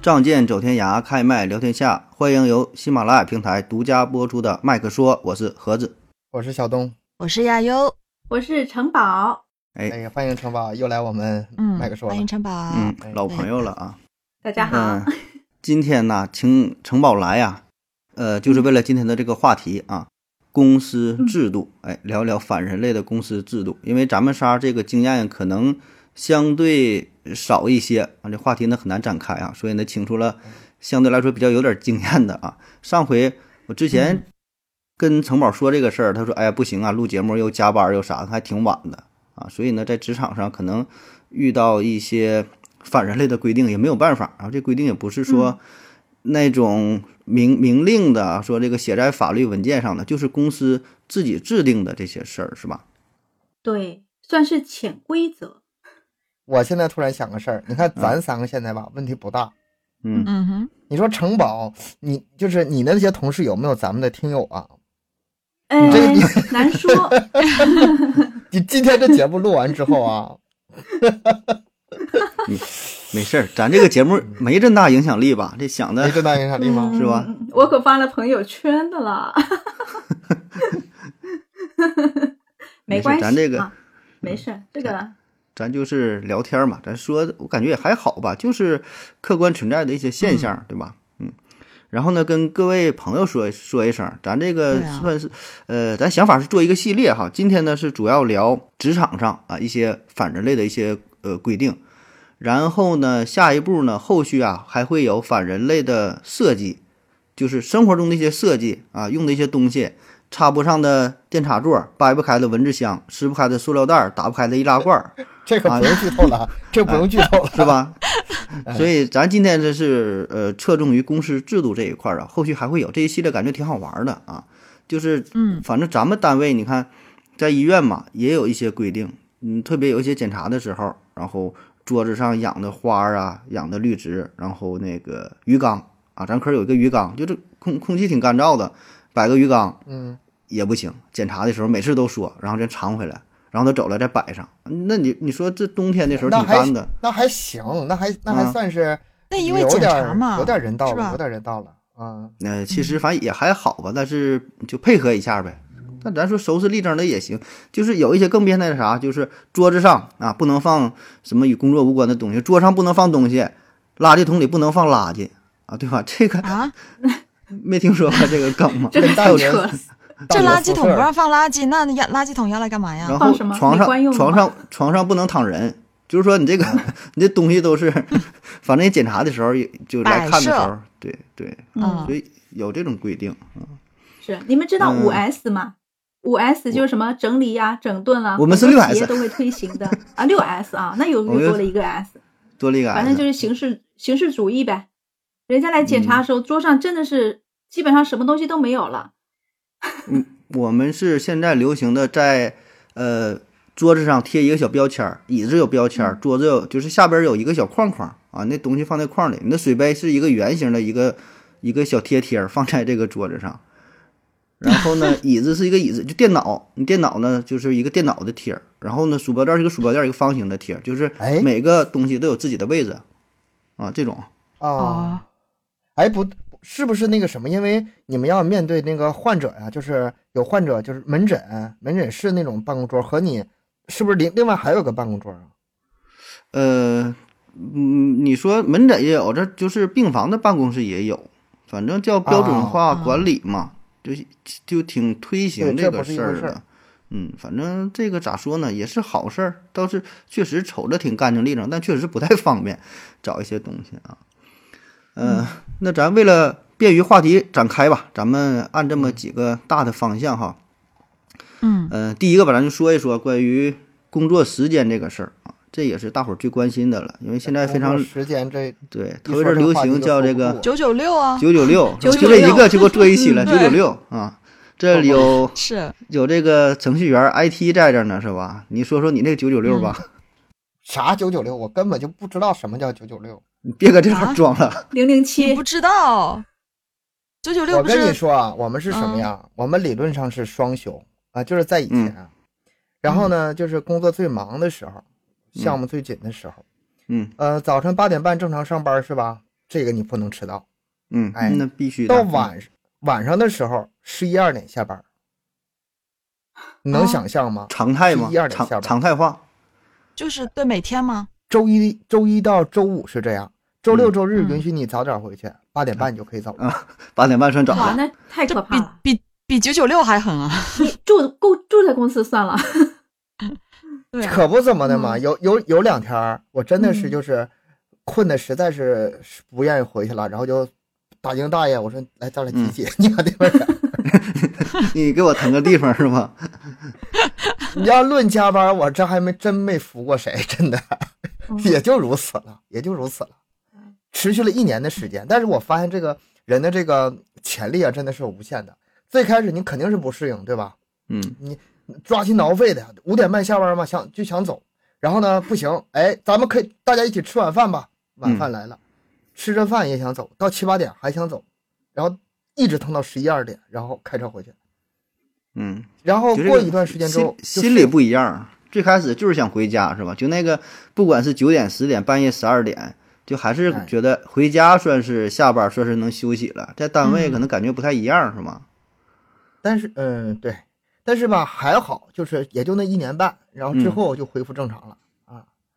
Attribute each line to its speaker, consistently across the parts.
Speaker 1: 仗剑走天涯，开麦聊天下。欢迎由喜马拉雅平台独家播出的《麦克说》，我是盒子。
Speaker 2: 我是小东，
Speaker 3: 我是亚优，
Speaker 4: 我是城堡，
Speaker 2: 哎呀，欢迎城堡又来我们
Speaker 3: 嗯，
Speaker 2: 麦克说了
Speaker 3: 欢迎城堡，
Speaker 1: 嗯
Speaker 2: 哎，
Speaker 1: 老朋友了啊。
Speaker 4: 大家哎好。
Speaker 1: 嗯，今天呢，请城堡来呀、呃，就是为了今天的这个话题啊，公司制度，哎，聊聊反人类的公司制度，因为咱们仨这个经验可能相对少一些啊，这话题呢很难展开啊，所以呢，请出了相对来说比较有点经验的啊。上回我之前跟城堡说这个事儿，他说，哎呀，不行啊，录节目又加班又啥的，还挺晚的啊，所以呢，在职场上可能遇到一些反人类的规定也没有办法啊，这规定也不是说、那种明明令的啊说这个写在法律文件上的，就是公司自己制定的这些事儿，是吧？
Speaker 4: 对，算是潜规则。
Speaker 2: 我现在突然想个事儿，你看咱三个现在吧，问题不大。
Speaker 1: 嗯，
Speaker 3: 嗯哼，
Speaker 2: 你说城堡，你就是你那些同事有没有咱们的听友啊？
Speaker 4: 哎
Speaker 2: 这你，
Speaker 4: 难说，
Speaker 2: 你今天这节目录完之后 啊，
Speaker 1: 没事儿，咱这个节目没这么大影响力吧？这想
Speaker 2: 没
Speaker 1: 的
Speaker 2: 这大影响力吗？
Speaker 4: 嗯
Speaker 1: 是吧？
Speaker 4: 我可发了朋友圈的了。
Speaker 1: 没事
Speaker 4: 关系，
Speaker 1: 咱这个嗯
Speaker 4: 啊、没事，这个
Speaker 1: 咱就是聊天儿嘛，咱说我感觉也还好吧，就是客观存在的一些现象，对吧？嗯，然后呢，跟各位朋友说说一声，咱这个
Speaker 3: 对啊
Speaker 1: 算是、呃，咱想法是做一个系列哈，今天呢是主要聊职场上啊一些反人类的一些呃规定，然后呢下一步呢后续啊还会有反人类的设计，就是生活中的一些设计啊用的一些东西。插不上的电插座，掰不开的蚊子箱，撕不开的塑料袋，打不开的易拉罐，
Speaker 2: 这个不用剧透了啊，这不用剧透了。
Speaker 1: 是吧？
Speaker 2: 哎
Speaker 1: 所以咱今天这是呃，侧重于公司制度这一块儿啊，后续还会有这一系列，感觉挺好玩儿的啊。就是，
Speaker 3: 嗯，
Speaker 1: 反正咱们单位你看，在医院嘛，也有一些规定，嗯，特别有一些检查的时候，然后桌子上养的花儿啊，养的绿植，然后那个鱼缸啊，咱科儿有一个鱼缸，就这空空气挺干燥的，摆个鱼缸
Speaker 2: 嗯，
Speaker 1: 也不行。检查的时候每次都说，然后再藏回来，然后他走了再摆上。嗯那你你说这冬天的时候
Speaker 2: 那
Speaker 1: 挺
Speaker 2: 还
Speaker 1: 干的。
Speaker 2: 那还行，那还那还
Speaker 1: 嗯
Speaker 2: 算是
Speaker 3: 那因为
Speaker 2: 有
Speaker 3: 检
Speaker 2: 点
Speaker 3: 查
Speaker 2: 儿
Speaker 3: 嘛，
Speaker 2: 有点人道
Speaker 3: 是
Speaker 2: 了，
Speaker 3: 吧
Speaker 2: 有点人道了。嗯，
Speaker 1: 呃，其实反正也还好吧，但是就配合一下呗。但咱说收拾立正的也行，就是有一些更变态的啥，就是桌子上啊不能放什么与工作无关的东西，桌上不能放东西，垃圾桶里不能放垃圾啊，对吧？ 这个
Speaker 3: 啊，
Speaker 1: 没听说过这个梗 吗？
Speaker 4: 这个
Speaker 2: 跟大
Speaker 4: 太
Speaker 2: 学
Speaker 4: 扯了。
Speaker 3: 这
Speaker 2: 大
Speaker 3: 垃
Speaker 2: 学宿
Speaker 3: 圾桶不
Speaker 2: 舍
Speaker 3: 让放垃圾，那要垃圾桶要来干嘛呀？
Speaker 1: 然后
Speaker 4: 放什么
Speaker 1: 床
Speaker 4: 没关
Speaker 1: 上
Speaker 4: 用吗嗯
Speaker 1: 床上床上不能躺人，就是说你这个 你这东西都 是，反正检查的时候也就来
Speaker 3: 摆
Speaker 1: 看的时
Speaker 3: 设
Speaker 1: 候，对对，
Speaker 3: 嗯
Speaker 1: 所以有这种规定。
Speaker 4: 是你们知道
Speaker 1: 嗯
Speaker 4: 五 S 吗？五 S 就是什么整理呀、整顿啦，
Speaker 1: 我们是
Speaker 4: 很多
Speaker 1: 6S
Speaker 4: 企业都会推行的啊，六 S 啊，那又
Speaker 1: 我们
Speaker 4: 又多了一个 S，
Speaker 1: 多了一个 S，
Speaker 4: 反正就是形式形式主义呗。人家来检
Speaker 2: 嗯
Speaker 4: 查的时候，桌上真的是基本上什么东西都没有了。
Speaker 1: 我们是现在流行的在呃桌子上贴一个小标签儿，椅子有标签儿，桌子有就是下边儿有一个小框框啊，那东西放在框里。你的水杯是一个圆形的一个一个小贴贴儿放在这个桌子上，然后呢，椅子是一个椅子，就电脑，你电脑呢就是一个电脑的贴儿，然后呢，鼠标垫儿是一个鼠标垫儿，一个方形的贴儿，就是
Speaker 2: 哎
Speaker 1: 每个东西都有自己的位置啊，这种
Speaker 2: 啊。，
Speaker 3: 哦
Speaker 2: 哎，不，是不是那个什么？因为你们要面对那个患者呀、就是有患者，就是门诊、门诊室那种办公桌，和你是不是另另外还有个办公桌啊？
Speaker 1: 呃，嗯，你说门诊也有，这就是病房的办公室也有，反正叫标准化
Speaker 3: 啊
Speaker 1: 管理嘛，就就挺推行
Speaker 2: 哦对
Speaker 1: 这
Speaker 2: 这
Speaker 1: 个
Speaker 2: 不是一
Speaker 1: 事
Speaker 2: 回
Speaker 1: 儿
Speaker 2: 事儿
Speaker 1: 的。嗯，反正这个咋说呢，也是好事儿，倒是确实瞅着挺干净利整，但确实不太方便找一些东西啊。嗯，那咱为了便于话题展开吧，咱们按这么
Speaker 2: 嗯
Speaker 1: 几个大的方向哈，
Speaker 3: 嗯
Speaker 1: 呃，第一个吧，咱就说一说关于工作时间这个事儿啊，这也是大伙儿最关心的了，因为现在非
Speaker 2: 工
Speaker 1: 常
Speaker 2: 作时间这
Speaker 1: 对，
Speaker 2: 一
Speaker 1: 头一
Speaker 2: 说
Speaker 1: 阵流
Speaker 2: 话题
Speaker 1: 行
Speaker 2: 就
Speaker 1: 叫
Speaker 2: 坐
Speaker 1: 这
Speaker 2: 不
Speaker 1: 个
Speaker 2: 住
Speaker 3: 九九六啊，
Speaker 1: 呃九 九六，就
Speaker 4: 996
Speaker 1: 这一个就给我做一期 了，九九
Speaker 3: 嗯
Speaker 1: 六啊，这里有
Speaker 3: 是
Speaker 1: 有这个程序员 IT 在这儿呢，是吧？你说说你那九九六吧，
Speaker 2: 啥九九六，我根本就不知道什么叫九九六。
Speaker 1: 你别搁这块儿
Speaker 3: 啊
Speaker 1: 装了，
Speaker 4: 零零
Speaker 3: 你
Speaker 4: 七
Speaker 3: 不知道，九九六
Speaker 2: 我
Speaker 3: 不
Speaker 2: 跟你
Speaker 3: 是嗯
Speaker 2: 说啊，我们是什么呀？我们理论上是双休啊，就是在以前啊，
Speaker 3: 嗯
Speaker 2: 然后呢，就是工作最忙的时候，项目最紧的时候，
Speaker 1: 嗯
Speaker 2: 呃，早晨八点半正常上班是吧？这个你不能迟到。
Speaker 1: 嗯，
Speaker 2: 哎
Speaker 1: 那必须的
Speaker 2: 到晚上晚上的时候，十一二点下班儿，你能
Speaker 3: 哦
Speaker 2: 想象吗？
Speaker 1: 常态嘛
Speaker 2: 11点，下
Speaker 1: 常
Speaker 2: 班
Speaker 1: 常态化。
Speaker 3: 就是对每天吗？
Speaker 2: 周一周一到周五是这样，周六
Speaker 1: 嗯
Speaker 2: 周日
Speaker 3: 嗯
Speaker 2: 允许你早点回去，八点半你就可以走了。
Speaker 1: 八点半 算早
Speaker 4: 哇，
Speaker 1: 的，
Speaker 4: 那太
Speaker 3: 这
Speaker 4: 可怕
Speaker 3: 比
Speaker 4: 了！
Speaker 3: 比比九九六还狠 啊！
Speaker 4: 你住够住在公司算 了，
Speaker 3: 对啊，
Speaker 2: 可不怎么的嘛，
Speaker 4: 嗯
Speaker 2: 有有有两天儿我真的是
Speaker 4: 嗯
Speaker 2: 就是困的实在是不愿意回去了，然后就打听大爷，我说来咱俩集结，你看那边儿，
Speaker 1: 你给我腾个地方是吧？
Speaker 2: 你要论加班，我这还没真没服过谁，真的
Speaker 4: 嗯
Speaker 2: 也就如此了，也就如此了，持续了一年的时间，但是我发现这个人的这个潜力啊，真的是无限的。最开始你肯定是不适应，对吧？
Speaker 1: 嗯
Speaker 2: 抓心挠肺的，五点半下班嘛，想就想走，然后呢不行，哎，咱们可以大家一起吃晚饭吧，晚
Speaker 1: 嗯
Speaker 2: 饭来了，吃着饭也想走，到七八点还想走，然后一直腾到十一二点，然后开车回去，
Speaker 1: 嗯，
Speaker 2: 然后
Speaker 1: 就这
Speaker 2: 过
Speaker 1: 个
Speaker 2: 一段时间之后，
Speaker 1: 心
Speaker 2: 就
Speaker 1: 心里
Speaker 2: 睡
Speaker 1: 不一样。最开始就是想回家是吧？就那个，不管是九点、十点、半夜十二点，就还是
Speaker 2: 哎
Speaker 1: 觉得回家算是下班，算是能休息了。在单位可能感觉不太一样，是吗？
Speaker 2: 但是嗯对，但是吧还好，就是也就那一年半，然后之
Speaker 1: 嗯
Speaker 2: 后就恢复正常了。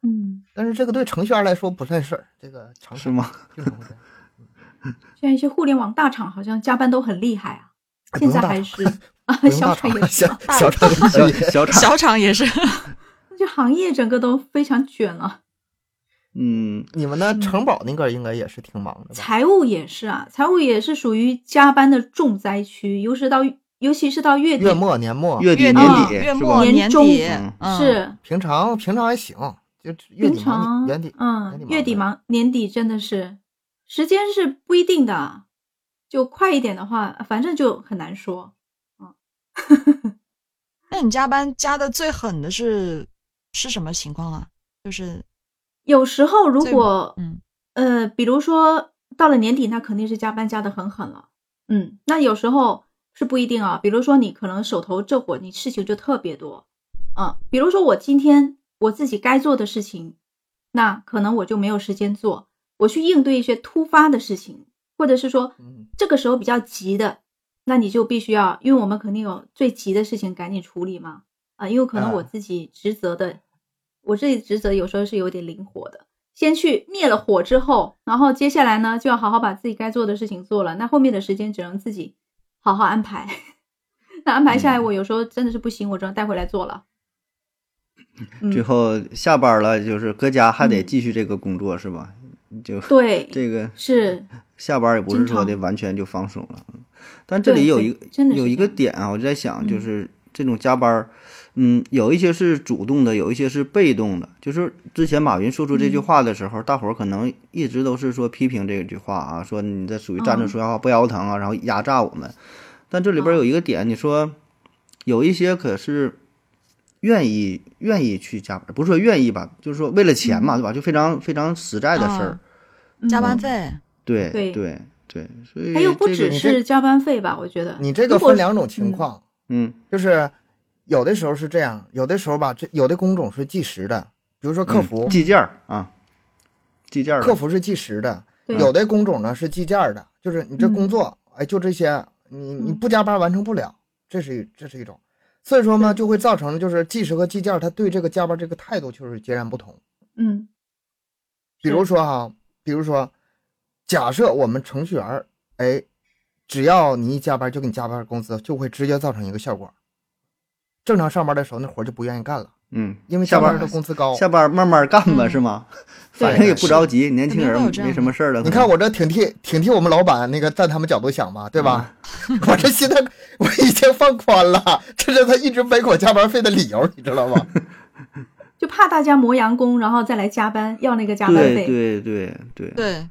Speaker 4: 嗯，
Speaker 2: 但是这个对程序员来说不算事儿，这个常
Speaker 1: 是
Speaker 2: 常
Speaker 1: 吗？
Speaker 2: 经常会 这样。
Speaker 4: 像一些互联网大厂好像加班都很厉害啊，
Speaker 2: 哎不
Speaker 4: 现
Speaker 2: 用
Speaker 4: 在
Speaker 2: 大
Speaker 4: 还
Speaker 2: 厂
Speaker 4: 是
Speaker 2: 不
Speaker 4: 啊，
Speaker 2: 用
Speaker 4: 小
Speaker 2: 大
Speaker 4: 厂
Speaker 2: 厂
Speaker 4: 也，是
Speaker 2: 小
Speaker 4: 啊，
Speaker 2: 小厂
Speaker 1: 小
Speaker 2: 也是。
Speaker 1: 小厂，
Speaker 3: 小厂也是，
Speaker 4: 就行业整个都非常卷了，
Speaker 1: 嗯，
Speaker 2: 你们呢？城堡那个应该也是挺忙的吧？
Speaker 4: 财务也是啊，财务也是属于加班的重灾区，尤其是到尤其是到月底
Speaker 2: 月末、年末、
Speaker 1: 月底
Speaker 3: 月
Speaker 1: 年
Speaker 3: 底、
Speaker 1: 底
Speaker 3: 月
Speaker 1: 是
Speaker 3: 末、
Speaker 1: 吧？
Speaker 4: 年终
Speaker 3: 底
Speaker 1: 嗯，
Speaker 3: 嗯
Speaker 4: 是
Speaker 2: 平常平常还行，就月
Speaker 4: 平
Speaker 2: 底忙
Speaker 4: 常
Speaker 2: 年底
Speaker 4: 嗯，
Speaker 2: 月
Speaker 4: 月
Speaker 2: 底
Speaker 4: 底
Speaker 2: 忙
Speaker 4: 忙，年底真的是时间是不一定的，就快一点的话，反正就很难说。
Speaker 3: 那你加班加的最狠的是是什么情况啊？就是
Speaker 4: 有时候如
Speaker 3: 最
Speaker 4: 果
Speaker 3: 嗯
Speaker 4: 呃，比如说到了年底，那肯定是加班加的很狠了。嗯，那有时候是不一定啊。比如说你可能手头这会儿你事情就特别多，嗯，比如说我今天我自己该做的事情，那可能我就没有时间做，我去应对一些突发的事情，或者是说
Speaker 2: 嗯
Speaker 4: 这个时候比较急的，那你就必须要，因为我们肯定有最急的事情赶紧处理嘛。啊，因为可能我
Speaker 2: 嗯
Speaker 4: 自己职责的，我自己职责有时候是有点灵活的。先去灭了火之后，然后接下来呢，就要好好把自己该做的事情做了。那后面的时间只能自己好好安排。 那安排下来，
Speaker 1: 嗯
Speaker 4: 我有时候真的是不行，我只能带回来做了。嗯
Speaker 1: 最后下班了，就是搁家还得
Speaker 4: 嗯
Speaker 1: 继续这个工作是吧？就
Speaker 4: 对，
Speaker 1: 这个
Speaker 4: 是
Speaker 1: 下班也不是说
Speaker 4: 经
Speaker 1: 的
Speaker 4: 常
Speaker 1: 完全就放松了，嗯但这里
Speaker 4: 对
Speaker 1: 有
Speaker 4: 对
Speaker 1: 一个
Speaker 4: 真的是
Speaker 1: 有一
Speaker 4: 这
Speaker 1: 个
Speaker 4: 样
Speaker 1: 点啊，我就在想，就
Speaker 4: 嗯
Speaker 1: 是这种加班儿，嗯，有一些是主动的，有一些是被动的。就是之前马云说出这句
Speaker 4: 嗯
Speaker 1: 话的时候，大伙儿可能一直都是说批评这句话啊，说你这属于站着
Speaker 4: 嗯
Speaker 1: 说瞎话不腰疼啊，然后压榨我们。但这里边儿有一个点，你说有一些可是愿意愿意去加班，不是说愿意吧，就是说为了钱嘛，对
Speaker 4: 嗯
Speaker 1: 吧？就非常非常实在的事儿
Speaker 3: 啊。加班
Speaker 1: 嗯
Speaker 3: 费，
Speaker 1: 对
Speaker 4: 对
Speaker 1: 对对，所以
Speaker 4: 还有不
Speaker 1: 这个
Speaker 4: 只
Speaker 2: 你这
Speaker 4: 是加班费吧？我觉得
Speaker 2: 你这个
Speaker 4: 如果
Speaker 2: 分两种情
Speaker 4: 嗯
Speaker 2: 况，
Speaker 1: 嗯
Speaker 2: 就是有的时候是这样，有的时候吧，这有的工种是计时的，比如说客服，
Speaker 1: 嗯计件儿啊，计件儿的
Speaker 2: 客服是计时的，
Speaker 4: 对
Speaker 2: 有的工种呢是计件儿的，就是你这工
Speaker 4: 嗯
Speaker 2: 作，哎，就这些，你你
Speaker 4: 嗯
Speaker 2: 不加班完成不了，这是一这是一种，所以说嘛，
Speaker 4: 对
Speaker 2: 就会造成就是计时和计件儿，他对这个加班这个态度就是截然不同。
Speaker 4: 嗯，
Speaker 2: 比如
Speaker 4: 是
Speaker 2: 说哈，比如说，假设我们程序员儿，哎，只要你一加班就给你加班工资，就会直接造成一个效果。正常上班的时候，那活儿就不愿意干了，
Speaker 1: 嗯，
Speaker 2: 因为
Speaker 1: 下
Speaker 2: 加
Speaker 1: 班
Speaker 2: 班的工资高。
Speaker 1: 下班慢慢干吧，
Speaker 3: 哦嗯
Speaker 1: 是吗？
Speaker 4: 对
Speaker 1: 反正也不着急，年
Speaker 3: 肯
Speaker 1: 轻
Speaker 3: 定
Speaker 1: 人
Speaker 3: 会有这样
Speaker 1: 没什么事儿了。
Speaker 2: 你
Speaker 1: 可能
Speaker 2: 看，我这挺替挺替我们老板那个站他们角度想吧，对吧？ 我这心态我已经放宽了，这是他一直没给我加班费的理由，你知道吗？
Speaker 4: 就怕大家磨洋工，然后再来加班要那个加班
Speaker 1: 对
Speaker 4: 费。
Speaker 1: 对对对，
Speaker 3: 对，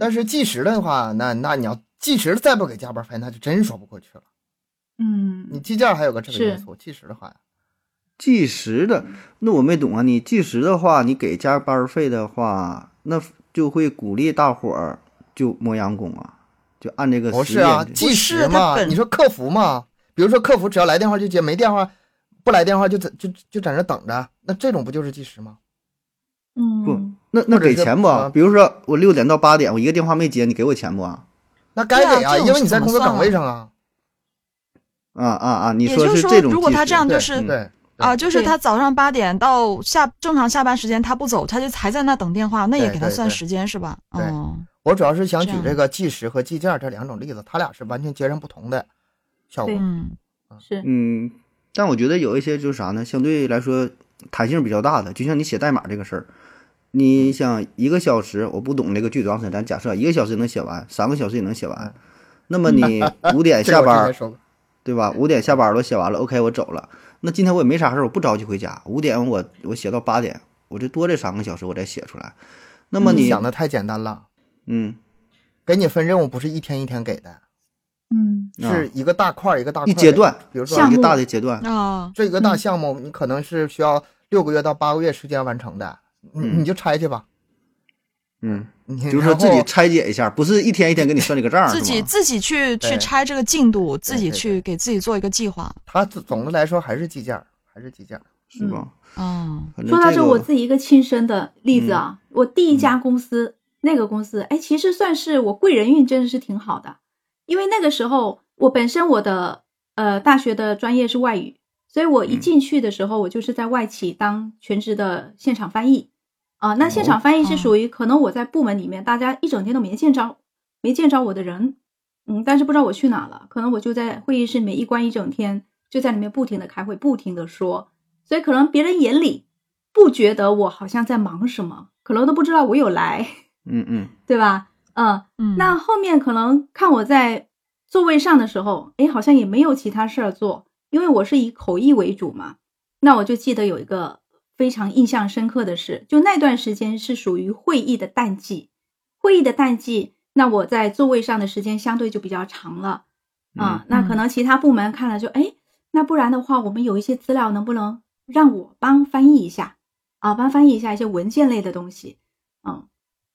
Speaker 2: 但是计时的话，那那你要计时再不给加班费，那就真说不过去了。你
Speaker 4: 嗯，
Speaker 2: 计件儿还有个这个因
Speaker 4: 是
Speaker 2: 素，计时的话，
Speaker 1: 计时的那我没懂啊，你计时的话，你给加班费的话，那就会鼓励大伙儿就磨洋工啊，就按这个
Speaker 2: 不
Speaker 1: 时
Speaker 2: 是啊，
Speaker 1: 间去。
Speaker 2: 计时
Speaker 3: 不是它
Speaker 2: 嘛，
Speaker 3: 本
Speaker 2: 你说客服嘛，比如说客服只要来电话就接，没电话不来电话就在就就在那等着，那这种不就是计时吗？
Speaker 4: 嗯，
Speaker 1: 不那那
Speaker 2: 或者
Speaker 1: 给
Speaker 2: 是
Speaker 1: 钱不啊
Speaker 2: 呃？
Speaker 1: 比如说我六点到八点，我一个电话没接，你给我钱不啊？
Speaker 2: 那该
Speaker 3: 对
Speaker 2: 给
Speaker 3: 啊这种
Speaker 2: 因为你在
Speaker 3: 怎么
Speaker 2: 工作
Speaker 3: 算
Speaker 2: 岗位
Speaker 3: 啊
Speaker 2: 上啊，
Speaker 1: 啊啊啊！你
Speaker 3: 也就是是
Speaker 1: 这种计时，
Speaker 3: 如果他这样就
Speaker 2: 对
Speaker 3: 是
Speaker 2: 对
Speaker 3: 啊，就是
Speaker 4: 对
Speaker 3: 他早上八点到下正常下班时间，他不走，他就还在那等电话，那也
Speaker 2: 对
Speaker 3: 给他
Speaker 2: 对
Speaker 3: 算
Speaker 2: 对
Speaker 3: 时间是吧？
Speaker 2: 对
Speaker 3: 嗯，
Speaker 2: 我主要是想举
Speaker 3: 这样
Speaker 4: 啊
Speaker 2: 这个计时和计件这两种例子，它俩是完全截然不同的效果
Speaker 4: 对。
Speaker 3: 嗯，
Speaker 4: 是
Speaker 1: 嗯，但我觉得有一些就是啥呢，相对来说弹性比较大的，就像你写代码这个事儿，
Speaker 2: 嗯
Speaker 1: 你想一个小时，我不懂这个剧多长时间，咱假设一个小时能写完，三个小时也能写 完，那么你五点
Speaker 2: 这个
Speaker 1: 下
Speaker 2: 我之
Speaker 1: 班
Speaker 2: 前
Speaker 1: 儿，
Speaker 2: 说过，
Speaker 1: 对吧？五点下班儿都写完了，OK，我走了。那今天我也没啥事儿，我不着急回家，五点我我写到八点，我这多这三个小时我再写出来。那么
Speaker 4: 嗯
Speaker 1: 你
Speaker 2: 想的太简单了。
Speaker 1: 嗯，
Speaker 2: 给你分任务不是一天一天给的，
Speaker 4: 嗯
Speaker 1: 啊
Speaker 2: 是一个大块儿一个大块儿
Speaker 1: 一
Speaker 2: 的
Speaker 1: 阶段，
Speaker 2: 比如说
Speaker 4: 项
Speaker 1: 一
Speaker 4: 目
Speaker 1: 个
Speaker 4: 嗯
Speaker 1: 大的阶段，
Speaker 2: 嗯
Speaker 3: 啊，
Speaker 2: 这一个大项目，你可能是需要六个月到八个月时间完成的，你
Speaker 1: 嗯
Speaker 2: 你就拆去吧。
Speaker 1: 嗯，
Speaker 2: 你
Speaker 1: 就是说
Speaker 2: 然后
Speaker 1: 自己拆解一下，不是一天一天给你算这个账，
Speaker 3: 自己
Speaker 1: 是吧？
Speaker 3: 自己去去
Speaker 2: 对
Speaker 3: 拆这个进度，自
Speaker 2: 对
Speaker 3: 己
Speaker 2: 对
Speaker 3: 去给自己做一个计划。
Speaker 2: 它总总的来说还是计件儿，还是计件儿。
Speaker 1: 是吧？
Speaker 3: 嗯，
Speaker 1: 反正
Speaker 4: 说到
Speaker 1: 这
Speaker 4: 这，
Speaker 1: 个嗯
Speaker 4: 我自己一个亲身的例子啊，我第一家公司、那个公司，哎，其实算是我贵人运真的是挺好的，因为那个时候我本身我的呃大学的专业是外语，所以我一
Speaker 1: 嗯
Speaker 4: 进去的时候，我就是在外企当全职的现场翻译啊、那现场翻译是属于可能我在部门里面，大家一整天都没见着没见着我的人，嗯，但是不知道我去哪了，可能我就在会议室里面一关一整天，就在里面不停的开会，不停的说，所以可能别人眼里不觉得我好像在忙什么，可能都不知道我有来，
Speaker 1: 嗯嗯
Speaker 4: 对吧？嗯，
Speaker 3: 嗯
Speaker 4: 那后面可能看我在座位上的时候，诶，好像也没有其他事儿做，因为我是以口译为主嘛。那我就记得有一个非常印象深刻的事，就那段时间是属于会议的淡季，会议的淡季，那我在座位上的时间相对就比较长了。啊，那可
Speaker 3: 嗯
Speaker 4: 能其他部门看了就哎，那不然的话，我们有一些资料能不能让我帮翻译一下啊，帮翻译一下一些文件类的东西，嗯，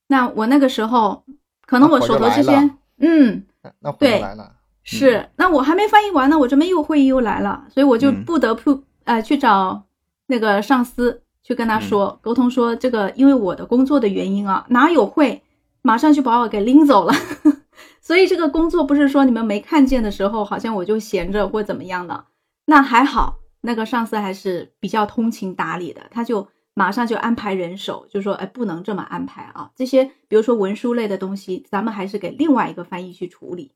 Speaker 4: 那我那个时候可能
Speaker 2: 啊
Speaker 4: 我
Speaker 2: 火
Speaker 4: 手
Speaker 2: 就
Speaker 4: 头
Speaker 2: 来
Speaker 4: 之间
Speaker 2: 了，
Speaker 4: 嗯，
Speaker 2: 那那回
Speaker 4: 对
Speaker 2: 来了，
Speaker 4: 是，那我还没翻译完呢，我这边又会议又来了，所以我就
Speaker 1: 嗯
Speaker 4: 不得不呃去找那个上司去跟他说沟通说这个，因为我的工作的原因啊，哪有会马上就把我给拎走了， 所以这个工作不是说你们没看见的时候，好像我就闲着或怎么样的，那还好，那个上司还是比较通情达理的，他就马上就安排人手，就说，哎，不能这么安排啊，这些比如说文书类的东西，咱们还是给另外一个翻译去处理，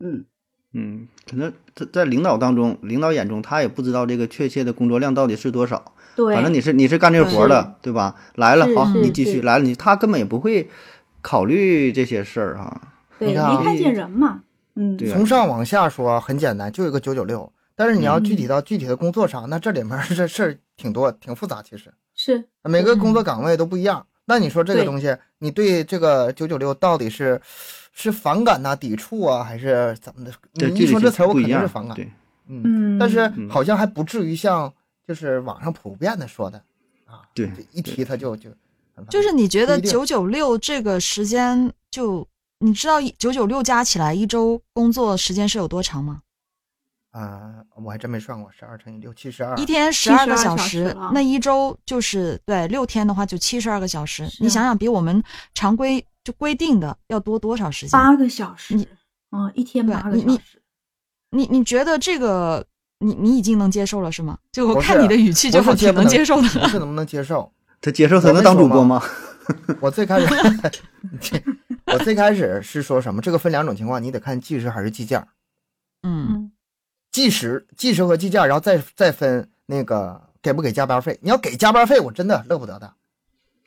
Speaker 4: 嗯。
Speaker 1: 嗯，可能在在领导当中，领导眼中他也不知道这个确切的工作量到底是多少。
Speaker 4: 对，
Speaker 1: 反正你是你是干这活儿的，对吧？来了，
Speaker 4: 是
Speaker 1: 好，
Speaker 4: 是
Speaker 1: 你继续
Speaker 4: 是
Speaker 1: 来了，你他根本也不会考虑这些事儿哈。
Speaker 4: 对
Speaker 2: 你看啊
Speaker 4: 没看见人嘛，嗯，
Speaker 1: 对啊
Speaker 2: 从上往下说很简单，就一个九九六。但是你要
Speaker 4: 嗯
Speaker 2: 具体到具体的工作上，那这里面这事儿挺多，挺复杂。其实
Speaker 4: 是
Speaker 2: 每个工作
Speaker 3: 嗯
Speaker 2: 岗位都不一样。那你说这个
Speaker 4: 对
Speaker 2: 东西，你对这个九九六到底是是反感呐、抵触啊，还是怎么的？
Speaker 1: 这
Speaker 2: 你一说
Speaker 1: 具
Speaker 2: 这
Speaker 1: 体
Speaker 2: 词儿，
Speaker 1: 不
Speaker 2: 我肯
Speaker 1: 一
Speaker 2: 定
Speaker 1: 样
Speaker 2: 是反感。
Speaker 1: 对，
Speaker 2: 嗯，
Speaker 4: 嗯，
Speaker 2: 但是
Speaker 1: 嗯
Speaker 2: 好像还不至于像就是网上普遍的说的啊，
Speaker 1: 对
Speaker 2: 这一提他就就很反感
Speaker 3: 就是你觉得
Speaker 2: 不一定
Speaker 3: 九九六这个时间就。你知道九九六加起来一周工作时间是有多长吗？
Speaker 2: 啊，我还真没算过，十二乘以六七十二
Speaker 3: 一天十
Speaker 4: 72
Speaker 3: 二个小
Speaker 4: 小时了啊
Speaker 3: 那一周就是对六天的话就七十二个小时。
Speaker 4: 是啊
Speaker 3: 你想想，比我们常规就规定的要多多少时间？
Speaker 4: 八个小时
Speaker 3: 你，
Speaker 4: 嗯，一天
Speaker 3: 对
Speaker 4: 八个
Speaker 3: 你
Speaker 4: 小
Speaker 3: 你
Speaker 4: 时，
Speaker 3: 你你觉得这个你你已经能接受了是吗？就我
Speaker 2: 不
Speaker 3: 看
Speaker 2: 是
Speaker 3: 你的语气就
Speaker 2: 不
Speaker 3: 好
Speaker 2: 是接
Speaker 3: 挺
Speaker 2: 不
Speaker 3: 能接受
Speaker 2: 不
Speaker 3: 的。
Speaker 2: 是能不能接受？
Speaker 1: 他接受才能当主播吗？
Speaker 2: 我最开始， 我最开始是说什么？这个分两种情况，你得看计时还是计件儿。
Speaker 3: 嗯
Speaker 4: 嗯，
Speaker 2: 计时、计时和计件儿，然后再再分那个给不给加班费。你要给加班费，我真的乐不得的。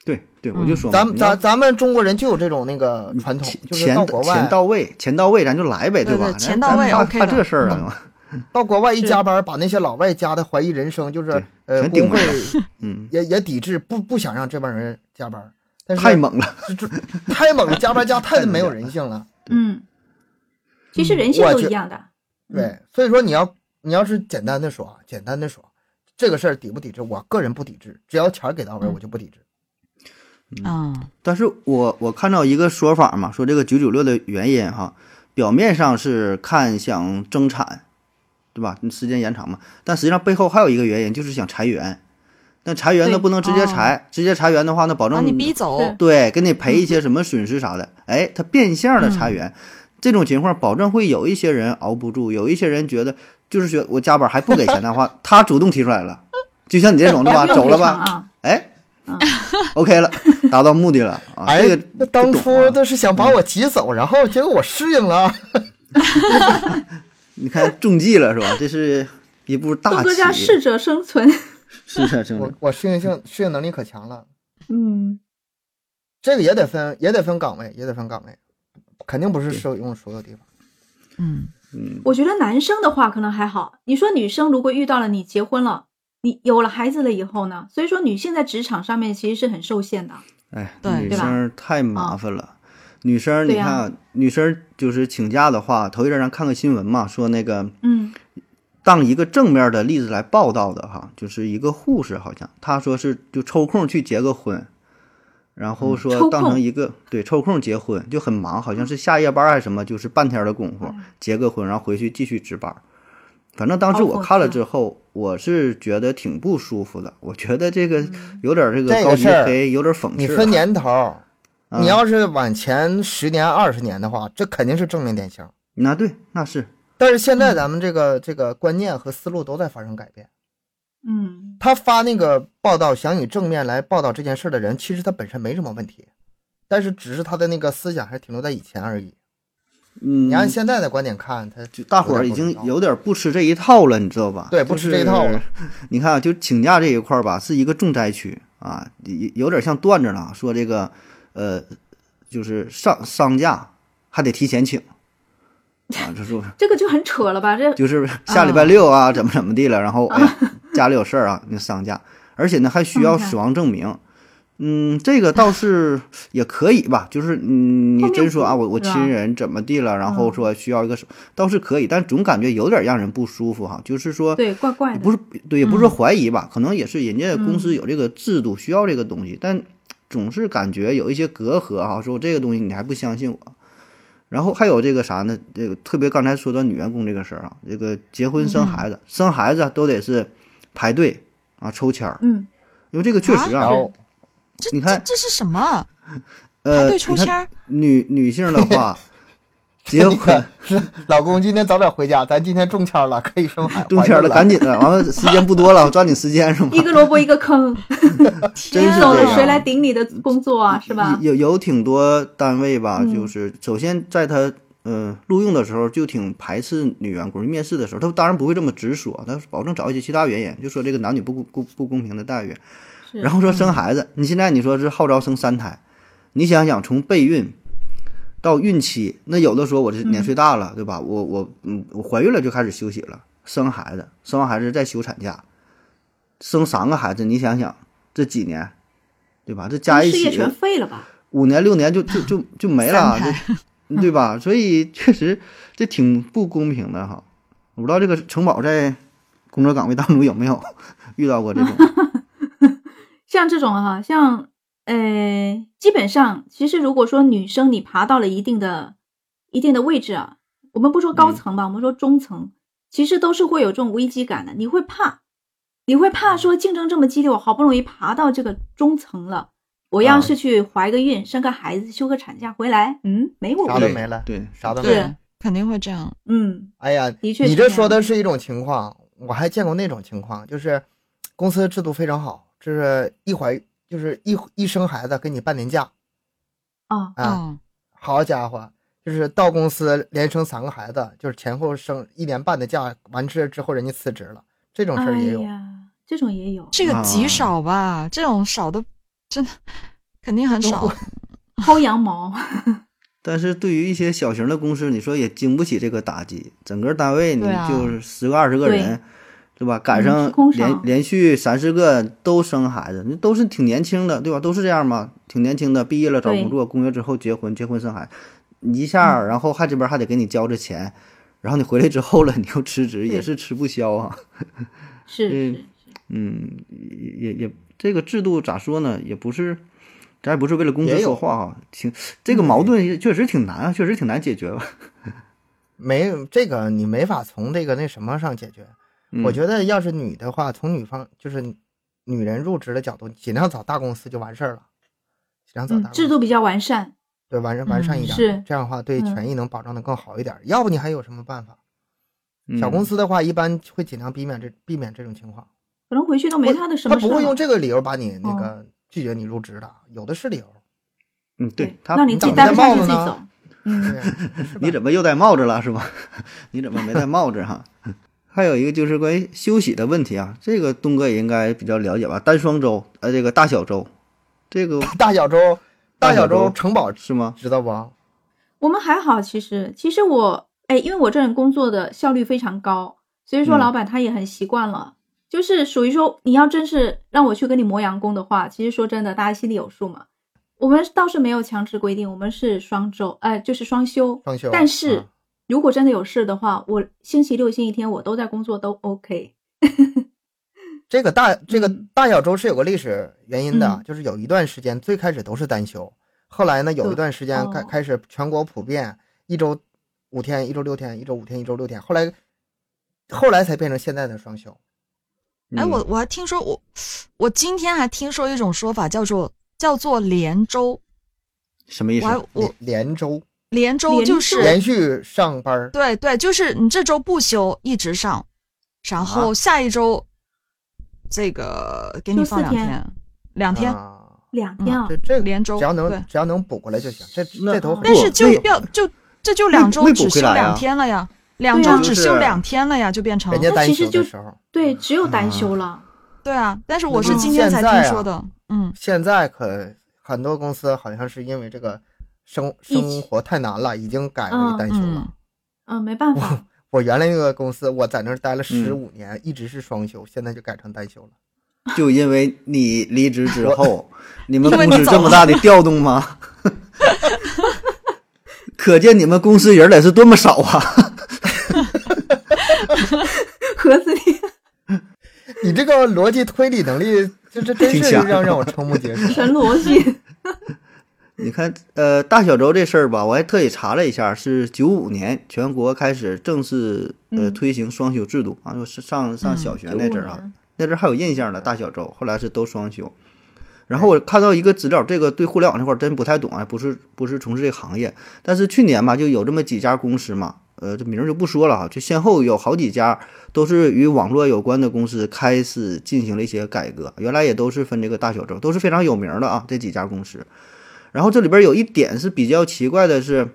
Speaker 1: 对对，我就
Speaker 3: 嗯
Speaker 1: 说嘛，
Speaker 2: 咱们
Speaker 1: 你要
Speaker 2: 咱咱们中国人就有这种那个传统，
Speaker 1: 钱
Speaker 2: 就是到
Speaker 1: 钱
Speaker 2: 国
Speaker 1: 钱
Speaker 2: 外
Speaker 1: 到位，钱到位，咱就来呗，
Speaker 3: 对
Speaker 1: 吧？
Speaker 3: 对
Speaker 1: 咱
Speaker 3: 钱到
Speaker 1: 咱
Speaker 3: 位
Speaker 1: 怕
Speaker 3: OK
Speaker 1: 怕
Speaker 3: 的
Speaker 1: 这事儿啊。
Speaker 2: 到国外一
Speaker 4: 是
Speaker 2: 加班，把那些老外加的怀疑人生，就是
Speaker 1: 对
Speaker 2: 呃
Speaker 1: 全顶
Speaker 2: 工
Speaker 1: 没
Speaker 2: 会
Speaker 1: 了嗯，
Speaker 2: 也也抵制，不不想让这帮人加班。但是
Speaker 1: 太猛了。
Speaker 2: 这，这太猛了，加 班加太没有人性了。
Speaker 4: 嗯，其实人性
Speaker 2: 我
Speaker 4: 都
Speaker 2: 觉
Speaker 4: 一样的，
Speaker 1: 嗯
Speaker 2: 对，所以说你要你要是简单的说，啊，简单的说，这个事儿抵不抵制，我个人不抵制，只要钱儿给到
Speaker 1: 嗯
Speaker 2: 位，我就不抵制。
Speaker 3: 啊，
Speaker 1: 但是我我看到一个说法嘛，说这个九九六的原因哈，表面上是看想增产，对吧？你时间延长嘛，但实际上背后还有一个原因，就是想裁员。但裁员呢
Speaker 4: 对
Speaker 1: 不能直接裁，直接裁员的话，那保
Speaker 3: 哦把
Speaker 1: 证
Speaker 3: 你逼嗯走，
Speaker 4: 是
Speaker 1: 对，给你赔一些什么损失啥的。哎，他变相
Speaker 3: 嗯
Speaker 1: 的裁员，这种情况保证会有一些人熬不住，有一些人觉得就是觉得我加班还不给钱的 话，他主动提出来了，就像你这种的吧，
Speaker 4: 还不用
Speaker 1: 走了
Speaker 4: 赔偿
Speaker 1: 吧，
Speaker 4: 啊，
Speaker 1: 哎
Speaker 4: 嗯
Speaker 1: ，OK 了，达到目的了啊。
Speaker 2: 哎
Speaker 1: 这个，
Speaker 2: 那当
Speaker 1: 不懂
Speaker 2: 初
Speaker 1: 啊
Speaker 2: 都是想把我挤走，然后结果我适应了。
Speaker 1: 你看中计了是吧？这是一部大
Speaker 4: 东哥
Speaker 1: 棋，
Speaker 4: 叫适者生存。
Speaker 1: 是啊是是
Speaker 2: 我我适应性适应能力可强了，
Speaker 4: 嗯，
Speaker 2: 这个也得分也得分岗位，也得分岗位，肯定不是适用所有地方。
Speaker 3: 嗯，
Speaker 1: 嗯，
Speaker 4: 我觉得男生的话可能还好。你说女生如果遇到了你结婚了，你有了孩子了以后呢？所以说女性在职场上面其实是很受限的。
Speaker 1: 哎，
Speaker 3: 对
Speaker 1: 女
Speaker 4: 对吧啊
Speaker 1: 生太麻烦了。女生，你
Speaker 4: 对呀
Speaker 1: 看啊，女生就是请假的话，头一阵咱看个新闻嘛，说那个
Speaker 4: 嗯
Speaker 1: 当一个正面的例子来报道的哈，就是一个护士，好像她说是就抽空去结个婚，然后
Speaker 4: 嗯抽
Speaker 1: 说
Speaker 4: 空
Speaker 1: 当成一个对抽空结婚就很忙，好像是下夜班还是什么，就是半天的功夫
Speaker 4: 嗯
Speaker 1: 结个婚，然后回去继续值班。反正当时
Speaker 4: 好
Speaker 1: 我
Speaker 4: 讽
Speaker 1: 看了
Speaker 4: 刺
Speaker 1: 之后，我是觉得挺不舒服的，我觉得这个
Speaker 4: 嗯
Speaker 1: 有点这
Speaker 2: 这
Speaker 1: 个
Speaker 2: 个
Speaker 1: 高级
Speaker 2: 事儿
Speaker 1: 黑，有点讽
Speaker 2: 你
Speaker 1: 刺
Speaker 2: 分
Speaker 1: 了。
Speaker 2: 年头儿，
Speaker 1: 啊
Speaker 2: 你要是往前十年二十年的话，这肯定是正面典型。
Speaker 1: 那对，那是
Speaker 2: 但是现
Speaker 1: 嗯
Speaker 2: 在咱们这个这个观念和思路都在发生改变。
Speaker 4: 嗯，
Speaker 2: 他发那个报道，想以正面来报道这件事的人，其实他本身没什么问题，但是只是他的那个思想还停留在以前而已。
Speaker 1: 嗯
Speaker 2: 你，按现在的观点看，他
Speaker 1: 就大伙儿已
Speaker 2: 有点不
Speaker 1: 经
Speaker 2: 知道
Speaker 1: 有点不吃这一套了，你知道吧？
Speaker 2: 对不吃这一套了。
Speaker 1: 你看啊，就请假这一块儿吧，是一个重灾区啊，有有点像段子了，说这个呃，就是上丧假还得提前请啊，就说
Speaker 4: 这个就很扯了吧？这
Speaker 1: 就是下礼拜六啊，怎么怎么地了，然后哎呀，家里有事儿啊，那丧假，而且呢还需要
Speaker 4: 丧假
Speaker 1: 死亡证明。嗯，这个倒是也可以吧，就是嗯，你
Speaker 4: 后面
Speaker 1: 真说啊，
Speaker 4: 补
Speaker 1: 我我
Speaker 4: 是吧
Speaker 1: 亲人怎么地了，然后
Speaker 4: 嗯
Speaker 1: 说需要一个什，倒是可以，但总感觉有点让人不舒服哈，就是说，
Speaker 4: 对怪怪的。
Speaker 1: 不是对，也不是
Speaker 3: 嗯
Speaker 1: 说怀疑吧，可能也是人家公司有这个制度，需要这个东西，但总是感觉有一些隔阂哈、说我这个东西你还不相信我。然后还有这个啥呢？这个特别刚才说到女员工这个事儿啊，这个结婚生孩子，
Speaker 3: 嗯
Speaker 1: 生孩子啊都得是排队啊抽签儿，
Speaker 4: 嗯，
Speaker 1: 因为这个确实啊，
Speaker 2: 然后
Speaker 3: 这
Speaker 1: 你看
Speaker 3: 这这是什么？排
Speaker 1: 呃，
Speaker 3: 队抽
Speaker 1: 你
Speaker 3: 签
Speaker 1: 看
Speaker 3: 儿，
Speaker 1: 女女性的话，结婚
Speaker 2: 老公今天早点回家，咱今天中签了，可以生 孩
Speaker 1: 中签
Speaker 2: 了，
Speaker 1: 了，赶紧的，完了时间不多了，抓紧时间是吗？
Speaker 4: 一个萝卜一个坑，
Speaker 1: 真是
Speaker 3: 天
Speaker 1: 这
Speaker 4: 走
Speaker 1: 样
Speaker 4: 了谁来顶你的工作啊？是吧？
Speaker 1: 有有挺多单位吧，
Speaker 4: 嗯
Speaker 1: 就是首先在他呃录用的时候就挺排斥女员工，面试的时候他当然不会这么直说，他保证找一些其他原因，就说这个男女不公不不公平的待遇。
Speaker 4: 是嗯
Speaker 1: 然后说生孩子，你现在你说是号召生三胎，你想想从备孕到孕期，那有的说我这
Speaker 4: 嗯
Speaker 1: 年岁大了，对吧？我我嗯，我怀孕了就开始休息了，生孩子，生完孩子再休产假，生三个孩子，你想想这几年，对吧？这加一
Speaker 4: 事业
Speaker 1: 起
Speaker 4: 全废了吧？
Speaker 1: 五年六年就就就就没了，
Speaker 3: 三
Speaker 1: 这对吧？所以确实这挺不公平的哈。我不知道这个城堡在工作岗位当中有没有遇到过 这种，
Speaker 4: 像这种哈、像呃，基本上其实如果说女生你爬到了一定的一定的位置啊，我们不说
Speaker 2: 嗯
Speaker 4: 高层吧，我们说中层，其实都是会有这种危机感的，你会怕，你会
Speaker 2: 嗯
Speaker 4: 怕说竞争这么激烈，我好不容易爬到这个中层了。我
Speaker 2: 啊
Speaker 4: 要是去怀个孕、生个孩子、休个产假回来，嗯，没我
Speaker 2: 啥
Speaker 4: 问
Speaker 2: 都
Speaker 4: 题。
Speaker 2: 没了，
Speaker 1: 对，
Speaker 2: 啥都没
Speaker 4: 是
Speaker 2: 了。
Speaker 3: 肯定会这样。
Speaker 4: 嗯，
Speaker 2: 哎呀，
Speaker 4: 的确是
Speaker 2: 你这
Speaker 4: 这样
Speaker 2: 说的是一种情况，我还见过那种情况，就是公司制度非常好，就是一怀就是一一生孩子给你半年假
Speaker 4: 啊，
Speaker 2: 啊，
Speaker 3: 嗯，
Speaker 2: 好家伙，就是到公司连生三个孩子，就是前后生一年半的假，完事之后人家辞职了，这种事儿
Speaker 4: 哎
Speaker 2: 也有。
Speaker 4: 呀，这种也有，
Speaker 3: 这个极
Speaker 1: 啊
Speaker 3: 少吧，这种少的真的肯定很少。
Speaker 4: 薅羊毛。
Speaker 1: 但是对于一些小型的公司，你说也经不起这个打击，整个单位你
Speaker 3: 对啊
Speaker 1: 就是十个二十个
Speaker 4: 对
Speaker 1: 人，对吧？赶
Speaker 4: 嗯
Speaker 1: 上
Speaker 4: 是空
Speaker 1: 连、
Speaker 4: 少
Speaker 1: 连续三四个都生孩子，那都是挺年轻的，对吧？都是这样嘛，挺年轻的，毕业了找
Speaker 4: 对嗯
Speaker 1: 工作，工作之后结婚，结婚生孩子，你一下，然后还这边还得给你交这钱，然后你回来之后了，你又辞职，也
Speaker 4: 对
Speaker 1: 是吃不消啊。
Speaker 4: 是
Speaker 1: 嗯
Speaker 4: 是
Speaker 1: 嗯，也也也这个制度咋说呢？也不是，咱也不是为了公司
Speaker 2: 也有
Speaker 1: 说话啊，挺这
Speaker 4: 嗯
Speaker 1: 个矛盾也确实挺难啊，确实挺难解决吧。
Speaker 2: 没有这个你没法从这个那什么上解决。
Speaker 1: 嗯
Speaker 2: 我觉得要是女的话，从女方就是女人入职的角度，尽量找大公司就完事儿了，尽量找大
Speaker 4: 嗯，
Speaker 2: 公司
Speaker 4: 制度比较完善，
Speaker 2: 对完善完善一点，
Speaker 4: 嗯是
Speaker 2: 这样的话对
Speaker 4: 嗯
Speaker 2: 权益能保障的更好一点。要不你还有什么办法？
Speaker 1: 嗯
Speaker 2: 小公司的话，一般会尽量避免这避免这种情况。
Speaker 4: 可能回去都没他的什
Speaker 2: 他
Speaker 4: 么事
Speaker 2: 不
Speaker 4: 儿啊哦
Speaker 2: 会
Speaker 4: 了
Speaker 2: 用这个理由把你那个拒绝你入职的，有的是理由。
Speaker 1: 嗯，对他
Speaker 4: 让你自
Speaker 2: 长
Speaker 4: 己待
Speaker 2: 戴帽
Speaker 4: 不下去
Speaker 2: 子
Speaker 4: 自己
Speaker 2: 呢
Speaker 4: 走。嗯，
Speaker 2: 对呀，啊是吧
Speaker 1: 你怎么又戴帽子了是吧？ 你怎么没戴帽子哈？ 还有一个就是关于休息的问题啊，这个东哥也应该比较了解吧？单双周，呃，这个大小周，这个
Speaker 2: 大小周，
Speaker 1: 大小
Speaker 2: 小
Speaker 1: 周
Speaker 2: 周城堡
Speaker 1: 是吗？
Speaker 2: 知道不？
Speaker 4: 我们还好，其实其实我哎，因为我这人工作的效率非常高，所以说
Speaker 1: 嗯
Speaker 4: 老板他也很习惯了，就是属于说你要真是让我去跟你磨洋工的话，其实说真的，大家心里有数嘛。我们倒是没有强制规定，我们是双周，哎、就是双休。
Speaker 2: 双休。
Speaker 4: 但是、
Speaker 2: 嗯
Speaker 4: 如果真的有事的话，我星期六、星期天我都在工作，都 OK。
Speaker 2: 这个大这个
Speaker 4: 嗯
Speaker 2: 大小周是有个历史原因的
Speaker 4: 嗯，
Speaker 2: 就是有一段时间最开始都是单休，后来呢有一
Speaker 4: 对
Speaker 2: 段时间开
Speaker 4: 哦
Speaker 2: 开始全国普遍一周五天，一周六天，一周五天，一周六天，后来后来才变成现在的双休。
Speaker 3: 哎，
Speaker 1: 嗯
Speaker 3: 我我还听说我我今天还听说一种说法叫做叫做连周，
Speaker 1: 什么意思？
Speaker 3: 我还我
Speaker 2: 连连周
Speaker 3: 连周
Speaker 4: 连
Speaker 3: 就
Speaker 4: 周
Speaker 3: 是
Speaker 2: 连续上班儿，
Speaker 3: 对对，就是你这周不休一直上，
Speaker 1: 啊
Speaker 3: 然后下一周、这个给你
Speaker 4: 就
Speaker 3: 放
Speaker 4: 四
Speaker 3: 两
Speaker 4: 天
Speaker 3: 两天，
Speaker 2: 啊，
Speaker 4: 两天啊
Speaker 2: 这，这
Speaker 3: 连周
Speaker 2: 只要能
Speaker 3: 对
Speaker 2: 只要能补过来就行，这
Speaker 1: 那
Speaker 2: 这头很
Speaker 3: 但是
Speaker 1: 不
Speaker 3: 就
Speaker 1: 那
Speaker 3: 要就这就
Speaker 1: 那
Speaker 3: 两周
Speaker 1: 那补
Speaker 3: 只
Speaker 1: 回
Speaker 3: 休
Speaker 1: 来啊
Speaker 3: 两天了呀，两
Speaker 4: 对啊
Speaker 3: 周只
Speaker 1: 就
Speaker 3: 休
Speaker 1: 是
Speaker 3: 两天了呀，就变成
Speaker 2: 人家
Speaker 4: 那
Speaker 2: 单
Speaker 4: 其
Speaker 2: 休
Speaker 4: 实
Speaker 2: 的
Speaker 4: 就
Speaker 2: 时候，
Speaker 4: 对，只
Speaker 2: 嗯
Speaker 4: 有单休了。
Speaker 3: 对啊，但是我是
Speaker 4: 嗯
Speaker 3: 今天才
Speaker 2: 现在啊
Speaker 3: 听说的，嗯，
Speaker 2: 现在可很多公司好像是因为这个生
Speaker 4: 疫
Speaker 2: 生活太难了，已经改为
Speaker 4: 嗯
Speaker 2: 单休了。
Speaker 3: 嗯
Speaker 4: 嗯，没办法，
Speaker 2: 我原来那个公司，我在那儿待了十
Speaker 1: 嗯
Speaker 2: 五年，一直是双休，现在就改成单休了。
Speaker 1: 就因为你离职之后，你们
Speaker 3: 因为
Speaker 1: 公司
Speaker 3: 你走
Speaker 1: 这么大的调动吗？ 可见你们公司人儿得是多么少啊！
Speaker 4: 盒子里
Speaker 2: 你这个逻辑推理能力，这这真
Speaker 1: 挺
Speaker 2: 是
Speaker 1: 强
Speaker 2: 让让我瞠目结舌。
Speaker 4: 神逻辑，
Speaker 1: 你看，呃，大小周这事儿吧，我还特意查了一下，是九五年全国开始正式呃
Speaker 4: 嗯
Speaker 1: 推行双休制度啊，就是上上小学那阵儿啊，那阵儿还有印象呢，大小周，后来是都双休。然后我看到一个资料，这个对互联网这块儿真不太懂啊，不是不是从事这个行业，但是去年吧，就有这么几家公司嘛，呃，这名儿就不说了啊，就先后有好几家都是与网络有关的公司开始进行了一些改革，原来也都是分这个大小周，都是非常有名儿的啊，这几家公司。然后这里边有一点是比较奇怪的是，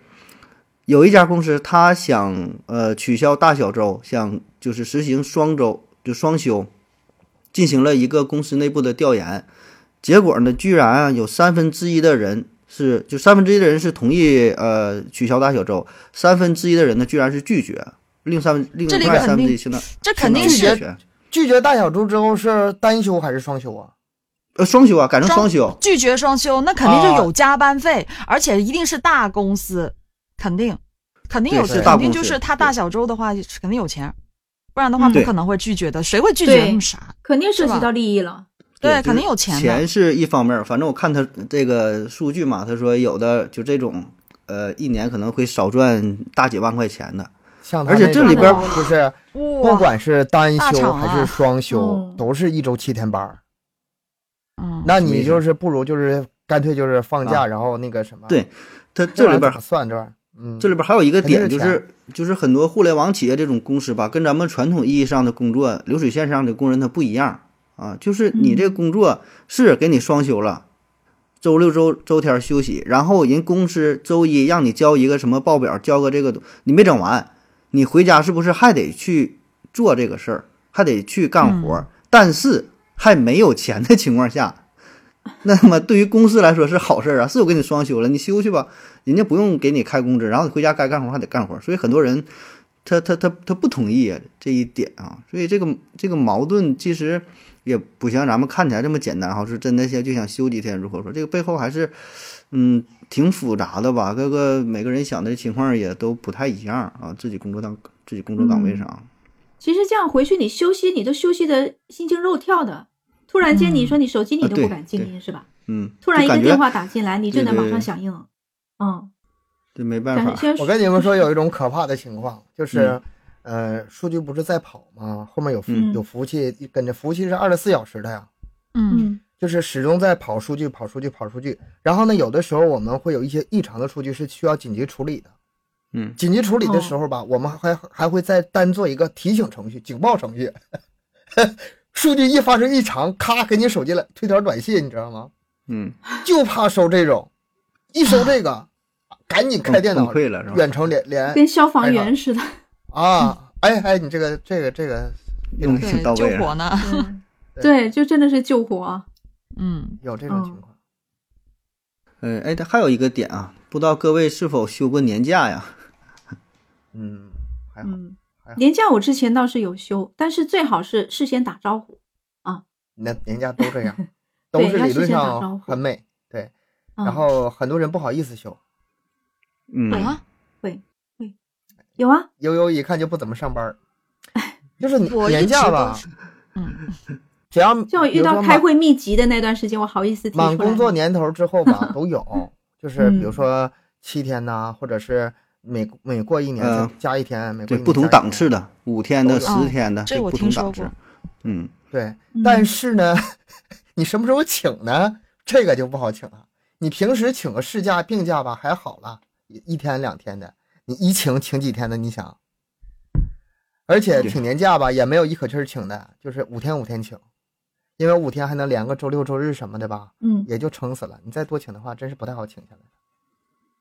Speaker 1: 有一家公司它想呃取消大小周，想就是实行双周就双休，进行了一个公司内部的调研，结果呢，居然啊有三分之一的人是就三分之一的人是同意呃取消大小周，三分之一的人呢居然是拒绝，另三分另
Speaker 3: 这里
Speaker 1: 另外
Speaker 3: 肯
Speaker 1: 三分之一
Speaker 3: 定
Speaker 1: 相当
Speaker 3: 这肯定
Speaker 1: 相当于
Speaker 3: 是
Speaker 1: 拒绝
Speaker 2: 拒绝大小周之后是单休还是双休啊？
Speaker 1: 呃双休啊，改成双休，
Speaker 3: 拒绝双休，那肯定就
Speaker 1: 啊
Speaker 3: 有加班费，而且一定是大公司，肯定肯定有，
Speaker 1: 对是大公
Speaker 3: 肯
Speaker 1: 司
Speaker 3: 定就是他大小周的话肯定有钱，不然的话
Speaker 4: 嗯
Speaker 3: 不
Speaker 1: 对
Speaker 3: 可能会拒绝的，谁会拒绝
Speaker 4: 对
Speaker 3: 那么傻？
Speaker 4: 肯定涉
Speaker 3: 是
Speaker 4: 及
Speaker 3: 吧
Speaker 4: 到利益了。
Speaker 3: 对，
Speaker 1: 就是
Speaker 3: 肯定有钱的。
Speaker 1: 钱是一方面儿，反正我看他这个数据嘛，他说有的就这种，呃，一年可能会少赚大几万块钱的。
Speaker 2: 像
Speaker 1: 而且这里
Speaker 4: 边儿
Speaker 2: 就是不
Speaker 3: 哇，
Speaker 2: 管是单
Speaker 3: 大
Speaker 2: 休
Speaker 3: 厂啊
Speaker 2: 还是双休
Speaker 4: 嗯，
Speaker 2: 都是一周七天班儿。
Speaker 3: 嗯，
Speaker 2: 那
Speaker 1: 什么意
Speaker 2: 你
Speaker 1: 思
Speaker 2: 就是不如就是干脆就是放
Speaker 1: 啊
Speaker 2: 假，然后那个什么。
Speaker 1: 对他这里边
Speaker 2: 怎么
Speaker 1: 儿，
Speaker 2: 算这玩意儿？嗯，
Speaker 1: 这里边儿还有一个点就
Speaker 2: 肯定是
Speaker 1: 是，就是很多互联网企业这种公司吧，跟咱们传统意义上的工作流水线上的工人他不一样啊，就是你这工作是给你双休了。周六周周天儿休息，然后人公司周一让你交一个什么报表，交个这个，你没整完，你回家是不是还得去做这个事儿，还得去干活儿？但是还没有钱的情况下， 那么对于公司来说是好事儿啊，是我给你双休了，你休去吧，人家不用给你开工资，然后你回家该干活还得干活，所以很多人他他他他不同意啊这一点啊，所以这个这个矛盾其实也不像咱们看起来这么简单哈，是真的些就想休几天如何说，这个背后还是嗯挺复杂的吧，各个每个人想的情况也都不太一样啊，自己工作当自己工作
Speaker 4: 嗯
Speaker 1: 岗位上。
Speaker 4: 其实这样回去你休息，你都休息的心惊肉跳的。突然间你说你手机你
Speaker 1: 啊
Speaker 4: 都
Speaker 1: 对
Speaker 4: 不敢静音、是吧？
Speaker 1: 嗯，
Speaker 4: 突然一
Speaker 1: 就
Speaker 4: 个
Speaker 1: 感觉
Speaker 4: 电话打进来，你就
Speaker 1: 对
Speaker 4: 得马
Speaker 1: 对
Speaker 4: 上
Speaker 1: 对
Speaker 4: 响应。嗯，
Speaker 1: 这没办
Speaker 4: 感
Speaker 1: 法
Speaker 4: 觉，先
Speaker 2: 我跟你们说，有一种可怕的情况，就是，
Speaker 1: 嗯
Speaker 2: 呃，数据不是在跑吗？后面有服
Speaker 4: 嗯
Speaker 2: 有服务器跟着，服务器是二十四小时的呀。
Speaker 3: 嗯
Speaker 4: 嗯
Speaker 2: 就是始终在跑数据、跑数据、跑数据。然后呢，有的时候我们会有一些异常的数据是需要紧急处理的。
Speaker 1: 嗯
Speaker 2: 紧急处理的时候吧，
Speaker 1: 哦
Speaker 2: 我们还还会再单做一个提醒程序、警报程序。 数据一发生异常，咔给你手机来推条短信，你知道吗？
Speaker 1: 嗯，
Speaker 2: 就怕收这种，一收这个，赶紧开电脑，
Speaker 1: 崩溃了是吧
Speaker 2: 远程连连
Speaker 4: 嗯跟消防员似的。
Speaker 2: 啊！哎哎，你这个这个这个
Speaker 1: 用的
Speaker 4: 嗯
Speaker 1: 挺
Speaker 3: 对
Speaker 1: 到，
Speaker 3: 救
Speaker 1: 位
Speaker 3: 火
Speaker 1: 啊。
Speaker 3: 呢，
Speaker 4: 对，就真的是救火啊。
Speaker 3: 嗯
Speaker 2: 有这种情况，
Speaker 1: 嗯，哎，它还有一个点啊，不知道各位是否休过年假呀？
Speaker 2: 嗯，还好，
Speaker 4: 嗯
Speaker 2: 还好，
Speaker 4: 年假我之前倒是有休，但是最好是事先打招呼。
Speaker 2: 那人家都 这样，都
Speaker 4: 对
Speaker 2: 是
Speaker 4: 要
Speaker 2: 理
Speaker 4: 事
Speaker 2: 论
Speaker 4: 先打招
Speaker 2: 上
Speaker 4: 呼
Speaker 2: 很美，对，
Speaker 4: 嗯、
Speaker 2: 然后很多人不好意思休，
Speaker 1: 嗯，
Speaker 3: 啊，
Speaker 4: 有啊，
Speaker 2: 悠悠一看就不怎么上 班儿，就是你
Speaker 3: 我一
Speaker 2: 年
Speaker 3: 直
Speaker 2: 假
Speaker 3: 都
Speaker 2: 吧，
Speaker 3: 是
Speaker 1: 哎
Speaker 3: 嗯
Speaker 2: 只要
Speaker 4: 像我
Speaker 2: 比
Speaker 4: 遇
Speaker 2: 如
Speaker 4: 到
Speaker 2: 说
Speaker 4: 开
Speaker 2: 满
Speaker 4: 会密集的那段时间，我好意思提出来
Speaker 2: 满
Speaker 4: 吗。
Speaker 2: 工作年头之后 吧，都有，就是比如
Speaker 4: 嗯
Speaker 2: 说七天呐、或者是每每过一年
Speaker 1: 呃
Speaker 2: 再加一天，每过
Speaker 1: 对，
Speaker 2: 一年
Speaker 1: 不同
Speaker 2: 加一
Speaker 1: 档
Speaker 2: 天
Speaker 1: 次的，五天的、
Speaker 2: 都
Speaker 1: 十
Speaker 3: 有啊
Speaker 1: 天的，
Speaker 3: 这我
Speaker 1: 不
Speaker 3: 听
Speaker 1: 同
Speaker 3: 说
Speaker 1: 档次
Speaker 3: 过。
Speaker 1: 嗯，
Speaker 2: 对，
Speaker 4: 嗯
Speaker 2: 但是呢， 你什么时候请呢？这个就不好请了。你平时请个事假、病假吧还好了，一一天两天的，你一请请几天的？你想，而且
Speaker 1: 对
Speaker 2: 请年假吧也没有一口气儿请的，就是五天五天请，因为五天还能连个周六周日什么的吧，
Speaker 4: 嗯，
Speaker 2: 也就撑死了。你再多请的话，真是不太好请下来。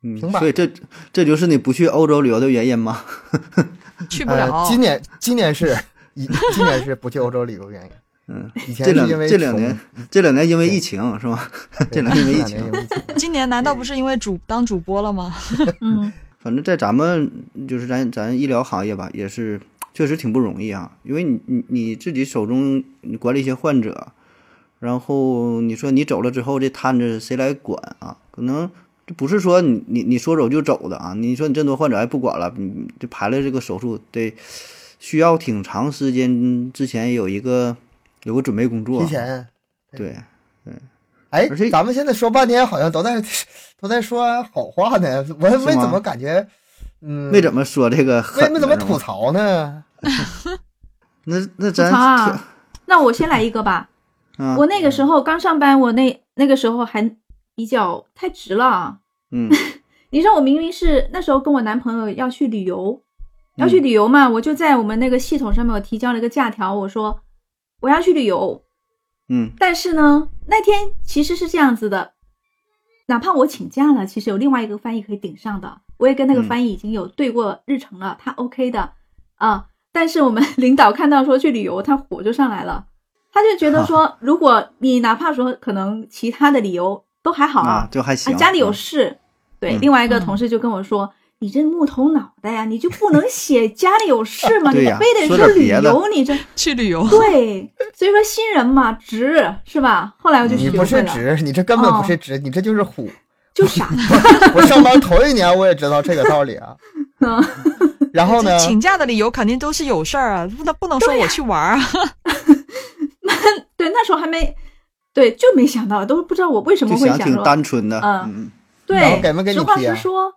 Speaker 1: 嗯
Speaker 2: 平板
Speaker 1: 所以这这就是你不去欧洲旅游的原因吗？
Speaker 3: 去不了
Speaker 1: 哎
Speaker 2: 呃，，今年今年是一今年是不去欧洲旅游原因，
Speaker 1: 嗯，
Speaker 2: 以前
Speaker 1: 这
Speaker 2: 是
Speaker 1: 两
Speaker 2: 因为
Speaker 1: 这两
Speaker 2: 穷
Speaker 1: 年这两年因为
Speaker 2: 对
Speaker 1: 疫情是吧？
Speaker 2: 对
Speaker 1: 这两年因为疫
Speaker 2: 这
Speaker 1: 情
Speaker 2: 因为疫情
Speaker 3: 今年难道不是因为主当主播了吗？
Speaker 4: 嗯，
Speaker 1: 反正，在咱们就是咱咱医疗行业吧，也是确实挺不容易啊，因为你你你自己手中你管理一些患者，然后你说你走了之后，这摊子谁来管啊？可能这不是说你你你说走就走的啊，你说你这么多患者还不管了，你这排了这个手术得需要挺长时间之前有一个有个准备工作，
Speaker 2: 提前
Speaker 1: 对，
Speaker 2: 哎
Speaker 1: 而且，
Speaker 2: 咱们现在说半天，好像都在都在说好话呢，我也没
Speaker 1: 是吗
Speaker 2: 怎么感觉，嗯，
Speaker 1: 没怎么说这个
Speaker 2: 没
Speaker 1: 狠的
Speaker 2: 没怎么
Speaker 1: 是
Speaker 2: 吐
Speaker 1: 吗，
Speaker 2: 槽呢。
Speaker 1: 那那
Speaker 4: 吐
Speaker 1: 咱
Speaker 4: 槽啊。那我先来一个吧。
Speaker 1: 挺 啊
Speaker 4: 我那个时候刚上班，我那那个时候还比较太直了啊。
Speaker 1: 嗯
Speaker 4: 你知道我明明是那时候跟我男朋友要去旅游，
Speaker 1: 嗯
Speaker 4: 要去旅游嘛，我就在我们那个系统上面我提交了一个假条，我说我要去旅游，
Speaker 1: 嗯
Speaker 4: 但是呢，那天其实是这样子的，哪怕我请假了，其实有另外一个翻译可以顶上的，我也跟那个
Speaker 1: 嗯
Speaker 4: 翻译已经有对过日程了，他 OK 的啊。但是我们 领导看到说去旅游，他火就上来了，他就觉得说，如果你哪怕说可能其他的理由都还好
Speaker 1: 啊，就还
Speaker 4: 啊，
Speaker 1: 行，
Speaker 4: 家里有
Speaker 1: 嗯
Speaker 4: 事。对，
Speaker 1: 嗯
Speaker 4: 另外一个同事就跟我说：“你这木头脑袋呀，你就不能写家里有事吗？
Speaker 1: 对
Speaker 4: 你
Speaker 1: 呀
Speaker 4: 非得
Speaker 1: 说
Speaker 4: 说
Speaker 1: 点
Speaker 4: 旅
Speaker 1: 别的
Speaker 4: 游，你这
Speaker 3: 去旅 游
Speaker 4: 对。”所以说新人嘛，直是吧？后来我就
Speaker 2: 你
Speaker 4: 学
Speaker 2: 不
Speaker 4: 会
Speaker 2: 是
Speaker 4: 了，
Speaker 2: 直，你这根本
Speaker 3: 哦
Speaker 2: 不是直，你这就是虎。
Speaker 4: 就傻。
Speaker 2: 我上班头一年我也知道这个道理 啊。
Speaker 4: 嗯
Speaker 2: 然后呢
Speaker 3: 这，请假的理由肯定都是有事儿啊，不能不能说我去玩儿啊，
Speaker 4: 对，那时候还没，对，就没想到，都不知道我为什么
Speaker 1: 就
Speaker 4: 会
Speaker 1: 想
Speaker 4: 想
Speaker 1: 挺
Speaker 4: 说，
Speaker 1: 单纯的，
Speaker 4: 嗯
Speaker 1: 嗯，
Speaker 2: 然后
Speaker 4: 对
Speaker 2: 给没给，你
Speaker 4: 实话
Speaker 2: 批啊
Speaker 4: 实说，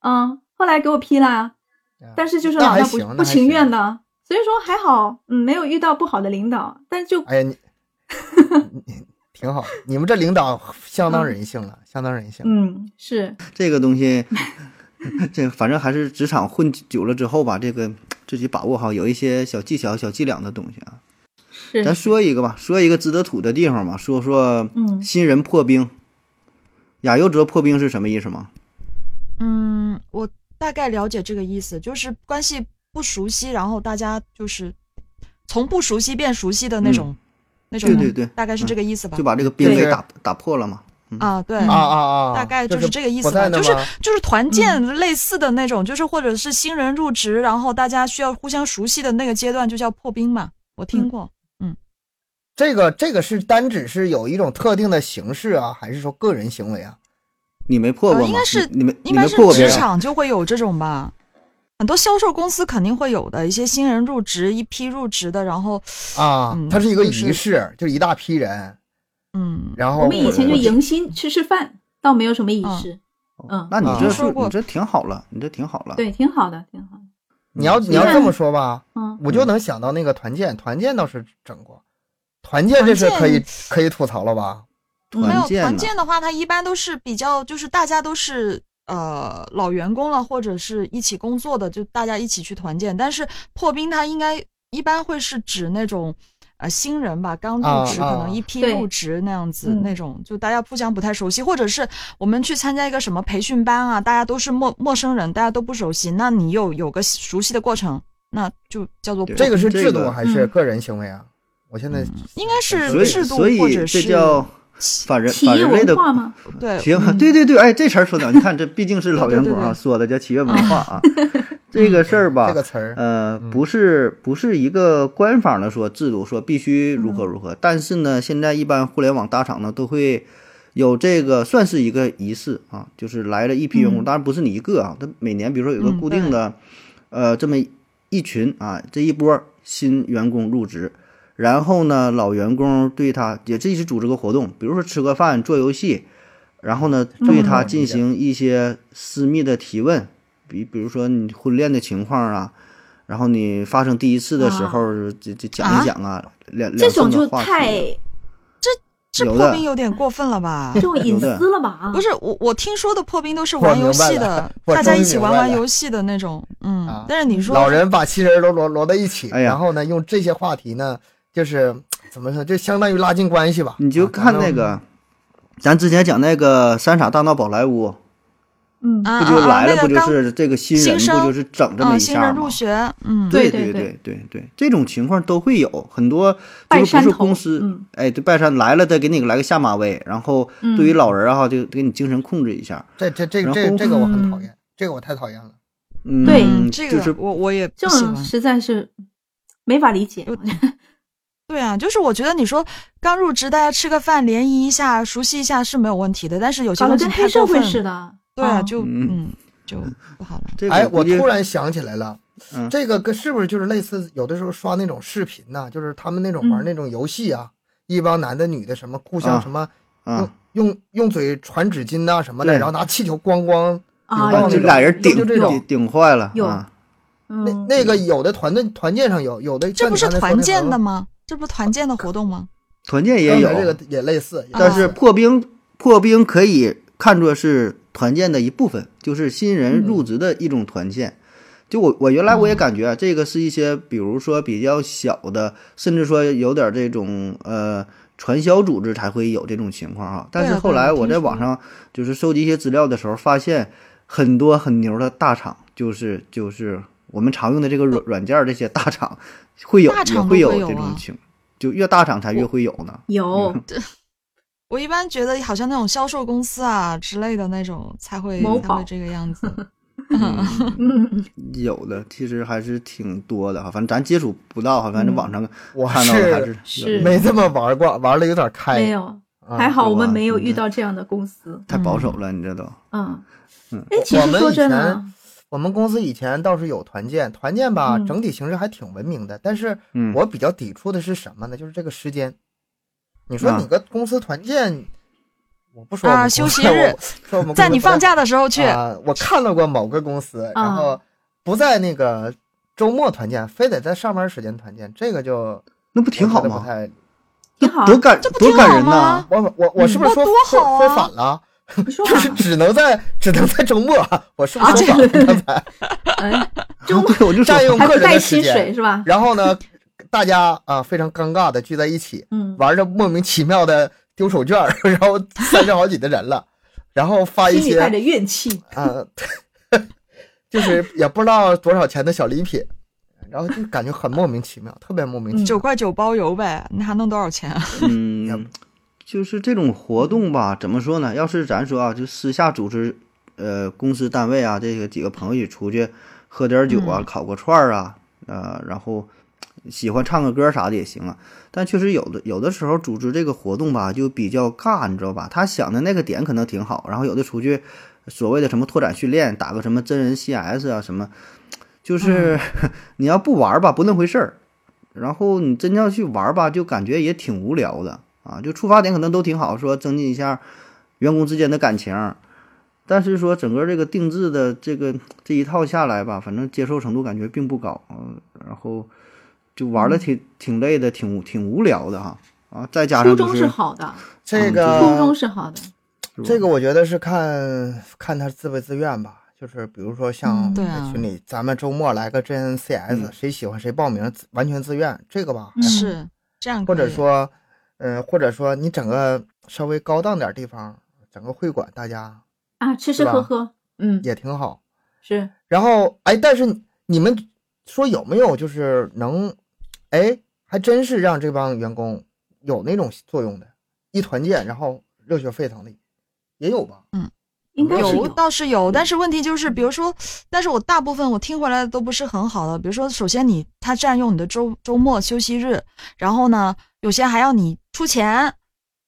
Speaker 4: 嗯，后来给我批啦，但是就是老
Speaker 2: 啊那还
Speaker 4: 大
Speaker 2: 行
Speaker 4: 不
Speaker 2: 那
Speaker 4: 不
Speaker 2: 还
Speaker 4: 情
Speaker 2: 行
Speaker 4: 愿的，所以说还好，嗯，没有遇到不好的领导，但就
Speaker 2: 哎呀 你你挺好，你们这领导相当人性了，相当人性。
Speaker 4: 嗯是，
Speaker 1: 这个东西，这反正还是职场混久了之后吧，这个自己把握好，有一些小技巧、小伎俩的东西啊。
Speaker 4: 是
Speaker 1: 咱说一个吧，说一个值得吐的地方吧，说说
Speaker 4: 嗯
Speaker 1: 新人破冰。亚优哲破冰是什么意思吗？
Speaker 3: 嗯，我大概了解这个意思，就是关系不熟悉，然后大家就是从不熟悉变熟悉的那种，那种
Speaker 1: 对对对
Speaker 3: 大概是这个意思吧
Speaker 1: 就？把这个冰
Speaker 4: 对
Speaker 1: 给打打破了嘛。
Speaker 3: 啊，对。
Speaker 2: 啊啊啊！
Speaker 3: 大概
Speaker 2: 就是
Speaker 3: 这个意思
Speaker 2: 不在
Speaker 3: 吧，
Speaker 2: 那
Speaker 3: 就是
Speaker 2: 吗
Speaker 3: 就是团建类似的那种，就是或者是新人入职，然后大家需要互相熟悉的那个阶段，就叫破冰嘛。我听
Speaker 4: 嗯
Speaker 3: 过，
Speaker 2: 这个这个是单指是有一种特定的形式啊，还是说个人行为啊？
Speaker 1: 你没破过吗？
Speaker 3: 呃应该是
Speaker 1: 你你们你
Speaker 3: 应该
Speaker 1: 们
Speaker 3: 是
Speaker 1: 破过冰
Speaker 3: 职
Speaker 1: 啊？
Speaker 3: 场就会有这种吧。很多销售公司肯定会有的，一些新人入职，一批入职的，然后
Speaker 2: 啊，
Speaker 3: 嗯
Speaker 2: 它是一个
Speaker 3: 就是
Speaker 2: 仪式，就是一大批人，
Speaker 3: 嗯，
Speaker 2: 然后
Speaker 4: 我们以前就
Speaker 2: 我
Speaker 4: 迎新吃吃饭，倒没有什么仪式。嗯，
Speaker 1: 那你这
Speaker 2: 啊
Speaker 1: 是
Speaker 3: 说过
Speaker 1: 你这挺好了，你这挺好了。
Speaker 4: 对，挺好的，挺好的。
Speaker 2: 你要你要这么说吧，
Speaker 4: 嗯
Speaker 2: 我就能想到那个团建，团建倒是整过，团建这事可以
Speaker 3: 团建
Speaker 2: 可以吐槽了吧？
Speaker 1: 团
Speaker 2: 嗯
Speaker 3: 没有
Speaker 1: 建啊
Speaker 3: 团
Speaker 1: 呢
Speaker 3: 建的话，它一般都是比较，就是大家都是呃老员工了，或者是一起工作的，就大家一起去团建。但是破冰它应该一般会是指那种呃新人吧，刚入
Speaker 2: 啊
Speaker 3: 职，
Speaker 2: 啊
Speaker 3: 可能一批
Speaker 4: 对
Speaker 3: 入职那样子
Speaker 4: 嗯
Speaker 3: 那种，就大家互相不太熟悉，或者是我们去参加一个什么培训班啊，大家都是陌陌生人，大家都不熟悉，那你又有个熟悉的过程，那就叫做
Speaker 1: 对
Speaker 3: 破
Speaker 2: 这个是
Speaker 1: 这
Speaker 2: 制
Speaker 1: 个嗯
Speaker 2: 度还是
Speaker 4: 嗯
Speaker 2: 个人行为啊？我现在
Speaker 3: 应该是
Speaker 1: 所以
Speaker 3: 制度
Speaker 1: 所以
Speaker 3: 或者
Speaker 1: 这
Speaker 3: 是
Speaker 1: 叫反人
Speaker 4: 企
Speaker 1: 反
Speaker 4: 业
Speaker 1: 人类的
Speaker 4: 文化吗？
Speaker 3: 对
Speaker 1: 企业文，对对对，哎，这词儿说的，你看这毕竟是老员工啊
Speaker 3: 嗯对对对
Speaker 1: 说的，叫企业文化 啊。这个事儿吧，
Speaker 2: 这个词儿，
Speaker 1: 呃，
Speaker 2: 嗯
Speaker 1: 不是不是一个官方的说制度说必须如何如何，但是呢，现在一般互联网大厂呢都会有这个算是一个仪式啊，就是来了一批员工，
Speaker 4: 嗯
Speaker 1: 当然不是你一个啊，他每年比如说有个
Speaker 3: 嗯
Speaker 1: 固定的，呃，这么一群啊，这一波新员工入职。然后呢，老员工对他也自己组织个活动，比如说吃个饭、做游戏，然后呢，对他进行一些私密的提问，比比如说你婚恋的情况啊，然后你发生第一次的时候，这这讲一讲啊，两
Speaker 4: 啊这
Speaker 1: 两
Speaker 4: 种
Speaker 1: 性
Speaker 4: 就
Speaker 1: 的话
Speaker 4: 太
Speaker 1: 题，
Speaker 3: 这
Speaker 1: 有
Speaker 3: 破
Speaker 1: 的
Speaker 3: 冰有点过分了吧？
Speaker 4: 这种隐私了吧？啊
Speaker 3: 不，是我，我听说的破冰都是玩游戏
Speaker 2: 我明白
Speaker 3: 的
Speaker 2: 了，我
Speaker 3: 大家
Speaker 2: 终于
Speaker 3: 一起玩
Speaker 2: 明白
Speaker 3: 玩
Speaker 2: 了
Speaker 3: 游戏的那种，嗯。
Speaker 2: 啊
Speaker 3: 但是你说
Speaker 2: 老人把七人都摞摞在一起，
Speaker 1: 哎呀
Speaker 2: 然后呢，用这些话题呢，就是怎么说，就相当于拉近关系吧。
Speaker 1: 你就
Speaker 2: 啊
Speaker 1: 看那，个，咱之前讲那个《三傻大闹宝莱坞》，
Speaker 4: 啊嗯，
Speaker 3: 啊
Speaker 1: 不
Speaker 3: 啊
Speaker 1: 就
Speaker 3: 啊
Speaker 1: 来了，
Speaker 3: 那
Speaker 1: 不
Speaker 3: 个
Speaker 1: 就
Speaker 3: 刚
Speaker 1: 是这个新人，
Speaker 3: 新生
Speaker 1: 不就是整这么
Speaker 3: 啊
Speaker 1: 一
Speaker 3: 新
Speaker 1: 下
Speaker 3: 人入
Speaker 1: 吗？
Speaker 3: 学，嗯，
Speaker 1: 对
Speaker 4: 对对
Speaker 1: 对对对，这种情况都会有很多，就
Speaker 4: 拜
Speaker 1: 是不
Speaker 4: 山
Speaker 1: 是
Speaker 4: 头
Speaker 1: 公司，
Speaker 4: 嗯
Speaker 1: 哎，对，拜山来了再给你来个下马威，然后
Speaker 4: 嗯
Speaker 1: 对于老人儿哈、就给你精神控制一下，
Speaker 2: 这这这
Speaker 1: 然
Speaker 2: 这
Speaker 1: 后
Speaker 2: 这个我很讨厌，这个我太讨厌了。
Speaker 1: 嗯，
Speaker 4: 对
Speaker 3: 嗯这
Speaker 1: 就
Speaker 3: 个
Speaker 1: 是
Speaker 3: 我我也
Speaker 4: 这
Speaker 3: 不喜
Speaker 4: 种
Speaker 3: 欢。
Speaker 4: 实在是没法理解。
Speaker 3: 对啊，就是我觉得你说刚入职，大家吃个饭联谊一下，熟悉一下是没有问题的，但是有些
Speaker 4: 搞得
Speaker 3: 东西
Speaker 4: 跟黑
Speaker 3: 太
Speaker 4: 社
Speaker 3: 过
Speaker 4: 会
Speaker 3: 分，
Speaker 4: 似的。
Speaker 3: 对啊，
Speaker 4: 嗯
Speaker 3: 就
Speaker 1: 嗯
Speaker 3: 嗯就不好了。
Speaker 1: 这个
Speaker 2: 哎，我
Speaker 1: 估计
Speaker 2: 突然想起来了，
Speaker 1: 嗯
Speaker 2: 这个跟是不是就是类似有的时候刷那种视频呐、就是他们那种玩
Speaker 4: 嗯
Speaker 2: 那种游戏啊，一帮男的女的什么互
Speaker 1: 啊
Speaker 2: 相什么用、
Speaker 1: 啊，
Speaker 2: 用用嘴传纸巾呐、什么的，
Speaker 1: 对
Speaker 2: 然后拿气球咣咣。
Speaker 4: 啊，
Speaker 2: 有
Speaker 1: 把
Speaker 2: 道
Speaker 4: 有
Speaker 2: 理
Speaker 1: 这
Speaker 2: 这
Speaker 1: 俩
Speaker 2: 种
Speaker 1: 人
Speaker 2: 就
Speaker 1: 顶
Speaker 2: 就这
Speaker 1: 顶
Speaker 2: 种
Speaker 1: 顶坏了
Speaker 4: 有
Speaker 1: 啊，
Speaker 2: 那
Speaker 4: 嗯，
Speaker 2: 那个有的团队团建上有，有的
Speaker 3: 哦这不是
Speaker 2: 像你刚才说
Speaker 3: 团
Speaker 2: 那活
Speaker 3: 建的
Speaker 2: 动
Speaker 3: 吗？这不是团建的活动吗？
Speaker 1: 团建也有，
Speaker 2: 这个也类似，
Speaker 3: 啊
Speaker 2: 也
Speaker 1: 但是
Speaker 2: 类似
Speaker 1: 破冰、破冰可以看作是团建的一部分，就是新
Speaker 3: 嗯
Speaker 1: 人入职的一种团建。就我我原来我也感觉啊，这个是一些比如说比较小的，甚至说有点这种呃传销组织才会有这种情况啊。但是后来我在网上就是收集一些资料的时候，发现很多很牛的大厂，就是就是我们常用的这个软软件儿这些大厂会有
Speaker 3: 大厂
Speaker 1: 也
Speaker 3: 都
Speaker 1: 会有
Speaker 3: 会有
Speaker 1: 这种
Speaker 3: 啊
Speaker 1: 情，就越大厂才越会有呢。
Speaker 4: 有
Speaker 3: 我一般觉得好像那种销售公司啊之类的那种才会
Speaker 4: 某
Speaker 3: 才
Speaker 4: 宝
Speaker 3: 会这个样子。
Speaker 1: 嗯
Speaker 4: 嗯，
Speaker 1: 有的其实还是挺多的哈，反正咱接触不到哈，反正网上
Speaker 2: 嗯我
Speaker 1: 看到的还是
Speaker 4: 是
Speaker 2: 没这么玩过，玩的有点开。
Speaker 4: 没有，
Speaker 2: 啊，
Speaker 4: 还好我们
Speaker 1: 吧
Speaker 4: 没有
Speaker 1: 你
Speaker 4: 遇
Speaker 1: 这
Speaker 4: 到这样的公司。
Speaker 1: 太保守了，你这都
Speaker 4: 嗯
Speaker 1: 嗯，
Speaker 4: 哎，其实说真的
Speaker 2: 我们
Speaker 4: 啊，
Speaker 2: 我们公司以前倒是有团建，团建吧，
Speaker 4: 嗯
Speaker 2: 整体形式还挺文明的。但是
Speaker 1: 嗯
Speaker 2: 我比较抵触的是什么呢？就是这个时间。你说
Speaker 1: 啊
Speaker 2: 你个公司团建，我不说
Speaker 3: 啊
Speaker 2: 我们公司
Speaker 3: 休息日，
Speaker 2: 我说我们公司
Speaker 3: 在你
Speaker 2: 不太
Speaker 3: 放假的时候去，啊
Speaker 2: 啊，我看到过某个公司，然后不在那个周末团建，非得在上班时间团建，这个就
Speaker 1: 那不挺好
Speaker 2: 我觉得
Speaker 1: 吗？
Speaker 2: 不太，
Speaker 4: 挺好啊。
Speaker 1: 多感
Speaker 3: 这不挺
Speaker 1: 多感
Speaker 3: 好
Speaker 1: 人呐
Speaker 3: 吗！？
Speaker 2: 我我我是不是
Speaker 3: 嗯
Speaker 2: 说
Speaker 3: 多
Speaker 2: 说
Speaker 3: 好啊
Speaker 2: 说反了？
Speaker 4: 你说
Speaker 2: 就是
Speaker 4: 吧
Speaker 2: 只能在只能在周末，我是不是
Speaker 4: 啊
Speaker 2: 说反
Speaker 4: 这
Speaker 2: 了
Speaker 4: 个
Speaker 2: 刚才？
Speaker 4: 哎，周末
Speaker 1: 对， 我就说
Speaker 2: 占用
Speaker 4: 还
Speaker 2: 个
Speaker 4: 不
Speaker 2: 人
Speaker 4: 带
Speaker 2: 的时
Speaker 4: 薪水
Speaker 2: 间。
Speaker 4: 是 吧？
Speaker 2: 然后呢，大家啊非常尴尬的聚在一起，
Speaker 4: 嗯，
Speaker 2: 玩的莫名其妙的丢手绢儿， 然后三十好几的人了，然后发一
Speaker 4: 心里
Speaker 2: 些
Speaker 4: 带着怨气。
Speaker 2: 啊， 就是也不知道多少钱的小礼品，然后就感觉很莫名其妙，特别莫
Speaker 4: 嗯
Speaker 2: 名其妙。
Speaker 3: 九块九包邮呗，你还弄多少钱啊？
Speaker 1: 嗯， 就是这种活动吧，怎么说呢？要是咱说啊，就私下组织，呃，公司单位啊，这个几个朋友一起出去喝点酒啊，烤个串儿啊，呃，然后喜欢唱个歌啥的也行啊。但确实有的有的时候组织这个活动吧，就比较尬，你知道吧？他想的那个点可能挺好，然后有的出去所谓的什么拓展训练，打个什么真人 CS 啊什么，就是、 你要不玩儿吧，不那回事儿。然后你真要去玩儿吧，就感觉也挺无聊的啊。就出发点可能都挺好，说增进一下员工之间的感情，但是说整个这个定制的这个这一套下来吧，反正接受程度感觉并不高。嗯、然后就玩的挺挺累的，挺挺无聊的哈啊，再加
Speaker 4: 初
Speaker 1: 上就
Speaker 4: 衷是
Speaker 1: 是
Speaker 4: 好的，
Speaker 2: 这
Speaker 4: 初衷
Speaker 2: 个
Speaker 4: 嗯是好的，
Speaker 1: 是吧
Speaker 2: 这个我觉得是看看他自不自愿吧。就是比如说像
Speaker 4: 嗯
Speaker 3: 对啊
Speaker 2: 群里，咱们周末来个真 CS，
Speaker 1: 嗯
Speaker 2: 谁喜欢谁报名，自完全自愿，这个吧，
Speaker 4: 嗯
Speaker 3: 是这样
Speaker 2: 或
Speaker 3: 可以，
Speaker 2: 者说，嗯，或者说你整个稍微高档点儿地方，整个会馆，大家
Speaker 4: 啊，吃吃
Speaker 2: 是吧
Speaker 4: 喝喝，嗯，
Speaker 2: 也挺好。
Speaker 4: 是
Speaker 2: 然后哎，但是你你们说有没有就是能，哎，还真是让这帮员工有那种作用的，一团建，然后热血沸腾的，也有吧？
Speaker 4: 应该
Speaker 3: 有
Speaker 4: 是有
Speaker 3: 倒是有，但是问题就是，比如说，但是我大部分我听回来的都不是很好的。比如说，首先你他占用你的周周末休息日，然后呢，有些还要你出钱，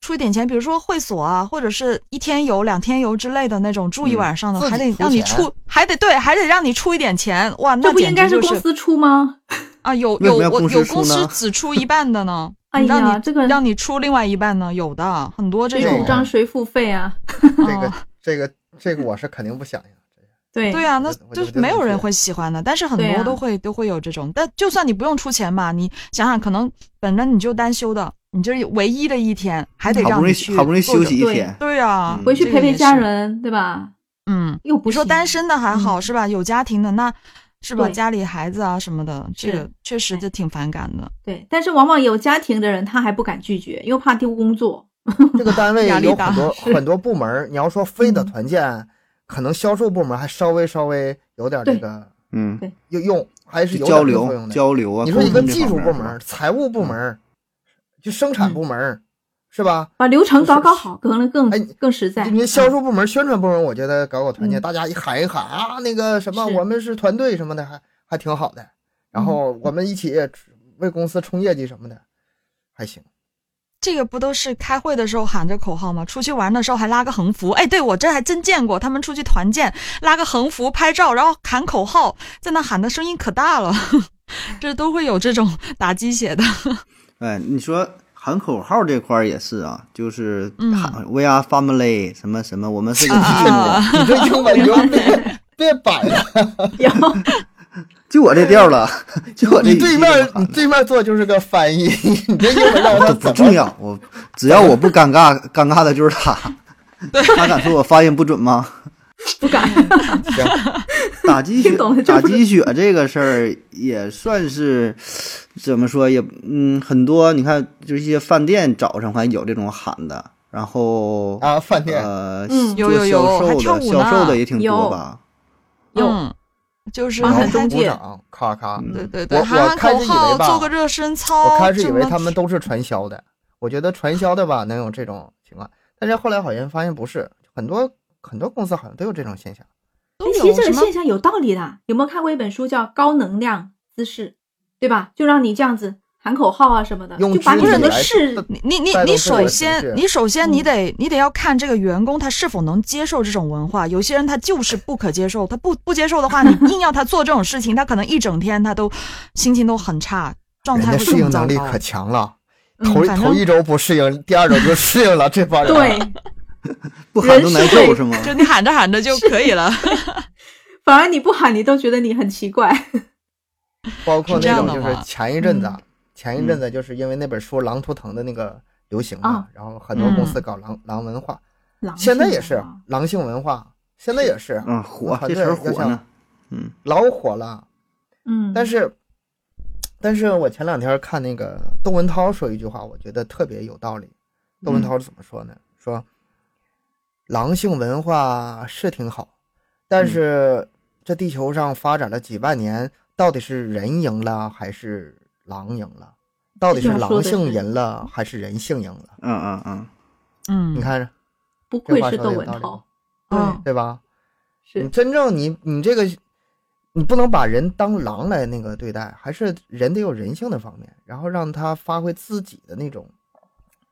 Speaker 3: 出一点钱，比如说会所啊，或者是一天游、两天游之类的那种住一
Speaker 1: 嗯
Speaker 3: 晚上的，
Speaker 2: 自己
Speaker 3: 还得
Speaker 2: 出
Speaker 3: 让你
Speaker 2: 钱
Speaker 3: 出，还得对，还得让你出一点钱。哇，那
Speaker 4: 这不
Speaker 3: 简
Speaker 4: 应该
Speaker 3: 直就是
Speaker 4: 公司出吗？
Speaker 3: 啊，有
Speaker 1: 为什
Speaker 3: 有
Speaker 1: 么要
Speaker 3: 我
Speaker 1: 公司
Speaker 3: 有
Speaker 1: 出
Speaker 3: 公司
Speaker 1: 呢
Speaker 3: 只出一半的呢，
Speaker 4: 哎
Speaker 3: 让
Speaker 4: 呀，
Speaker 3: 你
Speaker 4: 这个
Speaker 3: 让你出另外一半呢，有的很多这
Speaker 4: 谁
Speaker 2: 这
Speaker 3: 种
Speaker 4: 主张谁付费啊？
Speaker 2: 这
Speaker 3: 啊
Speaker 2: 个这个这个我是肯定不响应。
Speaker 4: 对
Speaker 3: 对啊，那
Speaker 2: 我就我
Speaker 3: 就
Speaker 2: 就是这
Speaker 3: 没
Speaker 2: 么
Speaker 3: 有人
Speaker 2: 觉得
Speaker 3: 会喜欢的，但是很
Speaker 4: 对
Speaker 3: 多
Speaker 4: 啊
Speaker 3: 都会、都会有这种。但就算你不用出钱嘛，你想想，可能本来你就单休的，你就是唯一的一天，还得
Speaker 1: 好
Speaker 3: 让
Speaker 1: 不容
Speaker 3: 你
Speaker 1: 易
Speaker 3: 去
Speaker 1: 好不容易
Speaker 3: 做
Speaker 1: 休
Speaker 3: 着
Speaker 1: 息一
Speaker 4: 对
Speaker 1: 天，
Speaker 3: 对啊，
Speaker 1: 嗯
Speaker 4: 回去
Speaker 3: 这
Speaker 4: 陪
Speaker 3: 个也
Speaker 4: 陪
Speaker 3: 是
Speaker 4: 家。人，对吧？
Speaker 3: 嗯，
Speaker 4: 又不
Speaker 3: 你说
Speaker 4: 行
Speaker 3: 单身的还好、
Speaker 4: 嗯
Speaker 3: 是吧？有家庭的那，是吧？
Speaker 4: 对
Speaker 3: 家里孩子啊什么的，这
Speaker 4: 是
Speaker 3: 个确实就挺反感的。
Speaker 4: 对，但是往往有家庭的人，他还不敢拒绝，因为怕丢工作。
Speaker 2: 这个单位
Speaker 3: 压力
Speaker 2: 有
Speaker 3: 大
Speaker 2: 很多
Speaker 4: 是
Speaker 2: 很多部门儿，你要说非得
Speaker 4: 嗯
Speaker 2: 团建，可能销售部门还稍微稍微有点这
Speaker 4: 对
Speaker 2: 个
Speaker 1: 嗯，
Speaker 2: 用用，还是有
Speaker 1: 交
Speaker 2: 点这作
Speaker 1: 流
Speaker 2: 用的。
Speaker 1: 交流啊，
Speaker 2: 你说
Speaker 1: 沟
Speaker 2: 一个
Speaker 1: 通这
Speaker 2: 技
Speaker 1: 方
Speaker 2: 术
Speaker 1: 面
Speaker 2: 部
Speaker 1: 是
Speaker 2: 门
Speaker 1: 吧嗯
Speaker 2: 儿、财务部门儿，就生产部门儿，是吧？
Speaker 4: 把流程
Speaker 2: 就是
Speaker 4: 搞搞好，可能更
Speaker 2: 哎
Speaker 4: 更实在。
Speaker 2: 你们销售部门、宣传部门，我觉得搞搞团建，
Speaker 4: 嗯
Speaker 2: 大家一喊一喊啊，那个什么，
Speaker 4: 是
Speaker 2: 我们是团队什么的，还还挺好的。然后我们一起为公司冲业绩什么的，还行。
Speaker 3: 这个不都是开会的时候喊着口号吗？出去玩的时候还拉个横幅，哎，对我这还真见过，他们出去团建拉个横幅拍照，然后喊口号，在那喊的声音可大了， 这都会有这种打鸡血的。
Speaker 1: 哎，你说喊口号这块儿也是啊，就是
Speaker 3: 嗯
Speaker 1: 喊 “We are family” 什么什么，我们是个
Speaker 3: 啊
Speaker 1: 屁股，
Speaker 2: 你这英文就别别摆了，
Speaker 4: 有
Speaker 1: 就我这调 儿了，就我这语
Speaker 2: 你
Speaker 1: 气
Speaker 2: 对
Speaker 1: 这么
Speaker 2: 面
Speaker 1: 喊
Speaker 2: 你
Speaker 1: 的
Speaker 2: 对面坐就是个翻译，你这英文让
Speaker 1: 都
Speaker 2: 他
Speaker 1: 不
Speaker 2: 怎
Speaker 1: 重
Speaker 2: 么
Speaker 1: 要，我只要我不尴尬，尴尬的就是 他。他敢说我发音不准吗？
Speaker 4: 不敢？
Speaker 2: 行？
Speaker 1: 打鸡血
Speaker 4: 听懂了，就
Speaker 1: 打
Speaker 4: 不
Speaker 1: 鸡血这个事儿也算是怎么说也嗯，很多你看就是一些饭店早上还有这种喊的，然后
Speaker 2: 啊，饭店
Speaker 1: 呃，
Speaker 4: 嗯
Speaker 1: 做
Speaker 3: 有有有还
Speaker 1: 销售
Speaker 3: 跳
Speaker 1: 的
Speaker 3: 舞
Speaker 1: 销售
Speaker 3: 呢
Speaker 1: 的也挺多
Speaker 4: 有
Speaker 1: 吧？
Speaker 4: 有
Speaker 3: 嗯、就是
Speaker 4: 麻
Speaker 2: 然
Speaker 4: 烦
Speaker 2: 后
Speaker 3: 还
Speaker 4: 中
Speaker 2: 鼓
Speaker 4: 介
Speaker 2: 掌，咔咔。
Speaker 1: 嗯
Speaker 3: 对对对，
Speaker 2: 我
Speaker 3: 喊
Speaker 2: 我
Speaker 3: 喊
Speaker 2: 开
Speaker 3: 口
Speaker 2: 始以为
Speaker 3: 号，
Speaker 2: 吧
Speaker 3: 做个热身操，
Speaker 2: 我开始以
Speaker 3: 哦这
Speaker 2: 为
Speaker 3: 么
Speaker 2: 他们都是传销的，我觉得传销的吧能有这种情况，但是后来好像发现不是，很多很多公司好像都有这种现象。
Speaker 3: 都
Speaker 4: 哎其
Speaker 3: 有
Speaker 4: 实这
Speaker 3: 什
Speaker 4: 个
Speaker 3: 么
Speaker 4: 现象有道理的。有没有看过一本书叫《高能量姿势》，对吧？就让你这样子喊口号啊什么的，
Speaker 2: 用
Speaker 4: 就把你
Speaker 2: 肢体
Speaker 4: 整个
Speaker 2: 来
Speaker 4: 事
Speaker 3: 你你你
Speaker 2: 带动
Speaker 3: 你
Speaker 2: 自我
Speaker 3: 首
Speaker 2: 的情
Speaker 3: 先
Speaker 2: 绪
Speaker 3: 你首先
Speaker 4: 嗯
Speaker 3: 你得你得要看这个员工他是否能接受这种文化。有些人他就是不可接受，他不不接受的 话，你硬要他做这种事情，他可能一整天他都心情都很差，状
Speaker 2: 人
Speaker 3: 态
Speaker 2: 家
Speaker 3: 会
Speaker 2: 适
Speaker 3: 更
Speaker 2: 应
Speaker 3: 糟
Speaker 2: 能力
Speaker 3: 糕。
Speaker 2: 可强了，
Speaker 3: 嗯
Speaker 2: 头一
Speaker 3: 反
Speaker 2: 头
Speaker 3: 正
Speaker 2: 一周不适应，第二周就适应了。这帮人
Speaker 4: 对，
Speaker 1: 不喊都难
Speaker 4: 人是
Speaker 1: 受
Speaker 4: 会
Speaker 1: 是吗？
Speaker 3: 就你喊着喊着就可以了。
Speaker 4: 反而你不喊，你都觉得你很奇怪。
Speaker 2: 包括
Speaker 3: 是这
Speaker 2: 那
Speaker 3: 样
Speaker 2: 种
Speaker 3: 的嗯
Speaker 2: 就是
Speaker 3: 吗
Speaker 2: 前一阵子，啊，前一阵子就是因为那本书《狼图腾》的那个流行嘛
Speaker 3: 哦
Speaker 4: 啊，
Speaker 2: 然后很多公
Speaker 3: 嗯
Speaker 2: 司搞狼狼文化，
Speaker 4: 狼
Speaker 2: 现在
Speaker 4: 性
Speaker 2: 也
Speaker 4: 的
Speaker 2: 是
Speaker 4: 啊
Speaker 2: 狼性文化，现在也是
Speaker 1: 嗯，火
Speaker 2: 团
Speaker 1: 这
Speaker 2: 队
Speaker 1: 词儿
Speaker 2: 啊要
Speaker 1: 火
Speaker 2: 像
Speaker 1: 呢，嗯，
Speaker 2: 老火了。
Speaker 4: 嗯，
Speaker 2: 但是，但是我前两天看那个窦文涛说一句话，我觉得特别有道理。窦
Speaker 4: 嗯
Speaker 2: 文涛是怎么说呢？说狼性文化是挺好，但
Speaker 1: 嗯
Speaker 2: 是这地球上发展了几万年，到底是人赢了还是狼赢了？到底是
Speaker 4: 这句话说
Speaker 2: 狼
Speaker 4: 的
Speaker 2: 性
Speaker 4: 是
Speaker 2: 赢了还是人性赢了？
Speaker 1: 嗯嗯嗯，
Speaker 3: 嗯，
Speaker 2: 你看，
Speaker 4: 不
Speaker 2: 这
Speaker 4: 愧
Speaker 2: 话
Speaker 4: 是
Speaker 2: 说
Speaker 4: 窦
Speaker 2: 的有
Speaker 4: 文
Speaker 2: 道理啊
Speaker 4: 涛
Speaker 2: 吧，，
Speaker 3: 对
Speaker 4: 嗯
Speaker 2: 对吧？你
Speaker 4: 是
Speaker 2: 真正你你这个，你不能把人当狼来那个对待，还是人得有人性的方面，然后让他发挥自己的那种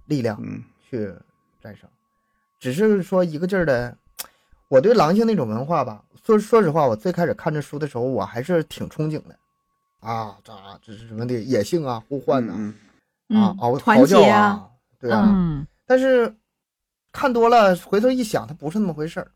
Speaker 2: 力量
Speaker 1: 嗯
Speaker 2: 去战胜。只是说一个劲儿的，我对狼性那种文化吧，说说实话，我最开始看这书的时候，我还是挺憧憬的。啊，这这是什么的野性啊，呼唤呐、
Speaker 1: 嗯
Speaker 2: 啊
Speaker 4: 嗯，，
Speaker 2: 嗷
Speaker 4: 团
Speaker 2: 嚎
Speaker 4: 结
Speaker 2: 叫
Speaker 4: 啊，
Speaker 2: 啊，对啊，
Speaker 3: 嗯，
Speaker 2: 但是看多了，回头一想，它不是那么回事儿，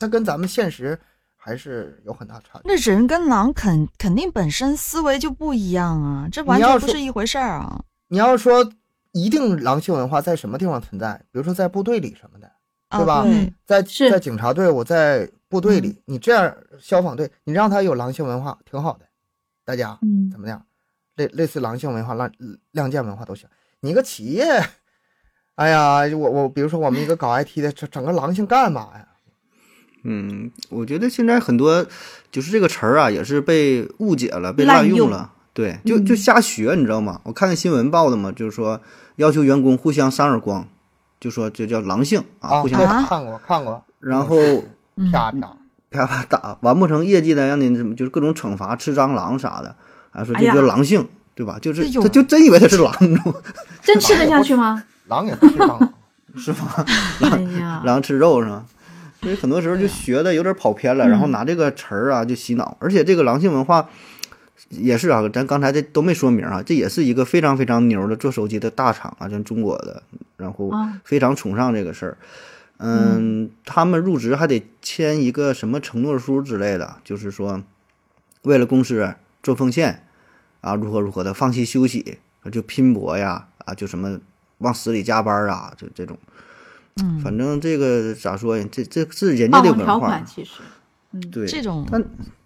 Speaker 2: 它跟咱们现实还是有很大差距。
Speaker 3: 那人跟狼肯肯定本身思维就不一样啊，这完
Speaker 2: 你要
Speaker 3: 全
Speaker 2: 说
Speaker 3: 不是一回事儿啊。
Speaker 2: 你要说一定狼性文化在什么地方存在，比如说在部队里什么的，
Speaker 3: 啊，
Speaker 2: 对吧嗯
Speaker 3: 对
Speaker 2: 在
Speaker 4: 是
Speaker 2: 在警察队，我在部队里，你这样消防队，你让他有狼性文化挺好的，大家
Speaker 4: 嗯
Speaker 2: 怎么样？类类似狼性文化、亮亮剑文化都行。你一个企业，哎呀，我我比如说我们一个搞 IT 的，整整个狼性干嘛呀？
Speaker 1: 嗯，我觉得现在很多就是这个词儿啊，也是被误解了，被
Speaker 4: 滥
Speaker 1: 滥
Speaker 4: 用
Speaker 1: 了。对，就就
Speaker 4: 嗯
Speaker 1: 瞎学，你知道吗？我看看新闻报的嘛，就是说要求员工互相扇耳光，就说这叫狼性啊，
Speaker 2: 啊，
Speaker 1: 互
Speaker 2: 对
Speaker 1: 相
Speaker 3: 啊
Speaker 2: 看过看过，
Speaker 1: 然后
Speaker 3: 嗯
Speaker 2: 啪啪，
Speaker 1: 啪啪打，完不成业绩呢，让你怎么就是各种惩罚，吃蟑螂啥的，啊，说
Speaker 4: 哎
Speaker 1: 这
Speaker 4: 呀
Speaker 1: 叫狼性，对吧？就是
Speaker 3: 哎呦
Speaker 1: 他就真以为他是狼，你知道吗？
Speaker 4: 真吃得下去吗？
Speaker 2: 狼也不是 蟑螂。
Speaker 1: 是吗？
Speaker 4: 哎呀，
Speaker 1: 狼吃肉是吗？所以很多时候就学的有点跑偏了，然后拿这个词儿啊就洗脑，而且这个狼性文化也是啊，咱刚才这都没说明啊，这也是一个非常非常牛的做手机的大厂啊，咱中国的，然后
Speaker 4: 啊
Speaker 1: 非常崇尚这个事儿。嗯，他们入职还得签一个什么承诺书之类的，就是说为了公司做奉献啊，如何如何的放弃休息，就拼搏呀啊，就什么往死里加班啊，这这种。
Speaker 3: 嗯，
Speaker 1: 反正这个咋说呀？这这是人家
Speaker 4: 霸
Speaker 1: 的
Speaker 4: 王条
Speaker 1: 文
Speaker 4: 款
Speaker 1: 化，
Speaker 4: 其实，
Speaker 1: 对
Speaker 3: 这种
Speaker 1: 但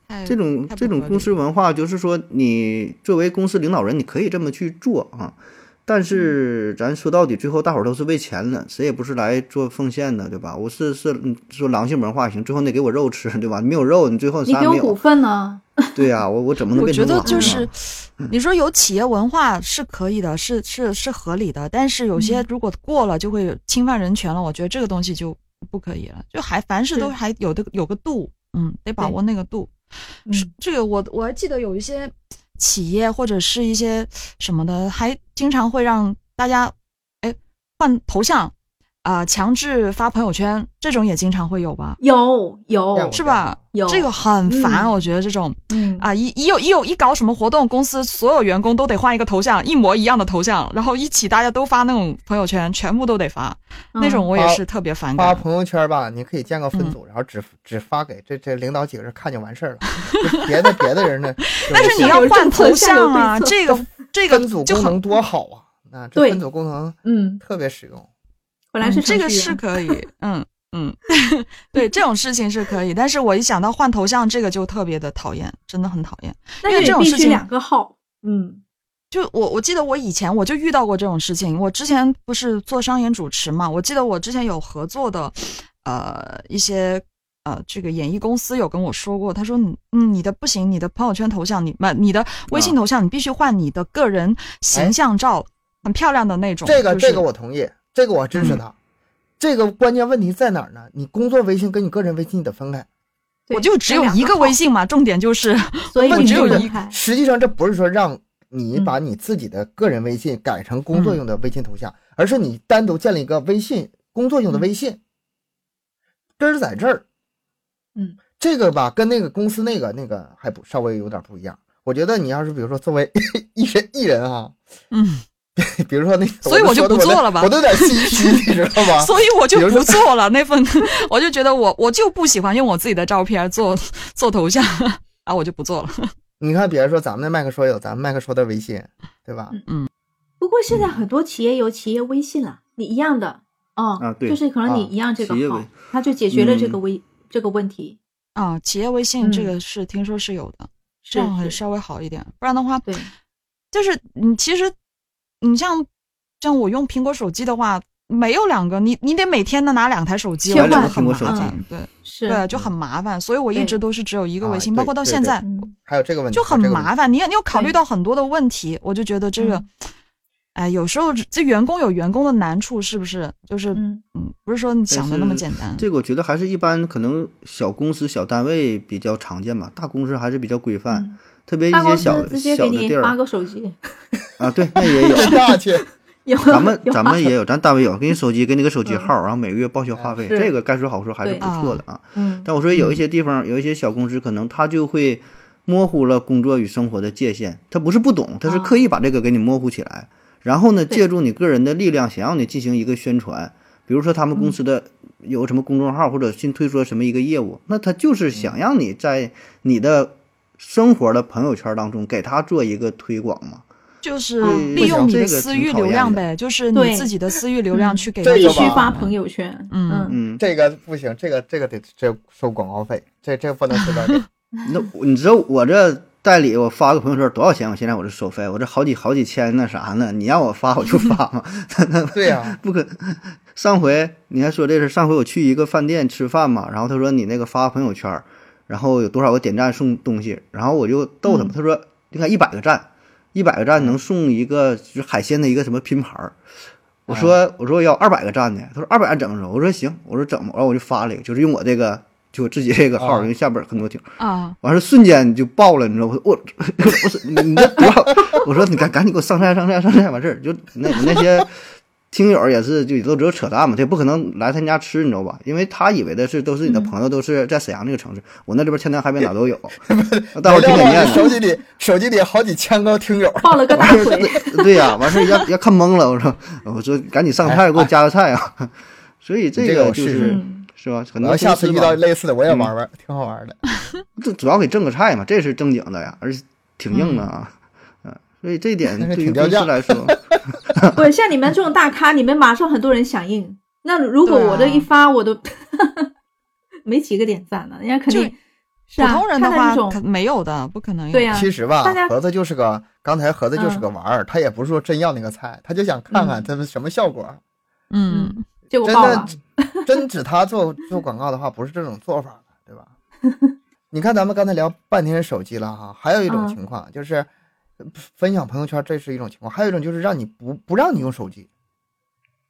Speaker 3: 太
Speaker 1: 这种
Speaker 3: 太不
Speaker 1: 这种
Speaker 3: 合
Speaker 1: 公
Speaker 3: 理
Speaker 1: 司文化，就是说你作为公司领导人，你可以这么去做啊。但是咱说到底，最后大伙儿都是为钱的，谁也不是来做奉献的，对吧？我是是嗯说狼性文化也行，最后你得给我肉吃，对吧？你没有肉，你最后
Speaker 4: 你
Speaker 1: 啥
Speaker 4: 给
Speaker 1: 也
Speaker 4: 我
Speaker 1: 没
Speaker 4: 股
Speaker 1: 有。
Speaker 4: 份呢？
Speaker 1: 对呀、我我怎么能
Speaker 3: 我
Speaker 1: 变
Speaker 3: 觉
Speaker 1: 成狼
Speaker 3: 得
Speaker 1: 呢？
Speaker 3: 就是，
Speaker 4: 嗯
Speaker 3: 你说有企业文化是可以的，是是是合理的，但是有些
Speaker 4: 嗯
Speaker 3: 如果过了就会侵犯人权了，我觉得这个东西就不可以了，就还凡事
Speaker 4: 是
Speaker 3: 都还有的有个度，嗯，得把
Speaker 4: 对
Speaker 3: 握那个度。是
Speaker 4: 嗯，
Speaker 3: 这个我我还记得有一些企业或者是一些什么的，还经常会让大家哎换头像啊、强制发朋友圈，这种也经常会有吧？
Speaker 4: 有
Speaker 2: 见
Speaker 4: 有
Speaker 2: 过，
Speaker 3: 是吧？
Speaker 4: 有
Speaker 3: 这个很烦，
Speaker 4: 嗯
Speaker 3: 我觉得这种。
Speaker 4: 嗯
Speaker 3: 啊，一一有一有一搞什么活动，公司所有员工都得换一个头像，一模一样的头像，然后一起大家都发那种朋友圈，全部都得发，
Speaker 4: 嗯
Speaker 3: 那种我也
Speaker 2: 发
Speaker 3: 是特别反
Speaker 2: 发
Speaker 3: 感。
Speaker 2: 朋友圈吧，你可以建个分
Speaker 3: 嗯
Speaker 2: 组，然后只只发给这这领导几个人看就完事儿了， 就别的别的人 呢。
Speaker 3: 但是你要换头像啊，
Speaker 4: 有
Speaker 3: 这
Speaker 4: 政策下有
Speaker 3: 个这
Speaker 4: 对策
Speaker 2: 分组
Speaker 3: 个就
Speaker 2: 功
Speaker 3: 很
Speaker 2: 能多好啊，那这
Speaker 4: 对
Speaker 2: 分组功能
Speaker 4: 嗯，
Speaker 2: 特别实用。
Speaker 4: 本来是
Speaker 3: 嗯这
Speaker 4: 程
Speaker 3: 个
Speaker 4: 序员
Speaker 3: 是可以，嗯嗯， 对这种事情是可以，但是我一想到换头像这个就特别的讨厌，真的很讨厌。
Speaker 4: 但
Speaker 3: 因为
Speaker 4: 是
Speaker 3: 这种
Speaker 4: 你必
Speaker 3: 事
Speaker 4: 须
Speaker 3: 情
Speaker 4: 两个号，嗯
Speaker 3: 就我我记得我以前我就遇到过这种事情，我之前不是做商演主持嘛，我记得我之前有合作的，呃，一些呃这个演艺公司有跟我说过，他说你嗯你的不行，你的朋友圈头像你不你的微
Speaker 2: 嗯
Speaker 3: 信头像你必须换你的个人形象照，很漂亮的那种。
Speaker 2: 哎这个
Speaker 3: 就是嗯
Speaker 2: 这个我同意，这个我支持他。这个关键问题在哪儿呢？你工作微信跟你个人微信你得分开。
Speaker 4: 对
Speaker 3: 我就只有
Speaker 4: 两
Speaker 3: 一个
Speaker 4: 号
Speaker 3: 微，信嘛，重点就是
Speaker 4: 所以
Speaker 3: 我
Speaker 4: 你
Speaker 3: 只
Speaker 4: 就
Speaker 3: 有
Speaker 4: 分
Speaker 3: 一
Speaker 4: 开
Speaker 2: 实际上这不是说让你把
Speaker 3: 嗯
Speaker 2: 你自己的个人微信改成工作用的微信头像，而是你单独建立一个微信工作
Speaker 3: 嗯
Speaker 2: 用的微信，根儿在这儿。
Speaker 4: 嗯，
Speaker 2: 这个吧跟那个公司那个那个还不稍微有点不一样。我觉得你要是比如说作为 艺人艺人啊，
Speaker 3: 嗯，
Speaker 2: 比如说那个，
Speaker 3: 所以我就
Speaker 2: 说的
Speaker 3: 不做
Speaker 2: 都
Speaker 3: 了吧
Speaker 2: 我都有点心虚，你知道吧？
Speaker 3: 所以我就
Speaker 2: 啊比如
Speaker 3: 不
Speaker 2: 说
Speaker 3: 做了那份， 我就觉得我我就不喜欢用我自己的照片做做头像 啊，我就不做了。
Speaker 2: 你看，比如说咱们的麦克说有咱们麦克说的微信，对吧？
Speaker 3: 嗯
Speaker 4: 不过现在很多企业有企业微信了，你一样的哦，
Speaker 1: 啊对
Speaker 4: 就是可能你
Speaker 2: 啊
Speaker 4: 一样这个
Speaker 1: 企业
Speaker 4: 号
Speaker 1: 微，
Speaker 4: 它就解决了这个
Speaker 1: 嗯
Speaker 4: 微这个问题，
Speaker 3: 啊，企业微信这
Speaker 4: 嗯
Speaker 3: 个是听说是有的，
Speaker 4: 是
Speaker 3: 这样会
Speaker 4: 是
Speaker 3: 稍微好一点，不然的话，
Speaker 4: 对，
Speaker 3: 就是你其实你像像我用苹果手机的话，没有两个，你你得每天的拿两台手机，我
Speaker 4: 切
Speaker 3: 觉得
Speaker 4: 换
Speaker 3: 很
Speaker 1: 苹
Speaker 3: 麻
Speaker 1: 果手机
Speaker 3: 烦，对
Speaker 4: 是
Speaker 3: 对，就很麻烦，所以我一
Speaker 4: 对
Speaker 3: 直都是只有一个微信，
Speaker 2: 啊
Speaker 3: 包括
Speaker 2: 对
Speaker 3: 到
Speaker 2: 对
Speaker 3: 现
Speaker 2: 对
Speaker 3: 在
Speaker 4: 嗯，
Speaker 2: 还有这个问题
Speaker 3: 就很
Speaker 2: 还有这个问题
Speaker 3: 麻烦，你要你要考虑
Speaker 4: 对
Speaker 3: 到很多的问题，我就觉得这个
Speaker 4: 嗯，
Speaker 3: 哎，有时候这员工有员工的难处，是不是？就是
Speaker 4: 嗯
Speaker 3: 嗯，不是说你想的那么
Speaker 1: 是
Speaker 3: 简 单，
Speaker 1: 这个我觉得还是一般，可能小公司、小单位比较常见吧，大公司还是比较规范，
Speaker 4: 嗯
Speaker 1: 特别一
Speaker 4: 办
Speaker 1: 些
Speaker 4: 公
Speaker 1: 小
Speaker 4: 室直接
Speaker 1: 小
Speaker 4: 给
Speaker 1: 的
Speaker 4: 你
Speaker 1: 地儿
Speaker 4: 发个手机，
Speaker 1: 啊，对，那 也有。
Speaker 2: 下去，
Speaker 4: 有
Speaker 1: 咱们
Speaker 4: 有
Speaker 1: 咱
Speaker 4: 发
Speaker 1: 们
Speaker 4: 手
Speaker 1: 也有，咱单位有，给你手机，给你个手机号，然后每个月报销话费，
Speaker 4: 是
Speaker 1: 这个该说好说还是
Speaker 4: 对
Speaker 1: 不错的啊。
Speaker 4: 嗯
Speaker 1: 但我说有一些地方，有一些小公司，可能他就会模糊了工作与生活的界限，他不是不懂，他是
Speaker 4: 啊
Speaker 1: 刻意把这个给你模糊起来，然后呢，
Speaker 4: 对嗯
Speaker 1: 借助你个人的力量，想让你进行一个宣传。比如说他们公司的有什么公众号或者新推出了什么一个业务，那他
Speaker 4: 嗯
Speaker 1: 就是想让你在你的生活的朋友圈当中给他做一个推广嘛。
Speaker 3: 就是
Speaker 1: 嗯
Speaker 3: 利用你的
Speaker 1: 这个
Speaker 3: 私
Speaker 1: 挺
Speaker 3: 域
Speaker 1: 讨
Speaker 3: 流
Speaker 1: 厌
Speaker 3: 量
Speaker 1: 的
Speaker 3: 呗，就是
Speaker 4: 对
Speaker 3: 你自己的私域流量
Speaker 4: 嗯
Speaker 3: 去给
Speaker 2: 这
Speaker 3: 他
Speaker 2: 个
Speaker 4: 必
Speaker 2: 吧
Speaker 4: 须发朋友圈。
Speaker 3: 嗯
Speaker 1: 嗯，
Speaker 2: 这个不行，这个这个得这收广告费，这这不能 随便给。
Speaker 1: 嗯那我你知道我这代理我发个朋友圈多少钱？我现在我这收费，我这好几好几千那啥呢？你让我发我就发嘛，
Speaker 2: 对 呀、
Speaker 1: 不可。上回你还说这事，上回我去一个饭店吃饭嘛，然后他说你那个发朋友圈儿，然后有多少个点赞送东西，然后我就逗他嘛，他说应该一百个赞，一百个赞能送一个就是海鲜的一个什么拼盘儿。我说我说我要二百个赞的，他说二百怎么着？我说行，我说整吧，然后我就发了一个，就是用我这个就我自己这个号儿，
Speaker 2: 啊
Speaker 1: 因为下边儿很多听。
Speaker 3: 啊，
Speaker 1: 完事瞬间你就爆了，你知道吗？我我不是你你这多少？我说你赶赶紧给我上菜上菜上菜完事儿，就那那些听友也是就都知道扯淡嘛，他也不可能来他家吃，你知道吧？因为他以为的是都是你
Speaker 2: 嗯
Speaker 1: 的朋友，都是在沈阳这个城市，我那这边天南海北哪 都有，大伙儿挺给面
Speaker 2: 手
Speaker 1: 子。
Speaker 2: 机里手机里好几千个听友，
Speaker 4: 抱了个大腿，
Speaker 1: 对呀、完事儿一下一下看懵了，我说我说赶紧上菜，给我加个菜啊！ 所以这
Speaker 2: 哎这个
Speaker 1: 个
Speaker 2: 我
Speaker 1: 就
Speaker 2: 试
Speaker 1: 是
Speaker 2: 试
Speaker 4: 嗯，
Speaker 1: 是吧？很
Speaker 2: 然
Speaker 1: 多
Speaker 2: 后下
Speaker 1: 公
Speaker 2: 次
Speaker 1: 司
Speaker 2: 遇
Speaker 1: 吧嗯
Speaker 2: 到类似的我也玩玩，挺好玩的。
Speaker 1: 这主要给挣个菜嘛，这是正经的呀，而且挺硬的啊，嗯，所以这一 点
Speaker 2: 但是
Speaker 1: 对于
Speaker 2: 挺
Speaker 1: 公
Speaker 2: 掉
Speaker 1: 司
Speaker 2: 价
Speaker 1: 来说，
Speaker 4: 对，像你们这种大咖，你们马上很多人响应。那如果
Speaker 3: 对啊
Speaker 4: 我这一发，我都没几个点赞了，人家肯
Speaker 3: 就
Speaker 4: 定
Speaker 3: 是普
Speaker 4: 啊。
Speaker 3: 通人
Speaker 4: 看
Speaker 3: 的
Speaker 4: 到这
Speaker 3: 话可
Speaker 4: 种，
Speaker 3: 没有的，不可能有。
Speaker 4: 对呀、
Speaker 2: 其实吧
Speaker 4: 啊大家，嗯
Speaker 2: 盒子就是个刚才盒子就是个玩儿，他也不是说真要那个菜，他就想看看他们什么效 果。
Speaker 3: 嗯，
Speaker 4: 结果
Speaker 2: 真
Speaker 4: 爆了
Speaker 2: 的。真指他做做广告的话，不是这种做法的，对吧？ 你看咱们刚才聊半天手机了哈，还有一种
Speaker 4: 嗯
Speaker 2: 情况就是分享朋友圈，这是一种情况；还有一种就是让你不不让你用手机，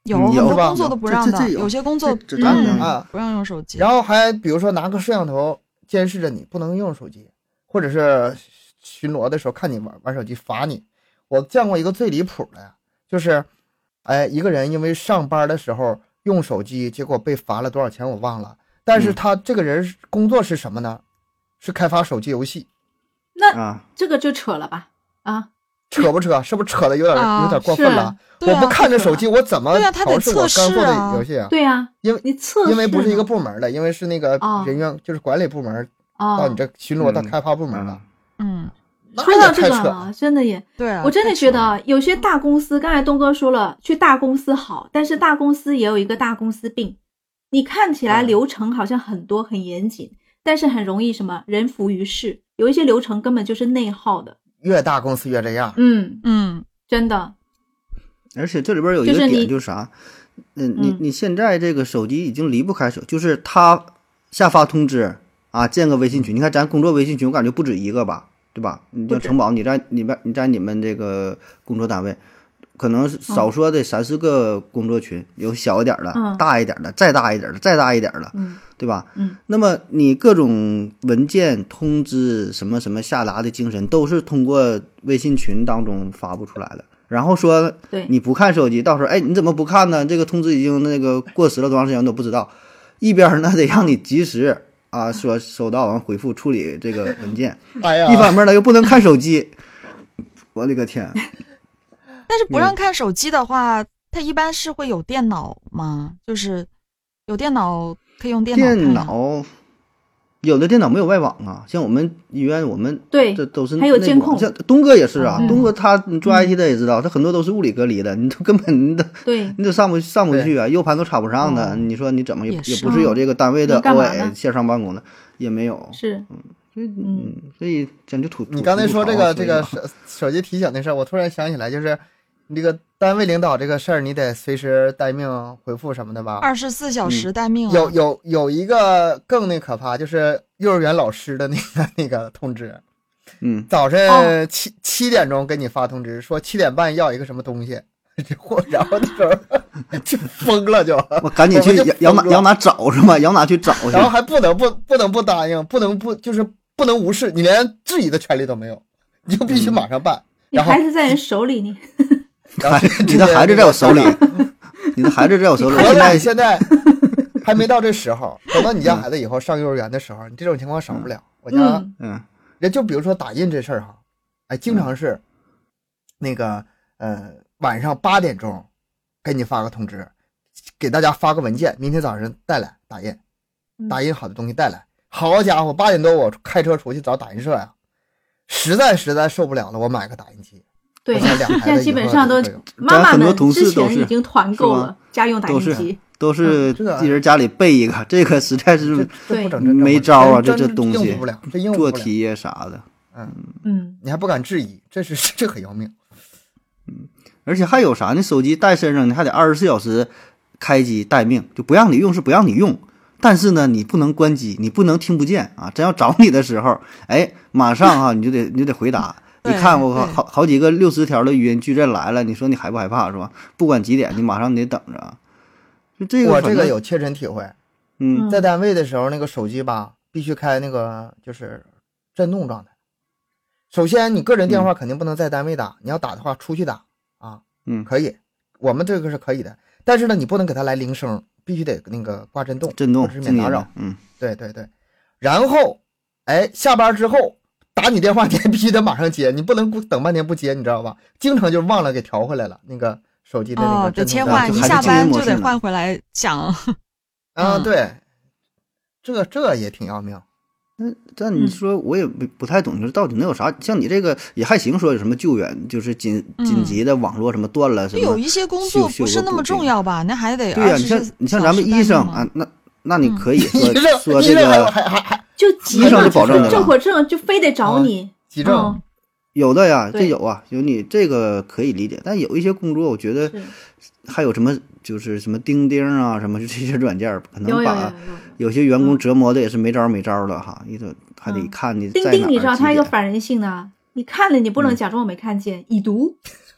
Speaker 3: 有
Speaker 1: 嗯
Speaker 3: 很
Speaker 1: 有
Speaker 3: 多
Speaker 1: 吧
Speaker 3: 工作都不
Speaker 1: 这
Speaker 3: 让
Speaker 1: 这这
Speaker 3: 的，
Speaker 1: 有
Speaker 3: 有些工作
Speaker 1: 这这当
Speaker 4: 然
Speaker 3: 嗯
Speaker 2: 啊
Speaker 3: 不让用手机。
Speaker 2: 然后还比如说拿个摄像头监视着你，不能用手机，或者是巡逻的时候看你玩玩手机罚你。我见过一个最离谱的呀，就是，哎，一个人因为上班的时候用手机，结果被罚了多少钱我忘了。但是
Speaker 1: 嗯
Speaker 2: 他这个人是工作是什么呢？是开发手机游 戏，
Speaker 1: 啊，
Speaker 4: 这个就扯了吧啊！
Speaker 2: 扯不扯？是不是扯的有点
Speaker 3: 啊
Speaker 2: 有点过分了？
Speaker 3: 对
Speaker 2: 我
Speaker 3: 啊
Speaker 2: 不看着手机，我怎么
Speaker 3: 对啊他得
Speaker 2: 调试我
Speaker 3: 测
Speaker 2: 干
Speaker 3: 试
Speaker 2: 货
Speaker 3: 啊
Speaker 2: 的游戏啊？
Speaker 4: 对呀、
Speaker 2: 因为
Speaker 4: 你测试哦
Speaker 2: 因为不是一个
Speaker 4: 嘛
Speaker 2: 部门的，因为是那个
Speaker 3: 啊
Speaker 4: 哦
Speaker 2: 人员就是管理部门到
Speaker 4: 哦
Speaker 2: 你，这巡逻到
Speaker 1: 嗯
Speaker 2: 开发部门了
Speaker 1: 嗯，，
Speaker 3: 嗯，
Speaker 2: 那
Speaker 4: 说到
Speaker 2: 也
Speaker 4: 这
Speaker 2: 太
Speaker 4: 个
Speaker 2: 扯了
Speaker 4: 啊，真的也
Speaker 3: 对啊，
Speaker 4: 我真的
Speaker 3: 太
Speaker 4: 觉
Speaker 3: 扯
Speaker 4: 得
Speaker 3: 了
Speaker 4: 啊有些大公司，刚才东哥说了，去大公司好，但是大公司也有一个大公司病，你看起来
Speaker 2: 嗯
Speaker 4: 流程好像很多很严谨，但是很容易什么人浮于事，有一些流程根本就是内耗的。
Speaker 2: 越大公司越这样。
Speaker 4: 嗯，
Speaker 3: 嗯，
Speaker 4: 真的，
Speaker 1: 而且这里边有一
Speaker 4: 就是
Speaker 1: 个
Speaker 4: 你
Speaker 1: 点就是啥，嗯，你
Speaker 4: 嗯
Speaker 1: 你现在这个手机已经离不开手，就是他下发通知啊，建个微信群，你看咱工作微信群，我感觉不止一个吧，对吧？你
Speaker 4: 嗯不
Speaker 1: 像
Speaker 4: 止
Speaker 1: 城堡，你在你们你在你们这个工作单位。可能
Speaker 4: 嗯
Speaker 1: 是少说得三四个工作群，有小一点的、
Speaker 4: 嗯
Speaker 1: 大一点的、再大一点的、再大一点的，
Speaker 4: 嗯
Speaker 1: 对吧？
Speaker 4: 嗯，
Speaker 1: 那么你各种文件、通知什么什么下达的精神，都是通过微信群当中发布出来的。然后说
Speaker 4: 对
Speaker 1: 你不看手机，到时候哎你怎么不看呢？这个通知已经那个过时了多长时间都不知道。一边儿呢得让你及时啊说收到完回复处理这个文件，
Speaker 2: 哎呀，
Speaker 1: 一方面呢又不能看手机，我的个天！
Speaker 3: 但是不
Speaker 1: 嗯
Speaker 3: 让看手机的话，它一般是会有电脑吗？就是有电脑可以用电脑
Speaker 1: 电
Speaker 3: 看呀。
Speaker 1: 脑有的电脑没有外网啊，像我们医院我们
Speaker 4: 对
Speaker 1: 这都是
Speaker 4: 还有
Speaker 1: 内
Speaker 4: 监
Speaker 1: 网
Speaker 4: 控
Speaker 1: 像东哥也是啊，
Speaker 4: 嗯
Speaker 1: 东哥他你做 IT 的也知道，他很多都是物理隔离的，你都根本你都
Speaker 4: 对，
Speaker 1: 你都上不上不去啊，U 盘都插不上的，
Speaker 3: 哦
Speaker 1: 你说你怎么也
Speaker 3: 也是
Speaker 1: 也不是有这个单位的
Speaker 4: 那干嘛呢
Speaker 1: OA 线上办公的也没有，
Speaker 4: 是，嗯，
Speaker 1: 嗯，所以咱就吐
Speaker 2: 你刚才说这个这个，
Speaker 1: 吐吐槽所以
Speaker 2: 手手机提醒的事儿，我突然想起来，就是你这个单位领导这个事儿，你得随时待命回复什么的吧？
Speaker 3: 二十四
Speaker 1: 嗯
Speaker 3: 小时待命啊！
Speaker 2: 有有有一个更那可怕，就是幼儿园老师的那个 那个通知，
Speaker 1: 嗯
Speaker 2: 早
Speaker 4: 哦
Speaker 2: 晨七七点钟给你发通知，说七点半要一个什么东西， 我然后那时候 就疯了就，
Speaker 1: 我赶紧去
Speaker 2: 我们就
Speaker 1: 摇哪
Speaker 2: 疯了
Speaker 1: 摇哪找是吧？摇哪去找去
Speaker 2: 然？后还不能不不能不答应，不能不就是不能无视，你连质疑的权利都没有，你就必
Speaker 4: 嗯
Speaker 2: 须马上办。
Speaker 4: 你
Speaker 2: 然后
Speaker 4: 孩子在人手里，你
Speaker 2: 然后
Speaker 1: 你的孩子在我手里， 你的孩子在我手里，
Speaker 2: 我
Speaker 1: 现
Speaker 2: 俩
Speaker 1: 在
Speaker 2: 现 在还没到这时候，等到你家孩子以后上幼儿园的时候，你这种情况少不了。我家
Speaker 4: 嗯
Speaker 1: 嗯
Speaker 2: 人就比如说打印这事儿哈，哎，经常是那个呃晚上八点钟给你发个通知，给大家发个文件，明天早上带来打印，
Speaker 4: 嗯
Speaker 2: 打印好的东西带来。好家伙，八点多我开车出去找打印社呀、实在实在受不了了，我买个打印机。
Speaker 4: 对，
Speaker 2: 我想两
Speaker 4: 现
Speaker 2: 台
Speaker 4: 在
Speaker 2: 的
Speaker 4: 基
Speaker 2: 以
Speaker 4: 本
Speaker 2: 后
Speaker 4: 上都
Speaker 2: 就会有
Speaker 4: 妈妈
Speaker 1: 很多
Speaker 4: 们
Speaker 1: 同
Speaker 4: 之
Speaker 1: 事都
Speaker 4: 前已
Speaker 1: 是
Speaker 4: 经团购
Speaker 1: 是吗
Speaker 4: 了家用打
Speaker 1: 都
Speaker 4: 印
Speaker 1: 是啊
Speaker 4: 机，
Speaker 1: 都是
Speaker 2: 嗯这个
Speaker 1: 自己人家里备一个，这个实在
Speaker 2: 这
Speaker 4: 嗯
Speaker 1: 是
Speaker 2: 这不整真
Speaker 1: 没招啊，这
Speaker 2: 这
Speaker 1: 东
Speaker 2: 应
Speaker 1: 西
Speaker 2: 付不了，这应付
Speaker 1: 做
Speaker 2: 不了，
Speaker 1: 题呀啥的。
Speaker 4: 嗯，
Speaker 2: 你还不敢质疑，这是这很要命。
Speaker 1: 而且还有啥呢？手机带身上，你还得二十四小时开机待命，就不让你用是不让你用，但是呢，你不能关机，你不能听不见啊！真要找你的时候， 哎，马上 哈、你就得你就得回答。你
Speaker 3: 对
Speaker 1: 看我靠，
Speaker 3: 对
Speaker 1: 好好几个六十条的语音矩阵来了，你说你害不害怕是吧？不管几点，你马上你得等着啊。就这个，
Speaker 2: 我这个，有切身体会，
Speaker 1: 嗯，
Speaker 2: 在单位的时候，那个手机吧必须开那个就是震动状态。首先，你个人电话肯定不能在单位打，你要打的话出去打啊，
Speaker 1: 嗯
Speaker 2: 可以，我们这个是可以的，但是呢，你不能给它来铃声，必须得那个挂震动，
Speaker 1: 震动
Speaker 2: 或者是
Speaker 1: 静
Speaker 2: 免
Speaker 1: 音
Speaker 2: 打
Speaker 1: 的
Speaker 2: 扰。，
Speaker 1: 嗯，
Speaker 2: 对对对，然后，哎，下班之后打你电话，你还必须得马上接，你不能顾等半天不接，你知道吧？经常就忘了给调回来了那个手机的那
Speaker 3: 哦
Speaker 2: 个，
Speaker 3: 得
Speaker 2: 震
Speaker 3: 切
Speaker 2: 动
Speaker 1: 换
Speaker 3: 换，
Speaker 2: 状
Speaker 1: 就
Speaker 3: 一
Speaker 2: 态
Speaker 1: 还是
Speaker 3: 下
Speaker 1: 静音
Speaker 3: 班
Speaker 1: 模
Speaker 3: 就
Speaker 1: 式
Speaker 3: 得
Speaker 1: 呢
Speaker 3: 换回来讲。
Speaker 2: 啊，
Speaker 3: 嗯
Speaker 2: 对，这这也挺要命。
Speaker 1: 但你
Speaker 4: 嗯
Speaker 1: 说我也不不太懂，就是到底能有啥？像你这个也还行，说有什么救援，就是紧紧
Speaker 3: 嗯
Speaker 1: 急的网络什么断了什
Speaker 3: 就
Speaker 1: 么，
Speaker 3: 有一些工作不是那么重要吧？那还得
Speaker 1: 对呀、你
Speaker 3: 24
Speaker 1: 像你像咱们
Speaker 3: 小时
Speaker 1: 医生
Speaker 3: 待命
Speaker 1: 啊
Speaker 3: 嘛，，
Speaker 1: 那那你
Speaker 3: 嗯
Speaker 1: 可以
Speaker 2: 医
Speaker 1: 说、
Speaker 2: 生，
Speaker 1: 说
Speaker 2: 医
Speaker 1: 这
Speaker 2: 生还有
Speaker 1: 个
Speaker 2: 还还还
Speaker 4: 就急
Speaker 2: 医生
Speaker 4: 了，
Speaker 2: 就保证
Speaker 4: 说
Speaker 2: 的
Speaker 4: 这
Speaker 1: 吧
Speaker 4: 会儿症就非得找
Speaker 2: 啊
Speaker 4: 你，
Speaker 2: 急症
Speaker 4: 嗯
Speaker 1: 有的呀，这
Speaker 4: 对
Speaker 1: 有啊，有你这个可以理解，但有一些工作，我觉得
Speaker 4: 是
Speaker 1: 还有什么就是什么钉钉啊，什么 就这些软件儿，可
Speaker 4: 有有
Speaker 1: 能
Speaker 4: 有有
Speaker 1: 把
Speaker 4: 有。
Speaker 1: 有些员工折磨的也是没招儿没招儿的哈，你得还得
Speaker 4: 嗯
Speaker 1: 看你
Speaker 4: 钉
Speaker 1: 在哪
Speaker 4: 钉，
Speaker 1: 儿嗯
Speaker 4: 你知道
Speaker 1: 几
Speaker 4: 它一个
Speaker 1: 点
Speaker 4: 反人性呢，你看了你
Speaker 1: 嗯
Speaker 4: 不能假装我没看见，已读，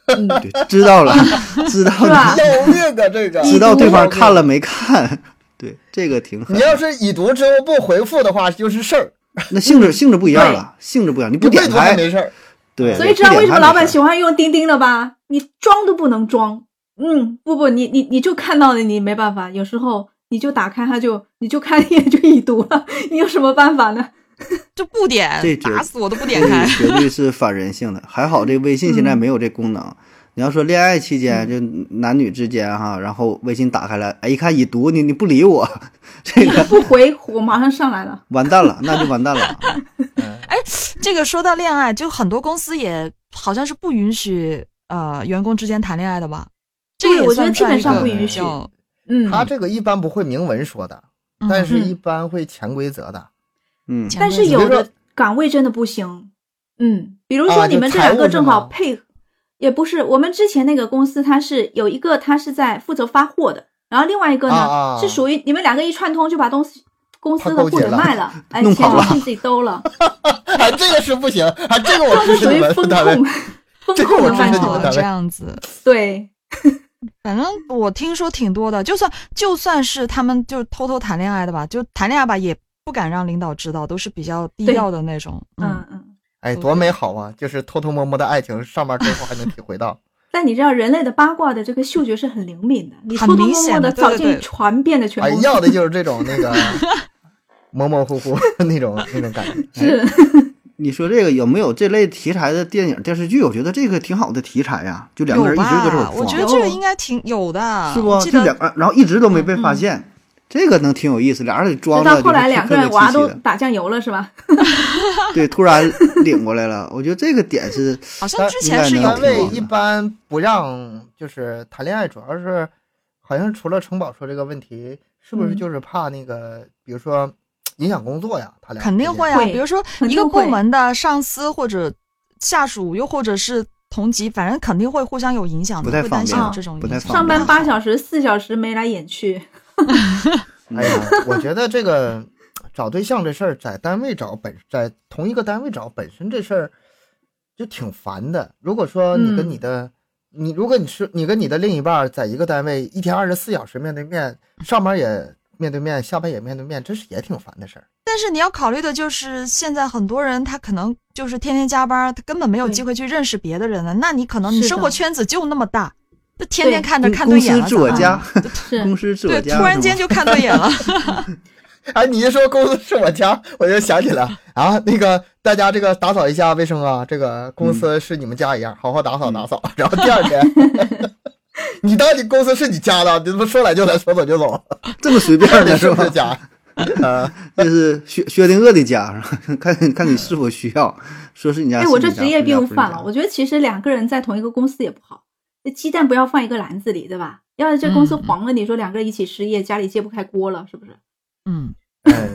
Speaker 4: 嗯，
Speaker 1: 对，知道了， 知道
Speaker 4: 是吧
Speaker 1: 了，
Speaker 2: 要命啊！这个
Speaker 1: 知道对方
Speaker 2: 要命
Speaker 1: 看了。没看，对，这个挺狠
Speaker 2: 你。要是已读之后不回复的话，就是事儿；
Speaker 1: 那性质性质不一样
Speaker 4: 对
Speaker 1: 了，性质不一样，你
Speaker 2: 你
Speaker 1: 不
Speaker 2: 未
Speaker 1: 点
Speaker 2: 读还
Speaker 1: 开，
Speaker 2: 没事儿。
Speaker 1: 对，
Speaker 4: 所以
Speaker 1: 不
Speaker 4: 知道
Speaker 1: 点
Speaker 4: 为什
Speaker 1: 开没
Speaker 4: 么老
Speaker 1: 事儿
Speaker 4: 板喜欢用钉钉了吧？你装都不能装。嗯，不不，你你你就看到了，你没办法。有时候你就打开它就，你就看一眼就已读了，你有什么办法呢？
Speaker 3: 就不点
Speaker 1: 这，绝
Speaker 3: 打死我都不点
Speaker 1: 这
Speaker 3: 开。
Speaker 1: 绝对是反人性的。还好这微信现在
Speaker 4: 嗯
Speaker 1: 没有这功能。你要说恋爱期
Speaker 3: 嗯
Speaker 1: 间，就男女之间哈，然后微信打开了，哎，一看已读，你你不理我，这个
Speaker 4: 不回我马上上来了。
Speaker 1: 完蛋了，那就完蛋了。啊
Speaker 2: 嗯
Speaker 3: 这个说到恋爱，就很多公司也好像是不允许呃员工之间谈恋爱的吧？这个
Speaker 4: 对
Speaker 3: 也
Speaker 4: 我觉
Speaker 3: 算
Speaker 4: 得基本
Speaker 3: 在
Speaker 4: 上
Speaker 3: 一个
Speaker 2: 不允
Speaker 3: 比
Speaker 4: 许
Speaker 3: 较
Speaker 4: 嗯，
Speaker 2: 他这个一般不会明文说的，
Speaker 3: 嗯
Speaker 2: 但是
Speaker 4: 嗯
Speaker 2: 一般会潜规则的。
Speaker 1: 嗯，
Speaker 3: 前
Speaker 4: 但是
Speaker 3: 辈
Speaker 4: 有
Speaker 2: 你别
Speaker 4: 的
Speaker 2: 说
Speaker 4: 岗位真的不行。嗯，比如
Speaker 2: 啊
Speaker 4: 说
Speaker 2: 就
Speaker 4: 你们这
Speaker 2: 财
Speaker 4: 两个
Speaker 2: 务
Speaker 4: 正
Speaker 2: 是吗
Speaker 4: 好配，也不是我们之前那个公司，它是有一个它是在负责发货的，然后另外一个呢、
Speaker 2: 啊啊
Speaker 4: 是属于你们两个一串通就把东西公司的
Speaker 2: 勾
Speaker 4: 货
Speaker 2: 结
Speaker 4: 给
Speaker 2: 了
Speaker 4: 卖了，哎，
Speaker 1: 弄
Speaker 4: 钱
Speaker 1: 跑了
Speaker 4: 往自己兜了，
Speaker 2: 啊，这个是不行，啊，这 个我
Speaker 4: 这
Speaker 2: 支
Speaker 4: 是
Speaker 2: 持
Speaker 4: 属
Speaker 2: 你
Speaker 4: 于
Speaker 2: 们。
Speaker 4: 风
Speaker 2: 大卫
Speaker 4: 控 风
Speaker 2: 这个
Speaker 4: 控
Speaker 2: 我
Speaker 4: 的
Speaker 2: 知道
Speaker 4: 范
Speaker 2: 你
Speaker 4: 畴
Speaker 2: 们
Speaker 3: 哦
Speaker 2: 单
Speaker 4: 了。
Speaker 2: 位
Speaker 3: 这样子。
Speaker 4: 对，
Speaker 3: 反正我听说挺多的，就算就算是他们就偷偷谈恋爱的吧，就谈恋爱吧，也不敢让领导知道，都是比较低
Speaker 4: 对
Speaker 3: 调的那种。嗯
Speaker 4: 嗯，嗯。
Speaker 2: 哎，多美好啊！就是偷偷摸摸的爱情，上班之后还能体会到。
Speaker 4: 但你知道人类的八卦的这个嗅觉是很灵敏的，你偷
Speaker 3: 很明
Speaker 4: 偷摸摸
Speaker 3: 显
Speaker 4: 的
Speaker 3: 的对
Speaker 4: 早
Speaker 3: 对
Speaker 4: 就
Speaker 3: 对
Speaker 4: 传遍了全
Speaker 2: 哎，
Speaker 4: 公司。
Speaker 2: 要的就是这种那个 模模糊 糊那种那种感觉。
Speaker 4: 是，
Speaker 1: 你说这个有没有这类题材的电影电视剧？我觉得这个挺好的题材呀，就两个
Speaker 3: 有
Speaker 1: 人一直搁这儿
Speaker 3: 吧？我
Speaker 1: 装，
Speaker 3: 觉得这个应该挺有的，
Speaker 1: 是
Speaker 3: 我
Speaker 1: 不？
Speaker 3: 记
Speaker 1: 就两
Speaker 3: 得嗯
Speaker 1: 个，然后一直都没被发现，这个能挺有意思。俩人得装
Speaker 4: 直
Speaker 1: 着，
Speaker 4: 到后来两个人娃
Speaker 1: 就
Speaker 4: 都
Speaker 1: 是客客气气
Speaker 4: 打酱油了是吧？
Speaker 1: 的，对，突然领过来了。我觉得这个点 是
Speaker 3: 好像之前
Speaker 1: 但
Speaker 3: 是
Speaker 1: 应
Speaker 3: 有
Speaker 1: 该能
Speaker 2: 单
Speaker 1: 挺
Speaker 2: 位
Speaker 1: 好
Speaker 3: 过
Speaker 1: 的
Speaker 2: 一般不让就是谈恋爱，主要是好像除了城堡说这个问题，是不是
Speaker 4: 嗯
Speaker 2: 就是怕那个，比如说影响工作呀？他俩
Speaker 3: 肯定
Speaker 2: 之间
Speaker 3: 会啊。
Speaker 4: 会
Speaker 3: 比如说
Speaker 4: 肯
Speaker 3: 一个
Speaker 4: 定会
Speaker 3: 部门的上司或者下属，又或者是同级，反正肯定会互相有影响的，
Speaker 1: 不太
Speaker 3: 会担
Speaker 1: 方
Speaker 3: 心
Speaker 1: 便
Speaker 3: 有
Speaker 4: 啊
Speaker 3: 这种
Speaker 1: 不
Speaker 3: 影
Speaker 1: 太
Speaker 3: 响。
Speaker 1: 方
Speaker 4: 上班八小时、四小时眉来眼去，
Speaker 2: 哎呀，我觉得这个找对象这事儿，在单位找本在同一个单位找本身这事儿就挺烦的。如果说你跟
Speaker 4: 嗯
Speaker 2: 你的、你，如果你是你跟你的另一半儿在一个单位，一天二十四小时面对面，上班也面对面，下班也面对面，这是也挺烦的事儿。
Speaker 3: 但是你要考虑的就是，现在很多人他可能就是天天加班，他根本没有
Speaker 4: 对
Speaker 3: 机会去认识别的人了。那你可能你
Speaker 4: 是的
Speaker 3: 生活圈子就那么大，那天天
Speaker 4: 对
Speaker 3: 看着
Speaker 1: 公
Speaker 3: 看对眼
Speaker 1: 公
Speaker 3: 了，
Speaker 1: 司自我
Speaker 3: 咋办
Speaker 1: 家，
Speaker 4: 是
Speaker 1: 公司自我
Speaker 3: 对，
Speaker 1: 家，
Speaker 3: 突然间
Speaker 1: 是吗
Speaker 3: 就看对眼了。
Speaker 2: 哎，你一说公司是我家，我就想起来啊，那个大家这个打扫一下
Speaker 1: 嗯
Speaker 2: 卫生啊，这个公司是你们家一样，好好打扫打扫。然后第二天你当你公司是你家的，你他妈说来就来，说走就走，
Speaker 1: 这么随便的
Speaker 2: 是
Speaker 1: 是
Speaker 2: 不
Speaker 1: 吧
Speaker 2: 是？家？ 啊，
Speaker 1: 这是薛薛定谔的家，是吧 看看你是否需要， 说是你家。
Speaker 4: 哎，
Speaker 1: 是
Speaker 4: 我
Speaker 1: 你
Speaker 4: 这
Speaker 1: 家
Speaker 4: 职业
Speaker 1: 不是你
Speaker 4: 病
Speaker 1: 家
Speaker 4: 犯了。
Speaker 1: 不
Speaker 4: 我
Speaker 1: 是
Speaker 4: 觉得其实两个人在同一个公司也不好，这鸡蛋不要放一个篮子里，对吧？要是这公司
Speaker 3: 嗯嗯
Speaker 4: 黄了，你说两个人一起失业，家里揭不开锅了，是不是？
Speaker 3: 嗯，
Speaker 2: 哎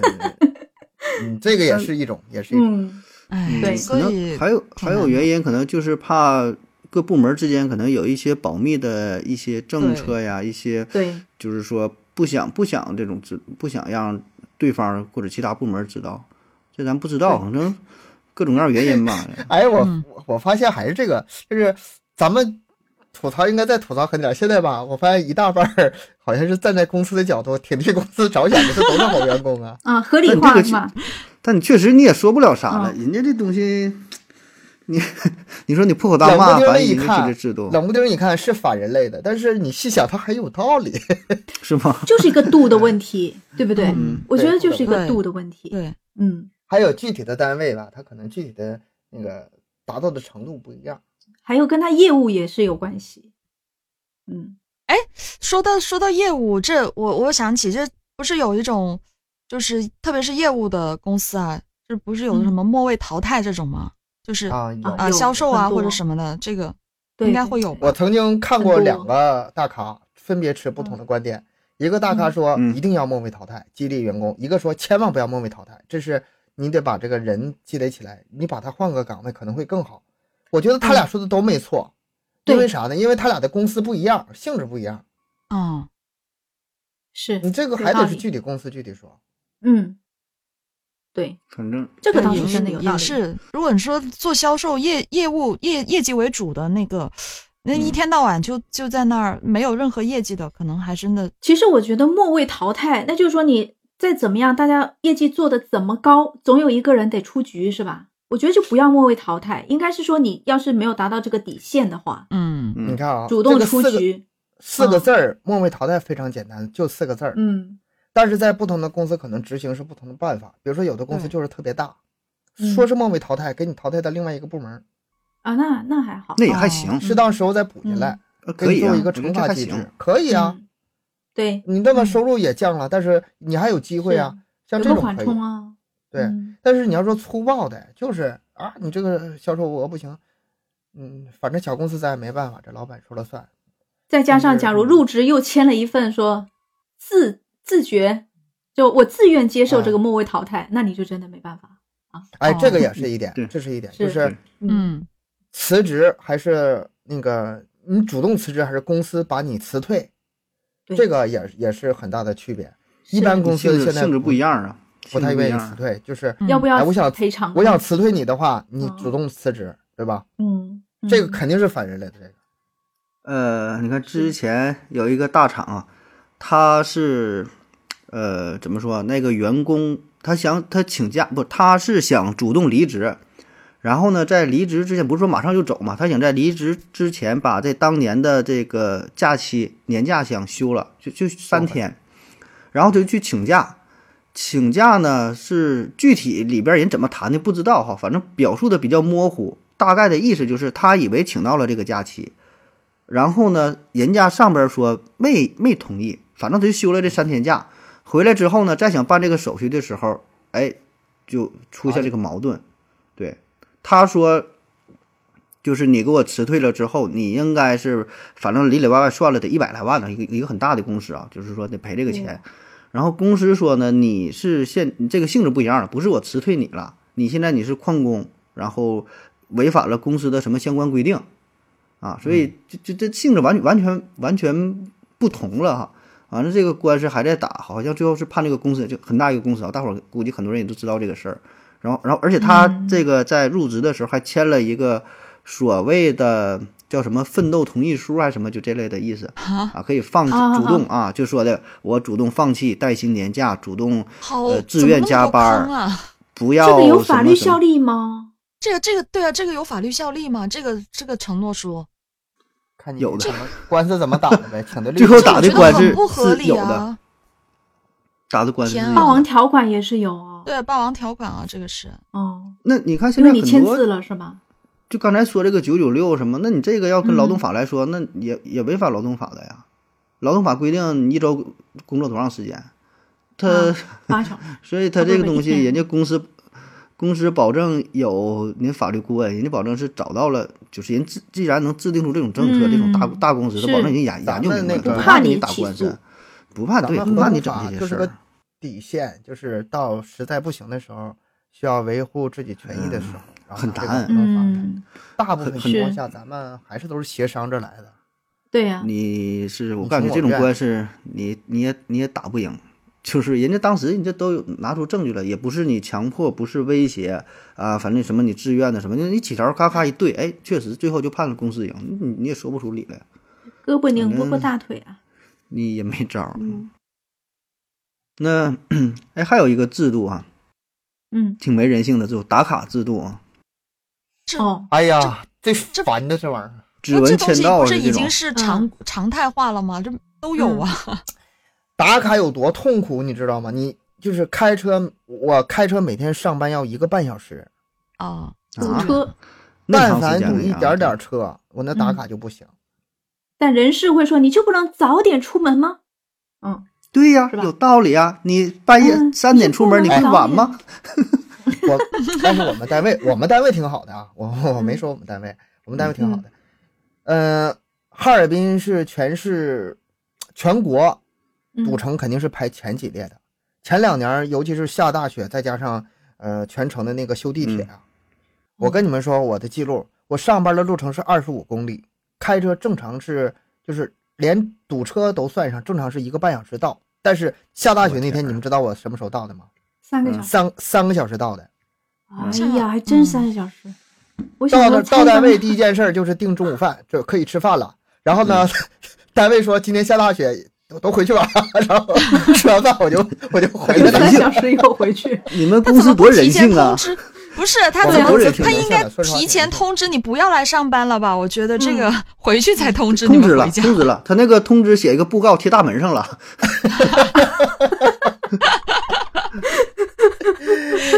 Speaker 2: 嗯，这个也是一种，也是一种。
Speaker 4: 嗯，
Speaker 1: 你家
Speaker 3: 哎，
Speaker 4: 对
Speaker 1: 可
Speaker 3: 所以
Speaker 1: 能还有还有
Speaker 3: 难
Speaker 1: 原因，可能就是怕各部门之间可能有一些保密的一些政
Speaker 3: 对
Speaker 1: 策呀，一些
Speaker 4: 对，
Speaker 1: 就是说不想不想这种知不想让对方或者其他部门知道，这咱不知道，反正各种各样的原因 吧。
Speaker 2: 哎，我
Speaker 3: 嗯
Speaker 2: 我我发现还是这个，就是咱们吐槽应该再吐槽狠点儿。现在吧，我发现一大半儿好像是站在公司的角度，挺替公司着想的，这都是好员工啊。
Speaker 4: 啊，合理
Speaker 1: 但这
Speaker 4: 化
Speaker 1: 个
Speaker 4: 是
Speaker 1: 其
Speaker 4: 吧？
Speaker 1: 但你确实你也说不了啥了，
Speaker 4: 嗯
Speaker 1: 人家这东西， 你你说你破口大
Speaker 2: 冷
Speaker 1: 骂，
Speaker 2: 不丁
Speaker 1: 反
Speaker 2: 的
Speaker 1: 正
Speaker 2: 一
Speaker 1: 人家
Speaker 2: 看
Speaker 1: 是这制度
Speaker 2: 冷不丁一看是反人类的，但是你细想，它很有道理。
Speaker 1: 是吗？
Speaker 4: 就是一个度的问题，对不对？
Speaker 3: 嗯
Speaker 4: 我觉
Speaker 2: 对
Speaker 4: 得
Speaker 2: 度
Speaker 4: 就
Speaker 2: 的
Speaker 4: 是一个
Speaker 3: 问
Speaker 4: 度
Speaker 3: 题
Speaker 4: 的问题。
Speaker 3: 对，
Speaker 4: 嗯，
Speaker 2: 还有具体的单位吧，它可能具体的那个达到的程度不一样。
Speaker 4: 还有跟他业务也是有关系。嗯，
Speaker 3: 说到说到业务，这我我想起这不是有一种，就是特别是业务的公司啊，这不是有
Speaker 4: 嗯
Speaker 3: 什么末位淘汰这种吗？就是
Speaker 2: 啊有
Speaker 3: 啊
Speaker 4: 有
Speaker 3: 销售啊
Speaker 4: 很多
Speaker 3: 或者什么的，这个
Speaker 4: 对
Speaker 3: 应该会有吧
Speaker 2: 我？曾经看过
Speaker 4: 很多
Speaker 2: 两个大咖分别持不
Speaker 4: 嗯
Speaker 2: 同的观点，一个大咖说
Speaker 1: 嗯
Speaker 2: 一定要末位淘汰，激励员工；一个说千万不要末位淘汰，这是你得把这个人积累起来，你把他换个岗位可能会更好。我觉得他俩说的都没错，
Speaker 4: 嗯对
Speaker 2: 因为啥呢？因为他俩的公司不一样，性质不一样。
Speaker 3: 嗯，
Speaker 4: 是
Speaker 2: 你这个
Speaker 4: 有
Speaker 2: 还
Speaker 4: 道
Speaker 2: 得是
Speaker 4: 理
Speaker 2: 具体公司具体说。
Speaker 4: 嗯，对，
Speaker 1: 反正
Speaker 4: 这个
Speaker 3: 对
Speaker 4: 倒
Speaker 3: 也
Speaker 4: 是真的有道
Speaker 3: 也
Speaker 4: 理。
Speaker 3: 是，如果你说做销售业业务业业绩为主的那个，那一
Speaker 1: 嗯
Speaker 3: 天到晚就就在那儿没有任何业绩的，可能还真的
Speaker 4: 其实我觉得末位淘汰，那就是说你再怎么样，大家业绩做的怎么高，总有一个人得出局，是吧？我觉得就不要末位淘汰，应该是说你要是没有达到这个底线的话，
Speaker 3: 嗯
Speaker 1: 嗯
Speaker 2: 你看啊，
Speaker 4: 主动
Speaker 2: 这个
Speaker 4: 出
Speaker 2: 四个
Speaker 4: 局。
Speaker 2: 四个
Speaker 4: 嗯
Speaker 2: 字儿，末位淘汰非常简单，就四个字儿。
Speaker 4: 嗯，
Speaker 2: 但是在不同的公司可能执行是不同的办法，比如说有的公司
Speaker 3: 对
Speaker 2: 就是特别大，
Speaker 4: 嗯
Speaker 2: 说是末位淘汰，给你淘汰到另外一个部门，
Speaker 4: 啊，那那还好，
Speaker 1: 那也
Speaker 3: 哦
Speaker 1: 还行，
Speaker 2: 适
Speaker 4: 嗯
Speaker 2: 当时候再补进来，
Speaker 1: 呃可
Speaker 2: 哦给你
Speaker 1: 以
Speaker 2: 做
Speaker 1: 啊，
Speaker 2: 一个
Speaker 1: 我觉得
Speaker 2: 惩
Speaker 1: 这
Speaker 2: 罚
Speaker 1: 还
Speaker 2: 机制
Speaker 1: 行。，
Speaker 2: 可以啊。
Speaker 4: 嗯对，
Speaker 2: 你那么收入也降了，但是你还有机会啊，像
Speaker 4: 有
Speaker 2: 这
Speaker 4: 个
Speaker 2: 种
Speaker 4: 缓
Speaker 2: 可以。
Speaker 4: 冲啊。
Speaker 2: 对
Speaker 4: 嗯
Speaker 2: 但是你要说粗暴的，就是啊，你这个销售额不行，嗯，反正小公司咱也没办法，这老板说了算。
Speaker 4: 再加上，
Speaker 2: 就是
Speaker 4: 假如入职又签了一份说自自觉，就我自愿接受这个末位淘汰，那你就真的没办法。
Speaker 2: 哎，
Speaker 3: 哦
Speaker 2: 这个也是一点
Speaker 1: 对，
Speaker 2: 这是一点，
Speaker 4: 是
Speaker 2: 就是
Speaker 3: 嗯
Speaker 2: 辞职还是那个你主动辞职，还是公司把你辞退，
Speaker 4: 对
Speaker 2: 这个也也是很大的区别。
Speaker 4: 是
Speaker 2: 一般公
Speaker 1: 性
Speaker 2: 司
Speaker 1: 质
Speaker 2: 现在
Speaker 1: 性质不一，样啊，
Speaker 2: 不太
Speaker 1: 性质
Speaker 2: 愿
Speaker 1: 一
Speaker 2: 意
Speaker 1: 样
Speaker 2: 辞
Speaker 1: 啊。
Speaker 2: 退，就是
Speaker 3: 嗯
Speaker 4: 要不
Speaker 2: 哎
Speaker 4: 要
Speaker 2: 我想
Speaker 4: 赔偿？
Speaker 2: 我想辞退你的话，你
Speaker 4: 啊哦
Speaker 2: 主动辞职，对吧？
Speaker 4: 嗯，嗯，
Speaker 2: 这个肯定是反人类的，这个
Speaker 1: 呃，你看之前有一个大厂啊，他是呃怎么说？那个员工他想他请假不，他是想主动离职，然后呢，在离职之前不是说马上就走嘛，他想在离职之前把这当年的这个假期年假想休了，就就三天，然后就去请假。请假呢是具体里边人怎么谈的不知道哈，反正表述的比较模糊，大概的意思就是他以为请到了这个假期，然后呢，人家上边说没没同意，反正他就休了这三天假。回来之后呢，再想办这个手续的时候，哎，就出现这个矛盾。对，他说，就是你给我辞退了之后，你应该是反正里里外外算了得一百来万呢，一个一个很大的公司啊，就是说得赔这个钱。然后公司说呢，你是现你这个性质不一样了，不是我辞退你了，你现在你是旷工，然后违反了公司的什么相关规定。啊，所
Speaker 4: 嗯
Speaker 1: 以这这这性质完完全完全不同了哈。反正这个官司还在打，好像最后是判这个公司就很大一个公司啊，大伙儿估计很多人也都知道这个事儿。然后，然后，而且他
Speaker 4: 嗯
Speaker 1: 这个在入职的时候还签了一个所谓的叫什么奋斗同意书还啊是什么，就这类的意思
Speaker 3: 啊，
Speaker 1: 啊，可以放弃
Speaker 4: 啊
Speaker 1: 主动啊，就说的我主动放弃带薪年假，主动
Speaker 3: 好
Speaker 1: 呃
Speaker 3: 怎
Speaker 1: 自
Speaker 3: 么
Speaker 1: 愿
Speaker 3: 那么
Speaker 1: 加
Speaker 3: 多
Speaker 1: 班儿
Speaker 3: 坑啊。
Speaker 1: 不
Speaker 4: 这
Speaker 1: 要
Speaker 4: 个有
Speaker 1: 什么
Speaker 4: 法律
Speaker 1: 什么
Speaker 4: 效力吗？
Speaker 3: 这个这个对啊，这个有法律效力吗？这个这个承诺书，
Speaker 2: 看你
Speaker 1: 有的
Speaker 2: 怎么官司怎么打的呗，请的律
Speaker 1: 最后
Speaker 2: 师
Speaker 3: 这
Speaker 1: 打
Speaker 3: 我
Speaker 1: 的
Speaker 3: 觉得
Speaker 1: 官
Speaker 3: 很
Speaker 1: 司
Speaker 3: 不合
Speaker 1: 是
Speaker 3: 理
Speaker 1: 有的
Speaker 3: 啊。
Speaker 1: 打的官司是
Speaker 3: 天
Speaker 1: 有
Speaker 3: 啊
Speaker 4: 霸
Speaker 1: 的。
Speaker 4: 王条款也是有哦。
Speaker 3: 对，霸王条款啊，这个是，
Speaker 4: 哦，
Speaker 1: 那你看现
Speaker 4: 因
Speaker 1: 在
Speaker 4: 为
Speaker 1: 很
Speaker 4: 你签
Speaker 1: 多
Speaker 4: 字了是吧？
Speaker 1: 就刚才说这个九九六什么，那你这个要跟劳
Speaker 4: 嗯
Speaker 1: 动法来说，那也也违反劳动法的呀。劳动法规定你一周工作多长时间，他、
Speaker 4: 啊八小时，
Speaker 1: 所以他这个东
Speaker 4: 他不是每
Speaker 1: 西，
Speaker 4: 天
Speaker 1: 人家公司公司保证有您法律顾问，人家保证是找到了，就是人既既然能制定出这种政策，
Speaker 4: 嗯
Speaker 1: 这种大大公司，他
Speaker 4: 是
Speaker 1: 保证人研研究明
Speaker 2: 咱们那
Speaker 1: 白，
Speaker 2: 个
Speaker 1: 不
Speaker 4: 怕
Speaker 1: 怕给
Speaker 4: 你
Speaker 1: 打
Speaker 4: 起
Speaker 1: 官
Speaker 4: 诉
Speaker 1: 司，不怕对，
Speaker 2: 咱
Speaker 1: 不
Speaker 2: 们
Speaker 1: 怕
Speaker 2: 劳
Speaker 1: 你
Speaker 2: 动
Speaker 1: 整
Speaker 2: 法
Speaker 1: 这些
Speaker 2: 就是
Speaker 1: 事
Speaker 2: 个
Speaker 1: 儿。啊
Speaker 2: 底线，就是到实在不行的时候，需要维护自己权益的时候，然
Speaker 1: 嗯
Speaker 2: 后
Speaker 1: 很
Speaker 2: 拿这个
Speaker 1: 难
Speaker 2: 劳动法
Speaker 4: 嗯，
Speaker 2: 大部分
Speaker 1: 很
Speaker 2: 情况
Speaker 4: 是
Speaker 2: 下，咱们还是都是协商着来的。
Speaker 4: 对呀、
Speaker 1: 你是我
Speaker 2: 你
Speaker 1: 感
Speaker 2: 情
Speaker 1: 觉这
Speaker 2: 我
Speaker 1: 种
Speaker 2: 愿
Speaker 1: 官司，你你也你也打不赢。就是人家当时人家都有拿出证据了，也不是你强迫，不是威胁啊，反正什么你自愿的什么，你你起条咔咔一对，哎，确实最后就判了公司赢，你你也说不出理来，
Speaker 4: 胳膊拧不
Speaker 1: 嗯
Speaker 4: 过大腿啊。
Speaker 1: 你也没招儿。
Speaker 4: 嗯
Speaker 1: 那哎，还有一个制度啊，
Speaker 4: 嗯，
Speaker 1: 挺没人性的，就打卡制度啊，
Speaker 3: 这
Speaker 4: 哦，
Speaker 2: 哎呀，最
Speaker 3: 这
Speaker 2: 烦的这玩意儿。
Speaker 1: 指
Speaker 3: 那这
Speaker 1: 纹
Speaker 3: 东
Speaker 1: 签
Speaker 3: 西
Speaker 1: 到
Speaker 3: 不
Speaker 1: 啊
Speaker 3: 是已
Speaker 1: 这种
Speaker 3: 经，是常、常态化了吗？这都有啊。
Speaker 2: 打卡有多痛苦，你知道吗？你就是开车，我开车每天上班要一个半小时，
Speaker 3: 啊，
Speaker 4: 堵
Speaker 1: 啊
Speaker 4: 车，
Speaker 1: 那
Speaker 2: 但
Speaker 1: 长时
Speaker 2: 凡
Speaker 1: 间
Speaker 2: 堵
Speaker 1: 了
Speaker 2: 一
Speaker 1: 呀
Speaker 2: 点点车，我那打卡就不行。
Speaker 4: 但人事会说你就不能早点出门吗？嗯，
Speaker 1: 对呀
Speaker 4: 是，吧
Speaker 1: 有道理啊，你半夜
Speaker 4: 嗯
Speaker 1: 三点出门，你
Speaker 4: 你是不能
Speaker 1: 不晚吗？
Speaker 2: 我但是我们单位，我们单位挺好的啊，我我没说我们单位，我们单位挺好的。嗯、哈尔滨是全市全国
Speaker 4: 嗯
Speaker 2: 堵城肯定是排前几列的。前两年，尤其是下大雪，再加上呃全程的那个修地铁
Speaker 1: 嗯
Speaker 2: 啊，我跟你们说我的记录，我上班的路程是二十五公里，开车正常是就是连堵车都算上，正常是一个半小时到。但是下大雪
Speaker 1: 我
Speaker 2: 那
Speaker 1: 天
Speaker 2: 天，
Speaker 1: 哪
Speaker 2: 你们知道我什么时候到的吗？
Speaker 4: 三个
Speaker 1: 嗯
Speaker 4: 小时，
Speaker 2: 三三个小时到的。
Speaker 4: 哎呀，还真三个小时。我想
Speaker 2: 嗯到
Speaker 4: 说
Speaker 2: 了
Speaker 4: 猜
Speaker 2: 到
Speaker 4: 他
Speaker 2: 单位
Speaker 4: 们
Speaker 2: 第一件事儿就是订中午饭，就可以吃饭了。然后呢， 单位说今天下大雪，都都回去吧。 然后吃完饭我就我就回
Speaker 1: 有人
Speaker 2: 来 了。
Speaker 4: 三
Speaker 1: 性
Speaker 4: 小时以后回去。
Speaker 1: 你们
Speaker 3: 他
Speaker 1: 公
Speaker 3: 怎
Speaker 1: 司
Speaker 3: 么
Speaker 1: 多
Speaker 3: 不
Speaker 1: 人
Speaker 3: 提前
Speaker 1: 性啊
Speaker 3: 通！知？不是他
Speaker 1: 我
Speaker 3: 怎
Speaker 1: 们
Speaker 3: 么
Speaker 1: 多人性啊
Speaker 3: 他
Speaker 1: 的
Speaker 3: 应该
Speaker 2: 说实话
Speaker 3: 提
Speaker 2: 挺
Speaker 3: 前
Speaker 2: 人性
Speaker 3: 通知你不要来上班了吧？我觉得这个 回去才通知你
Speaker 1: 嗯通知
Speaker 3: 们
Speaker 1: 了，
Speaker 3: 回家。
Speaker 1: 通知了，他那个通知写一个布告贴大门上了，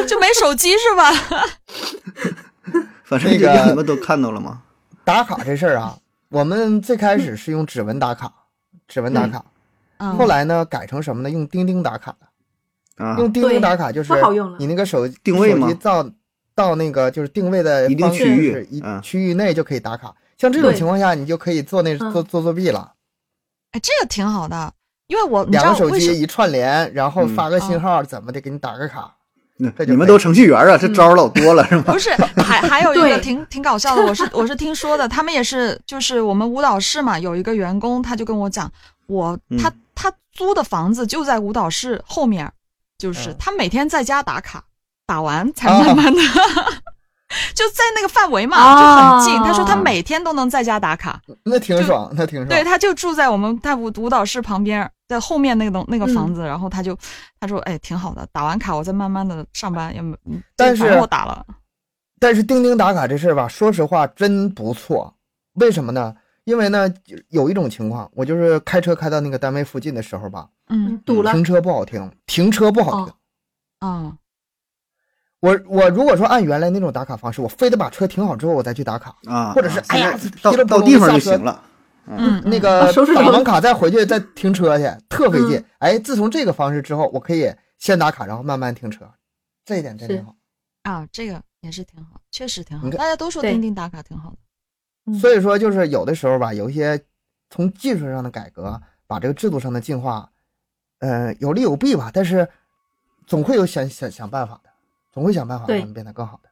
Speaker 3: 就没手机是 吧？
Speaker 1: 反正就
Speaker 2: 那个
Speaker 1: 让你们都看到了嘛。
Speaker 2: 打卡这事儿啊，我们最开始是用指纹打卡，指纹打卡。
Speaker 3: 嗯
Speaker 2: 后来呢，改成什么呢？用钉钉打卡了。
Speaker 1: 啊，
Speaker 2: 用钉钉打卡就是
Speaker 4: 不好用了
Speaker 2: 你那个手
Speaker 1: 定位吗
Speaker 2: 手机到到那个就是定位的
Speaker 1: 一定
Speaker 2: 方
Speaker 1: 区域
Speaker 2: 就是一
Speaker 1: 嗯
Speaker 2: 区域内就可以打卡。像这种
Speaker 4: 对
Speaker 2: 情况下，你就可以做那
Speaker 4: 嗯
Speaker 2: 做做作弊了。
Speaker 3: 哎，这个挺好的，因为我你知
Speaker 2: 两
Speaker 3: 道
Speaker 2: 个手
Speaker 3: 为什
Speaker 2: 机
Speaker 3: 么？
Speaker 2: 一串联，然后
Speaker 1: 嗯
Speaker 2: 发个信号，怎么的给你打个卡。
Speaker 1: 那
Speaker 2: 这就
Speaker 1: 你们
Speaker 2: 可以
Speaker 1: 都程序员啊，这招儿老多了是吗？
Speaker 3: 不是，还还有一个
Speaker 4: 对
Speaker 3: 挺挺搞笑的，我是我是听说的，他们也是，就是我们舞蹈室嘛，有一个员工，他就跟我讲，我他
Speaker 1: 嗯
Speaker 3: 他租的房子就在舞蹈室后面，就是
Speaker 2: 嗯
Speaker 3: 他每天在家打卡，打完才
Speaker 2: 啊
Speaker 3: 慢慢的 就在那个范围嘛，
Speaker 4: 啊
Speaker 3: 就很近。他说他每天都能在家打卡，
Speaker 2: 那挺爽，那挺爽。
Speaker 3: 对，他就住在我们在舞舞蹈室旁边，在后面那个栋那个
Speaker 4: 嗯
Speaker 3: 房子，然后他就他说，哎，挺好的，打完卡我再慢慢的上班，也没，嗯
Speaker 2: 但
Speaker 3: 反正
Speaker 2: 是
Speaker 3: 我打了，
Speaker 2: 但是钉钉打卡这事儿吧，说实话真不错。为什么呢？因为呢，有一种情况，我就是开车开到那个单位附近的时候吧，
Speaker 3: 嗯
Speaker 4: 嗯，堵了
Speaker 2: 停车不好停，停车不好停。
Speaker 4: 哦
Speaker 3: 啊，
Speaker 2: 我我如果说按原来那种打卡方式，我非得把车停好之后我再去打卡，
Speaker 1: 啊，
Speaker 2: 或者是
Speaker 1: 啊
Speaker 2: 哎呀
Speaker 1: 现在
Speaker 2: 噼里
Speaker 1: 到
Speaker 2: 啪啦
Speaker 1: 到地方
Speaker 2: 下
Speaker 1: 就
Speaker 2: 车
Speaker 1: 行了。
Speaker 3: 嗯，
Speaker 2: 那
Speaker 3: 嗯
Speaker 2: 个
Speaker 4: 啊收拾
Speaker 2: 打
Speaker 4: 手
Speaker 2: 完
Speaker 4: 机
Speaker 2: 卡再回去再停车去，特费劲
Speaker 4: 嗯。
Speaker 2: 哎，自从这个方式之后，我可以先打卡，然后慢慢停车，这一点真挺
Speaker 4: 是
Speaker 2: 好。
Speaker 3: 啊，这个也是挺好，确实挺好
Speaker 2: 你，看
Speaker 3: 大家都说
Speaker 4: 对
Speaker 3: 钉钉打卡挺好的，
Speaker 4: 嗯
Speaker 2: 所以说，就是有的时候吧，有一些从技术上的改革，把这个制度上的进化，呃，有利有弊吧。但是总会有想想想办法的，总会想办法
Speaker 4: 对
Speaker 2: 让它变得更好的。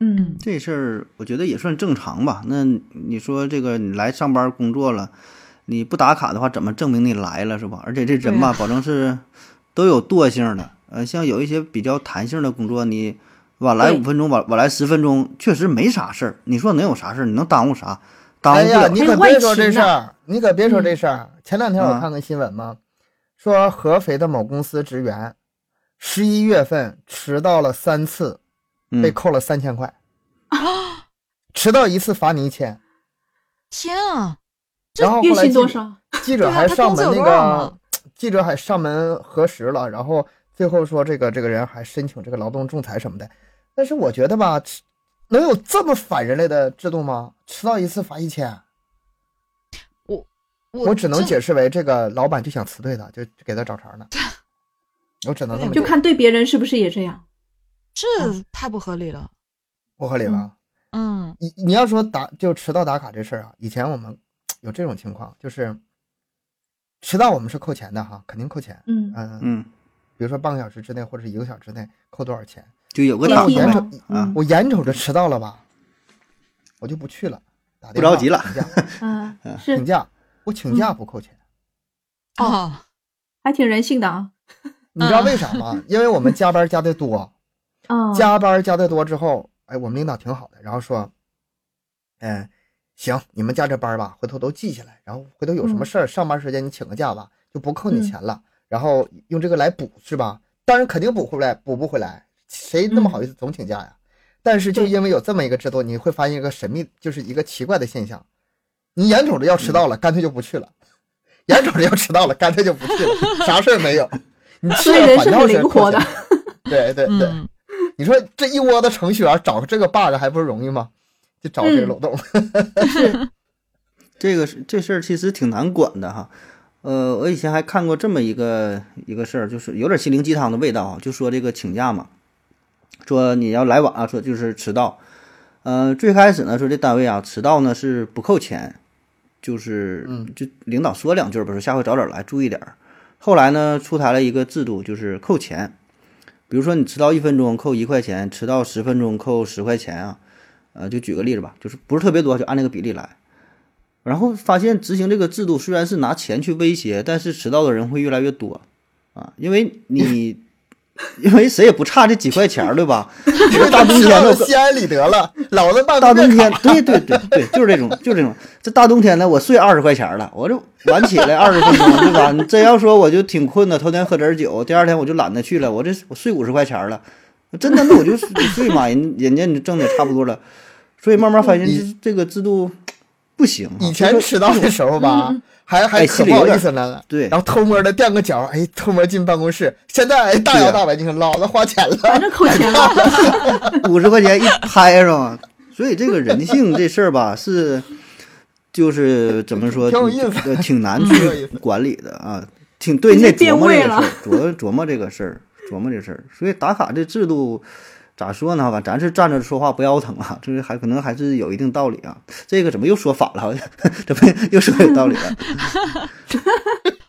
Speaker 4: 嗯，
Speaker 1: 这事儿我觉得也算正常吧。那你说这个你来上班工作了，你不打卡的话，怎么证明你来了是吧？而且这人吧，保证是都有惰性的。呃，像有一些比较弹性的工作，你晚来
Speaker 4: 对
Speaker 1: 五分钟，晚晚来十分钟，确实没啥事儿。你说能有啥事儿？你能耽误啥？耽误
Speaker 2: 哎
Speaker 1: 不
Speaker 2: 呀，
Speaker 1: 了。
Speaker 2: 你
Speaker 4: 还
Speaker 2: 可
Speaker 4: 有外
Speaker 2: 别说
Speaker 4: 勤
Speaker 2: 这事
Speaker 4: 呢嗯
Speaker 2: 儿，你可别说这事儿。前两天我
Speaker 1: 啊
Speaker 2: 看个新闻嘛，说合肥的某公司职员十一月份迟到了三次，被
Speaker 1: 嗯，
Speaker 2: 扣了三千块，
Speaker 4: 啊
Speaker 2: 迟到一次罚你一千。
Speaker 3: 天啊，
Speaker 2: 然后后
Speaker 4: 月
Speaker 2: 来
Speaker 4: 薪
Speaker 2: 记
Speaker 4: 多
Speaker 2: 者
Speaker 4: 少？
Speaker 2: 记
Speaker 3: 对
Speaker 2: 者
Speaker 3: 啊
Speaker 2: 还
Speaker 3: 他
Speaker 2: 上
Speaker 3: 工资
Speaker 2: 门那
Speaker 3: 有多少
Speaker 2: 个
Speaker 3: 呢，
Speaker 2: 记者还上门核实了，然后最后说这个这个人还申请这个劳动仲裁什么的。但是我觉得吧，能有这么反人类的制度吗？迟到一次罚一千，
Speaker 3: 我
Speaker 2: 我只能
Speaker 3: 这
Speaker 2: 解释为这个老板就想辞退他，就就给他找 茬呢。我只能这么
Speaker 4: 就
Speaker 2: 解释，
Speaker 4: 看对别人是不是也这样。
Speaker 3: 这
Speaker 4: 嗯
Speaker 3: 太不合理了。
Speaker 2: 不合理吧？
Speaker 3: 嗯
Speaker 2: 你你要说打就迟到打卡这事儿啊，以前我们有这种情况，就是迟到我们是扣钱的哈，肯定扣钱。
Speaker 4: 嗯
Speaker 2: 嗯、
Speaker 1: 嗯，
Speaker 2: 比如说半个小时之内或者是一个小时之内扣多少钱？
Speaker 1: 就有个
Speaker 4: 电
Speaker 1: 档
Speaker 4: 梯
Speaker 1: 呗
Speaker 2: 嘛
Speaker 1: 啊
Speaker 4: 嗯，
Speaker 2: 我眼瞅着迟到了吧，我就不去了，打电
Speaker 1: 不着
Speaker 2: 话
Speaker 1: 急了
Speaker 2: 请假，
Speaker 4: 嗯，
Speaker 2: 请
Speaker 4: 是，
Speaker 2: 假，我请假不扣钱，
Speaker 4: 哦
Speaker 3: 哦，
Speaker 4: 还挺人性的啊。
Speaker 2: 你知道为啥吗？因为我们加班加的多，
Speaker 4: 嗯，
Speaker 2: 加班加的多之后，哎，我们领导挺好的，然后说，嗯、行，你们加这班吧，回头都记下来，然后回头有什么
Speaker 4: 嗯
Speaker 2: 事儿，上班时间你请个假吧，就不扣
Speaker 4: 嗯
Speaker 2: 你钱了，然后用这个来补是吧？当然肯定补回来，补不回来，谁那么好意思
Speaker 4: 嗯
Speaker 2: 总请假呀？但是就
Speaker 4: 对
Speaker 2: 因为有这么一个制度，你会发现一个神秘，就是一个奇怪的现象，你眼瞅着要迟到
Speaker 4: 嗯
Speaker 2: 了，干脆就不去了。 眼瞅着要迟到了，干脆就不去了，啥事儿没有。你去
Speaker 4: 所以
Speaker 2: 了
Speaker 4: 人
Speaker 2: 反
Speaker 4: 是
Speaker 2: 倒
Speaker 4: 很
Speaker 2: 是
Speaker 4: 灵
Speaker 2: 扣
Speaker 4: 活的
Speaker 2: 钱。对对对，
Speaker 3: 嗯，
Speaker 2: 你说这一窝的程序员找这个 bug 还不是容易吗？就找这个漏洞。
Speaker 1: 这个是这事儿其实挺难管的哈。呃，我以前还看过这么一个一个事儿，就是有点心灵鸡汤的味道啊，就说这个请假嘛，说你要来晚啊，说就是迟到。呃，最开始呢，说这单位啊迟到呢是不扣钱，就是
Speaker 2: 嗯
Speaker 1: 就领导说两句吧，说下回早点来，注意点儿。后来呢，出台了一个制度，就是扣钱，比如说你迟到一分钟扣一块钱，迟到十分钟扣十块钱啊。呃，就举个例子吧，就是不是特别多，就按那个比例来。然后发现执行这个制度虽然是拿钱去威胁，但是迟到的人会越来越多啊，因为你 因为谁也不差这几块钱儿，对吧？你说大冬天的
Speaker 2: 的心安理得了，老子办
Speaker 1: 大
Speaker 2: 公
Speaker 1: 冬
Speaker 2: 室
Speaker 1: 天，对对对对，就是这种，就是这种。这大冬天的，我睡二十块钱了，我就晚起来二十分钟，对吧？你真要说我就挺困的，头天喝点儿酒，第二天我就懒得去了，我这我睡五十块钱了，真的那我就睡嘛，人人家你挣的差不多了，所以慢慢发现这这个制度不行啊、
Speaker 2: 以前
Speaker 1: 就是
Speaker 2: 迟到的时候吧，还还
Speaker 1: 哎
Speaker 2: 可
Speaker 1: 心里
Speaker 2: 不好
Speaker 1: 有点
Speaker 2: 意思了，
Speaker 1: 对
Speaker 2: 然后偷摸的垫个脚，哎，偷摸进办公室。现在哎，大摇大摆，你看老子花钱了，
Speaker 4: 反正扣钱 了。
Speaker 1: 五十块钱一拍是吧？所以这个人性这事儿吧，是就是怎么说，
Speaker 2: 挺有意思 嗯
Speaker 1: 呃挺难
Speaker 2: 挺有意
Speaker 1: 去
Speaker 2: 思
Speaker 1: 管理的啊，挺对你
Speaker 4: 已
Speaker 1: 得
Speaker 4: 经变
Speaker 1: 琢磨这个事
Speaker 4: 味
Speaker 1: 儿，琢琢磨这个事儿，琢磨这事儿。所以打卡这制度咋说呢？吧，咱是站着说话不腰疼啊，这还可能还是有一定道理啊。这个怎么又说反了？ 怎么又说有道理了？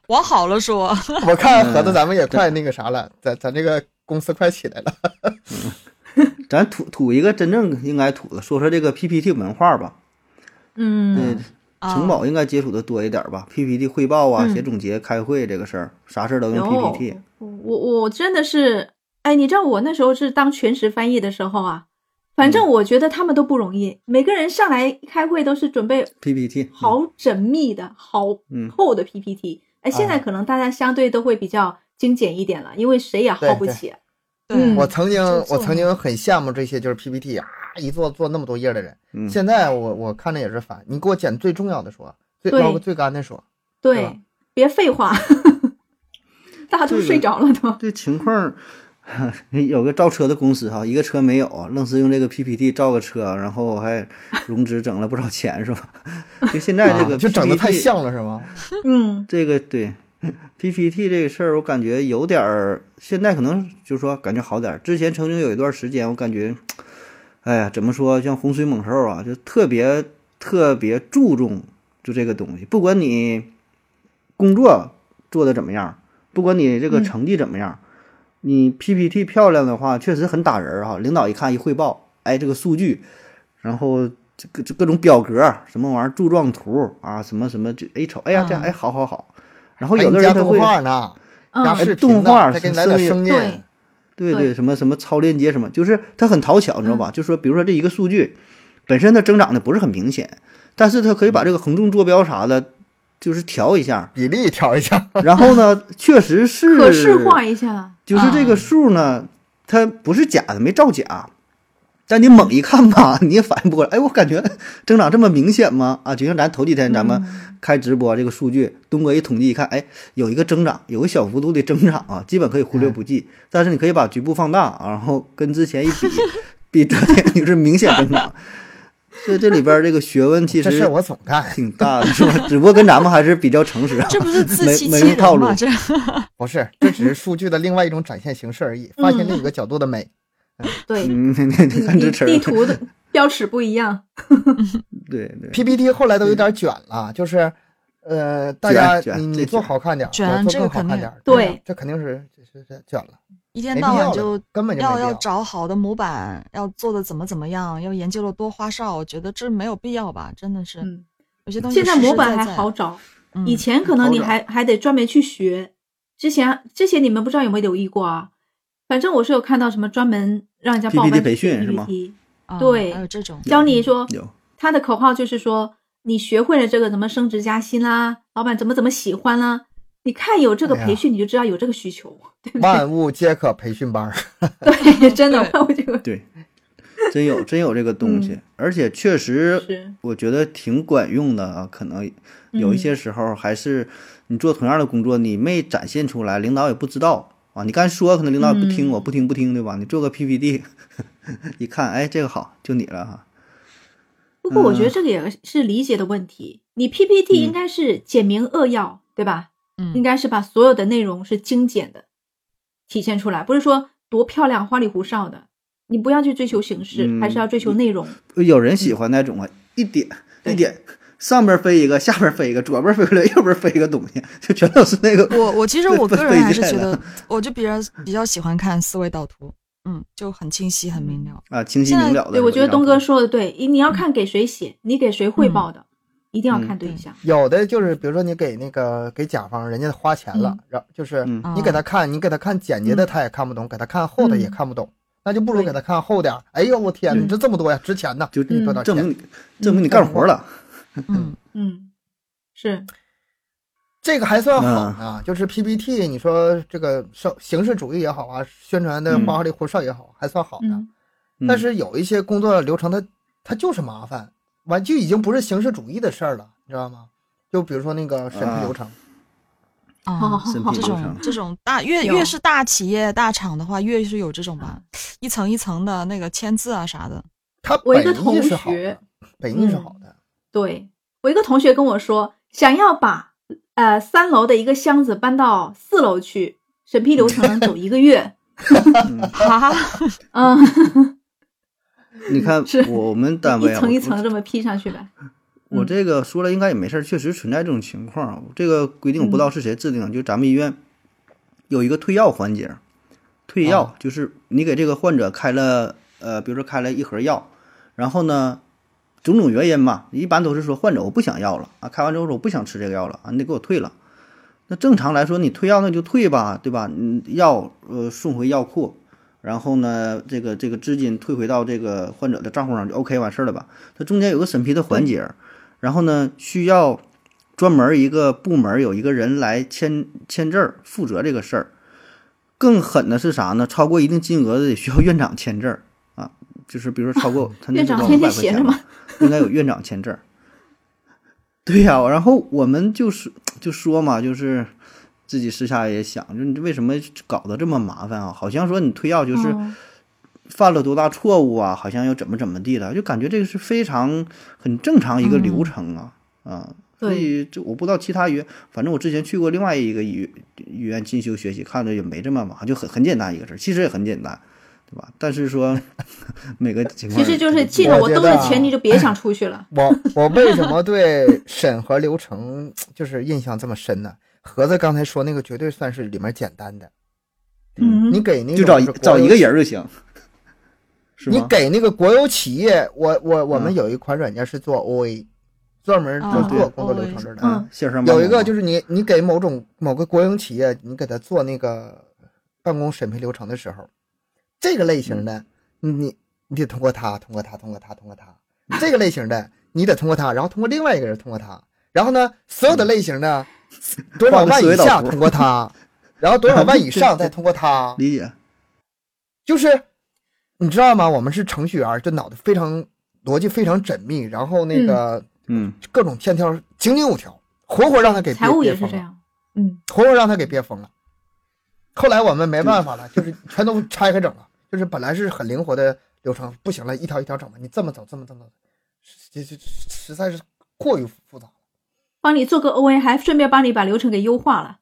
Speaker 3: 往好了说，
Speaker 2: 我看盒子
Speaker 1: 嗯
Speaker 2: 咱们也快那个啥了，咱咱这个公司快起来了。
Speaker 1: 咱吐吐一个真正应该吐的，说说这个 PPT 文化吧。呃
Speaker 4: 嗯，
Speaker 3: 啊
Speaker 1: 城堡应该接触的多一点吧，PPT 汇报啊、
Speaker 4: 嗯
Speaker 1: 写总结、开会这个事儿，啥事儿都用
Speaker 4: 有
Speaker 1: PPT。
Speaker 4: 我我真的是，哎，你知道我那时候是当全职翻译的时候啊，反
Speaker 2: 嗯
Speaker 4: 正我觉得他们都不容易，每个人上来开会都是准备
Speaker 1: PPT
Speaker 4: 好缜密的、好
Speaker 1: 嗯
Speaker 4: 厚的 PPT。哎，现在可能大家相对都会比较精简一点了，因为谁也耗不起。
Speaker 3: 对
Speaker 4: 嗯
Speaker 2: 我曾经
Speaker 3: 就
Speaker 2: 我
Speaker 3: 做
Speaker 2: 曾经很羡慕这些就是 PPT 啊一做做那么多页的人，
Speaker 1: 嗯，
Speaker 2: 现在我我看着也是烦。你给我捡最重要的说，最
Speaker 4: 对
Speaker 2: 捞个最干的说。对吧
Speaker 4: 对，别废话， 大家都睡着了都。
Speaker 1: 这情况 有个造车的公司哈，一个车没有，愣是用这个 PPT 造个车，然后还融资整了不少钱是吧？就现在这
Speaker 2: 啊
Speaker 1: 个 PPT,
Speaker 2: 就整的太像了是吗？
Speaker 4: 嗯，
Speaker 1: 这个对 PPT 这个事儿，我感觉有点儿，现在可能就是说感觉好点儿。之前曾经有一段时间，我感觉，哎呀，怎么说，像洪水猛兽啊，就特别特别注重就这个东西，不管你工作做的怎么样，不管你这个
Speaker 4: 嗯
Speaker 1: 成绩怎么样，你 PPT 漂亮的话，确实很打人儿啊哈。领导一看一汇报，哎，这个数据，然后这各这各种表格什么玩意儿柱状图啊，什么什么这哎一瞅，哎呀这
Speaker 3: 嗯
Speaker 1: 哎好好好，然后
Speaker 2: 还
Speaker 1: 有的
Speaker 2: 加
Speaker 1: 人他
Speaker 2: 动
Speaker 1: 会
Speaker 2: 画呢，加
Speaker 3: 啊
Speaker 1: 是
Speaker 4: 嗯，
Speaker 2: 视频
Speaker 1: 动
Speaker 2: 呢，
Speaker 1: 画
Speaker 2: 再给你来点声音。
Speaker 4: 对
Speaker 1: 对
Speaker 4: 对嗯
Speaker 1: 什么什么超链接什么，就是它很讨巧，你知道吧？就说比如说这一个数据本身它增长的不是很明显，但是它可以把这个横纵坐标啥的，就是调一下，
Speaker 2: 比例调一下，
Speaker 1: 然后呢，确实是
Speaker 4: 可视化一下。
Speaker 1: 就是这
Speaker 3: 啊
Speaker 1: 个数呢，它不是假的，没造假。但你猛一看吧， 你也反应不过来。哎，我感觉增长这么明显吗？啊，就像咱头几天咱们
Speaker 3: 嗯
Speaker 1: 开直播这个数据，东哥一统计一看，哎，有一个增长，有个小幅度
Speaker 3: 嗯
Speaker 1: 的增长啊，基本可以忽略不计。但是你可以把局部放大，啊然后跟之前一比，比折叠女是明显增长。所以这里 边这个学问其
Speaker 2: 这
Speaker 1: 实
Speaker 2: 事儿我总干，
Speaker 1: 挺大的，是吧？只不过跟咱们还是比较诚实啊，
Speaker 3: 这不是自
Speaker 1: 没
Speaker 3: 欺
Speaker 1: 没
Speaker 3: 欺
Speaker 1: 用套
Speaker 3: 人
Speaker 1: 路
Speaker 3: 吗？。 这
Speaker 2: 不是，这只是数据的另外一种展现形式而已，发现另一个角度的美。
Speaker 4: 对，
Speaker 1: 嗯，你 你看
Speaker 4: 你
Speaker 1: 这
Speaker 4: 你
Speaker 1: 词儿，
Speaker 4: 地图的标尺不 一样，
Speaker 1: 对对，
Speaker 2: PPT 后来都有点卷了，就是，呃，大家
Speaker 1: 嗯卷
Speaker 2: 你
Speaker 1: 这
Speaker 2: 你
Speaker 1: 卷
Speaker 2: 做好看点儿，
Speaker 3: 卷
Speaker 2: 我做
Speaker 3: 这个
Speaker 2: 更好
Speaker 3: 肯
Speaker 2: 看
Speaker 3: 定
Speaker 2: 点儿。
Speaker 4: 对
Speaker 2: 的，这肯定是这是这卷了，
Speaker 3: 一
Speaker 2: 没
Speaker 3: 天
Speaker 2: 必
Speaker 3: 到
Speaker 2: 要
Speaker 3: 晚
Speaker 2: 了
Speaker 3: 就
Speaker 2: 根本就
Speaker 3: 要
Speaker 2: 没必
Speaker 3: 要
Speaker 2: 要。
Speaker 3: 找好的模板，要做的怎么怎么样，要研究了多花哨，我觉得这没有必要吧，真的是。
Speaker 4: 嗯，
Speaker 3: 有些东西
Speaker 4: 现在
Speaker 3: 实实
Speaker 4: 模板
Speaker 3: 在
Speaker 4: 还
Speaker 3: 在
Speaker 4: 好，找，
Speaker 3: 嗯
Speaker 4: 以前可
Speaker 1: 好
Speaker 4: 能你
Speaker 1: 找
Speaker 4: 还还得专门去学。之前之前你们不知道有没有留意过啊？反正我是有看到什么专门让人家报
Speaker 1: PPT
Speaker 4: 班
Speaker 1: 培
Speaker 4: 去学
Speaker 1: 训是吗
Speaker 4: PPT
Speaker 3: 啊
Speaker 4: 对
Speaker 3: 还有这种
Speaker 4: 教你说
Speaker 1: 有
Speaker 4: 他的口号就是说，你学会了这个怎么升职加薪啦，老板怎么怎么喜欢啦。你看有这个
Speaker 2: 哎呀
Speaker 4: 培训，你就知道有这个需求。
Speaker 2: 万物皆可培训班儿，
Speaker 4: 对，真的，
Speaker 3: 对
Speaker 4: 我这个
Speaker 1: 对，真有真有这个东西，而且确实
Speaker 4: 嗯是
Speaker 1: 我觉得挺管用的啊。可能有一些
Speaker 4: 嗯
Speaker 1: 时候还是你做同样的工作，你没展现出来，领导也不知道啊。你刚才说，可能领导也不听，
Speaker 4: 嗯
Speaker 1: 我不听不听，对吧？你做个 PPT，一看，哎，这个好，就你了哈。
Speaker 4: 不过我觉得这个也是理解的问题。你 PPT 应该是简明扼要，对吧？应
Speaker 3: 嗯，
Speaker 4: 该是把所有的内容是精简的体现出来，不是说多漂亮、花里胡哨的。你不要去追求形式，
Speaker 1: 嗯
Speaker 4: 还是要追求内容。
Speaker 1: 有人喜欢那种啊，一点一
Speaker 4: 对
Speaker 1: 点。上边飞一个，下边飞一个，左边飞一个，右边飞一个东西，就全都是那个。
Speaker 3: 我我其实
Speaker 1: 对
Speaker 3: 我
Speaker 1: 不
Speaker 3: 个
Speaker 1: 费
Speaker 3: 人还是
Speaker 1: 劲
Speaker 3: 觉
Speaker 1: 了
Speaker 3: 得，我就比较比较喜欢看思维导图，嗯，就很清晰很明了。
Speaker 1: 啊，清晰
Speaker 3: 现
Speaker 1: 明
Speaker 3: 在
Speaker 1: 了的。
Speaker 4: 对，我觉得东
Speaker 1: 说。
Speaker 4: 哥说的对，你要看给谁写，你给谁汇报的，一定要看对象。
Speaker 2: 有的就是比如说你给那个给甲方，人家花钱了
Speaker 4: 嗯，
Speaker 2: 然后就是
Speaker 1: 嗯
Speaker 2: 你给他看，你给他看简洁的他也看不懂，给他看厚的也
Speaker 4: 嗯
Speaker 2: 看不懂，那就不如
Speaker 4: 对嗯
Speaker 2: 给他看厚点儿。哎呦我天，
Speaker 1: 对
Speaker 2: 你这这么多呀，值钱呐，
Speaker 1: 就
Speaker 2: 给你多点
Speaker 1: 证明
Speaker 2: 钱。
Speaker 1: 你证明你干活了，
Speaker 3: 嗯，
Speaker 4: 嗯，是，
Speaker 2: 这个还算好呢，就是 PPT，你说这个形形式主义也好啊，宣传的
Speaker 1: 嗯
Speaker 2: 花里胡哨也好，还算好呢。
Speaker 4: 嗯，
Speaker 1: 嗯
Speaker 2: 但是有一些工作流程它，它就是麻烦，完就已经不是形式主义的事儿了，你知道吗？就比如说那个审批流程，嗯
Speaker 3: 啊
Speaker 4: 好好好
Speaker 1: 审
Speaker 4: 嗯好
Speaker 1: 批
Speaker 3: 这
Speaker 1: 流
Speaker 3: 种
Speaker 1: 程，
Speaker 3: 这种大越
Speaker 4: 有
Speaker 3: 越是大企业大厂的话，越是有这种吧，一层一层的那个签字啊啥的。
Speaker 2: 它
Speaker 4: 我
Speaker 2: 本
Speaker 4: 一个同
Speaker 2: 意是好
Speaker 4: 学
Speaker 2: 的，本意是
Speaker 4: 嗯
Speaker 2: 好的，
Speaker 4: 对我一个同学跟我说，想要把呃三楼的一个箱子搬到四楼去，审批流程走一 个月。
Speaker 3: 哈，
Speaker 4: 嗯，
Speaker 1: 你看
Speaker 4: 是
Speaker 1: 我们单位
Speaker 4: 一
Speaker 1: 啊，
Speaker 4: 层一层
Speaker 1: 我
Speaker 4: 这么批上去呗。
Speaker 1: 我这个说了应该也没事儿，确实存在这种情况啊。这个规定我不知道是谁制定的，就咱们医院有一个退药环节，退药
Speaker 2: 啊
Speaker 1: 就是你给这个患者开了呃，比如说开了一盒药，然后呢，种种原因嘛，一般都是说患者我不想要了啊，开完之后说我不想吃这个药了啊，你得给我退了。那正常来说，你退药那就退吧，对吧？嗯，药呃送回药库，然后呢，这个这个资金退回到这个患者的账户上就 OK 完事儿了吧？它中间有个审批的环节，然后呢，需要专门一个部门有一个人来签签字儿，负责这个事儿。更狠的是啥呢？超过一定金额的得需要院长签字儿啊，就是比如说超 过他那
Speaker 4: 院
Speaker 1: 是
Speaker 4: 长
Speaker 1: 多少
Speaker 4: 天
Speaker 1: 五
Speaker 4: 天
Speaker 1: 百块
Speaker 4: 写
Speaker 1: 钱
Speaker 4: 着
Speaker 1: 吧
Speaker 4: 吗，
Speaker 1: 应该有院长签字儿。对呀、然后我们就是就说嘛，就是自己私下也想，就你为什么搞得这么麻烦啊？好像说你退药就是
Speaker 4: 嗯
Speaker 1: 犯了多大错误啊，好像又怎么怎么地了，就感觉这个是非常很正常一个流程啊、啊。所
Speaker 4: 嗯对
Speaker 1: 以这我不知道其他医院，反正我之前去过另外一个医院医院进修学习，看着也没这么麻烦，就很很简单一个事儿，其实也很简单，对吧？但是 说每个情况
Speaker 4: 其实就是
Speaker 1: 这
Speaker 4: 进
Speaker 1: 个
Speaker 4: 了
Speaker 2: 我
Speaker 4: 我
Speaker 2: 觉
Speaker 4: 兜
Speaker 2: 得
Speaker 4: 的
Speaker 2: 啊
Speaker 4: 钱，你就别想出去了。
Speaker 2: 我我为什么对审核流程就是印象这么深呢？盒子刚才说那个绝对算是里面简单的，
Speaker 1: 嗯
Speaker 2: 你给那
Speaker 1: 不
Speaker 2: 个
Speaker 1: 就找一找一个人儿就行，是
Speaker 2: 你
Speaker 1: 吗？
Speaker 2: 给那个国有企业，我我我们
Speaker 1: 嗯
Speaker 2: 有一款软件是做 OA，、专门就
Speaker 3: 啊
Speaker 2: 做工作
Speaker 3: 对
Speaker 2: 流程这儿的。
Speaker 1: 嗯
Speaker 4: 嗯，
Speaker 1: 线上办
Speaker 2: 有一
Speaker 1: 公
Speaker 2: 个
Speaker 1: 嘛
Speaker 2: 就是你你给某种某个国营企业，你给他做那个办公审批流程的时候，这个类型的你你你得通过他，通过他，通过他，通过他，这个类型的你得通过他，然后通过另外一个人通过他，然后呢，所有的类 型呢，多少
Speaker 1: 画个
Speaker 2: 万
Speaker 1: 思维
Speaker 2: 以
Speaker 1: 导
Speaker 2: 下
Speaker 1: 图
Speaker 2: 通过他，然后多少万以上
Speaker 1: 对
Speaker 2: 再通过他，
Speaker 1: 理解，
Speaker 2: 就是你知道吗？我们是程序员，这脑袋非常逻辑非常缜密，然后那个
Speaker 1: 嗯，
Speaker 2: 各种线条井井有条，活活让他给
Speaker 4: 财
Speaker 2: 憋
Speaker 4: 务
Speaker 2: 憋
Speaker 4: 也是
Speaker 2: 疯
Speaker 4: 这
Speaker 2: 了，
Speaker 4: 样。嗯，
Speaker 2: 活活让他给憋疯了。后来我们没办法了，就是全都拆开整了，就是本来是很灵活的流程，不行了，一条一条整吧，你这么走，这么这么走，这这实在是过于复杂了。
Speaker 4: 帮你做个 OA，还顺便帮你把流程给优化了。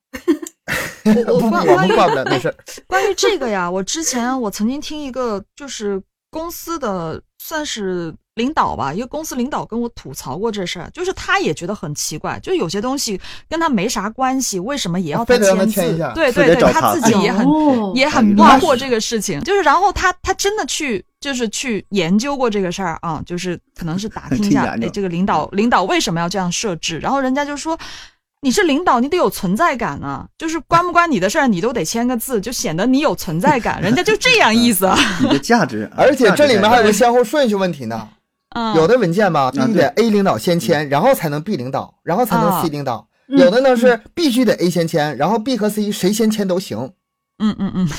Speaker 3: 我
Speaker 2: 不，
Speaker 3: 我
Speaker 2: 我
Speaker 3: 关
Speaker 2: 们挂不了那 事儿。
Speaker 3: 关于这个呀，我之前我曾经听一个就是公司的算是领导吧，一个公司领导跟我吐槽过这事儿，就是他也觉得很奇怪，就有些东西跟他没啥关系，为什么也要
Speaker 2: 啊非得让他
Speaker 3: 签
Speaker 2: 签一
Speaker 3: 字
Speaker 2: 下？
Speaker 3: 对
Speaker 1: 非
Speaker 3: 对
Speaker 1: 得找
Speaker 3: 对，
Speaker 1: 茬
Speaker 3: 他自己也很
Speaker 4: 哦
Speaker 3: 也很
Speaker 2: 那
Speaker 3: 困
Speaker 2: 是
Speaker 3: 惑这个事情，就是然后他他真的去就是去研究过这个事儿啊，就是可能是打听一
Speaker 1: 听
Speaker 3: 下，
Speaker 1: 研究
Speaker 3: 哎，这个领导领导为什么要这样设置？然后人家就说。你是领导，你得有存在感啊！就是关不关你的事儿，你都得签个字，就显得你有存在感。人家就这样意思啊。
Speaker 1: 你的价值。
Speaker 2: 而且这里面还有
Speaker 1: 个
Speaker 2: 个先后顺序问题呢。
Speaker 3: 嗯，
Speaker 2: 有的文件吧，必须得
Speaker 1: 啊
Speaker 2: A 领导先签，然后才能 B 领导，然后才能
Speaker 3: 啊
Speaker 2: C 领导。
Speaker 4: 嗯
Speaker 2: 有的呢是必须得 A 先签，然后 B 和 C 谁先签都行。
Speaker 3: 嗯嗯嗯，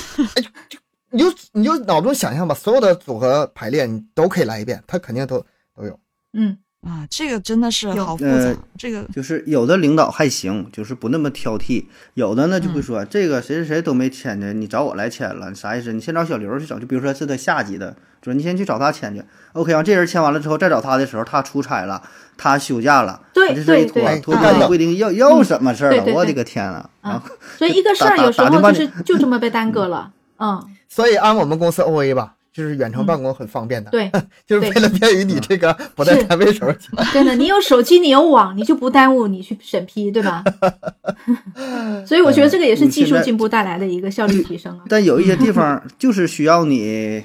Speaker 2: 你就你就脑中想象吧，所有的组合排列你都可以来一遍，它肯定都都有。
Speaker 4: 嗯，
Speaker 3: 啊，这个真的是
Speaker 4: 有
Speaker 3: 好复杂
Speaker 1: 呃。
Speaker 3: 这个
Speaker 1: 就是有的领导还行，就是不那么挑剔；有的呢就会说、
Speaker 4: 嗯
Speaker 1: 这个谁谁谁都没签的，你找我来签了，你啥意思？你先找小刘去找，就比如说是他下级的，说你先去找他签去。OK，然后这人签完了之后，再找他的时候，他出差了，他休假了，
Speaker 4: 对
Speaker 1: 你这事儿一
Speaker 4: 对
Speaker 1: 拖
Speaker 4: 对嗯
Speaker 2: 哎
Speaker 1: 拖
Speaker 2: 对
Speaker 1: 拖
Speaker 2: 对
Speaker 1: 你不一定要要什么事儿
Speaker 4: 对
Speaker 1: 了，
Speaker 4: 对对
Speaker 1: 我的个天啊！
Speaker 4: 啊
Speaker 1: 然后
Speaker 4: 所以一个事儿
Speaker 1: 打打
Speaker 4: 有时候
Speaker 1: 打听半
Speaker 4: 就是就这么被耽搁了。嗯，
Speaker 2: 所以按我们公司 OA 吧，就是远程办公很方便的，
Speaker 4: 对，
Speaker 2: 就是为了便于你这个不在
Speaker 4: 是
Speaker 2: 单位时候签。
Speaker 4: 真的，你有手机，你有网，你就不耽误你去审批，对 吧？所以我觉
Speaker 2: 嗯
Speaker 4: 得这个也是技术进步带来的一个效率提升啊，
Speaker 1: 但有一些地方就是需要你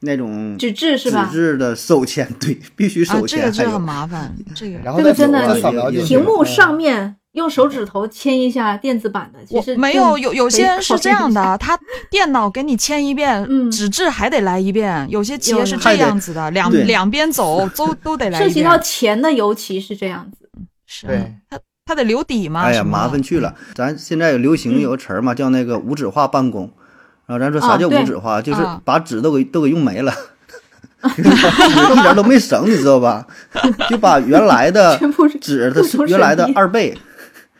Speaker 1: 那种
Speaker 4: 纸质是吧
Speaker 1: 纸？质的手签，对，必须
Speaker 3: 啊
Speaker 1: 手，
Speaker 3: 签
Speaker 1: 签。还
Speaker 3: 这个真的
Speaker 1: 有
Speaker 3: 很麻烦。这个
Speaker 2: 然后再啊
Speaker 4: 这个真的
Speaker 2: 扫描进去
Speaker 4: 屏幕
Speaker 2: 嗯
Speaker 4: 上面用手指头签一下电子版的，其
Speaker 3: 我
Speaker 4: 实
Speaker 3: 没有有有些人是这样的啊，，他电脑给你签一遍，
Speaker 4: 嗯
Speaker 3: 纸质还得来一遍。有些企业
Speaker 4: 有
Speaker 3: 是
Speaker 4: 呢
Speaker 3: 这样子的，两
Speaker 1: 对
Speaker 3: 两边走都都得来
Speaker 4: 涉
Speaker 3: 一
Speaker 4: 及到
Speaker 3: 遍。
Speaker 4: 钱的，尤其是这样子。
Speaker 3: 是啊
Speaker 2: 对，
Speaker 3: 他得留底嘛。
Speaker 1: 哎呀，
Speaker 3: 什么的
Speaker 1: 麻烦去了。
Speaker 4: 嗯
Speaker 1: 咱现在有流行有个词儿嘛，叫那个无纸化办公。然后咱说
Speaker 4: 啊
Speaker 1: 啥叫
Speaker 4: 对嗯
Speaker 1: 无纸化，就是
Speaker 3: 啊
Speaker 1: 把纸都给都给用没 了，一点儿都没省，你知道吧？就把原来的
Speaker 4: 全部是
Speaker 1: 纸
Speaker 4: 不
Speaker 1: 的
Speaker 4: 同
Speaker 1: 原来的
Speaker 4: 审批嗯
Speaker 1: 二倍，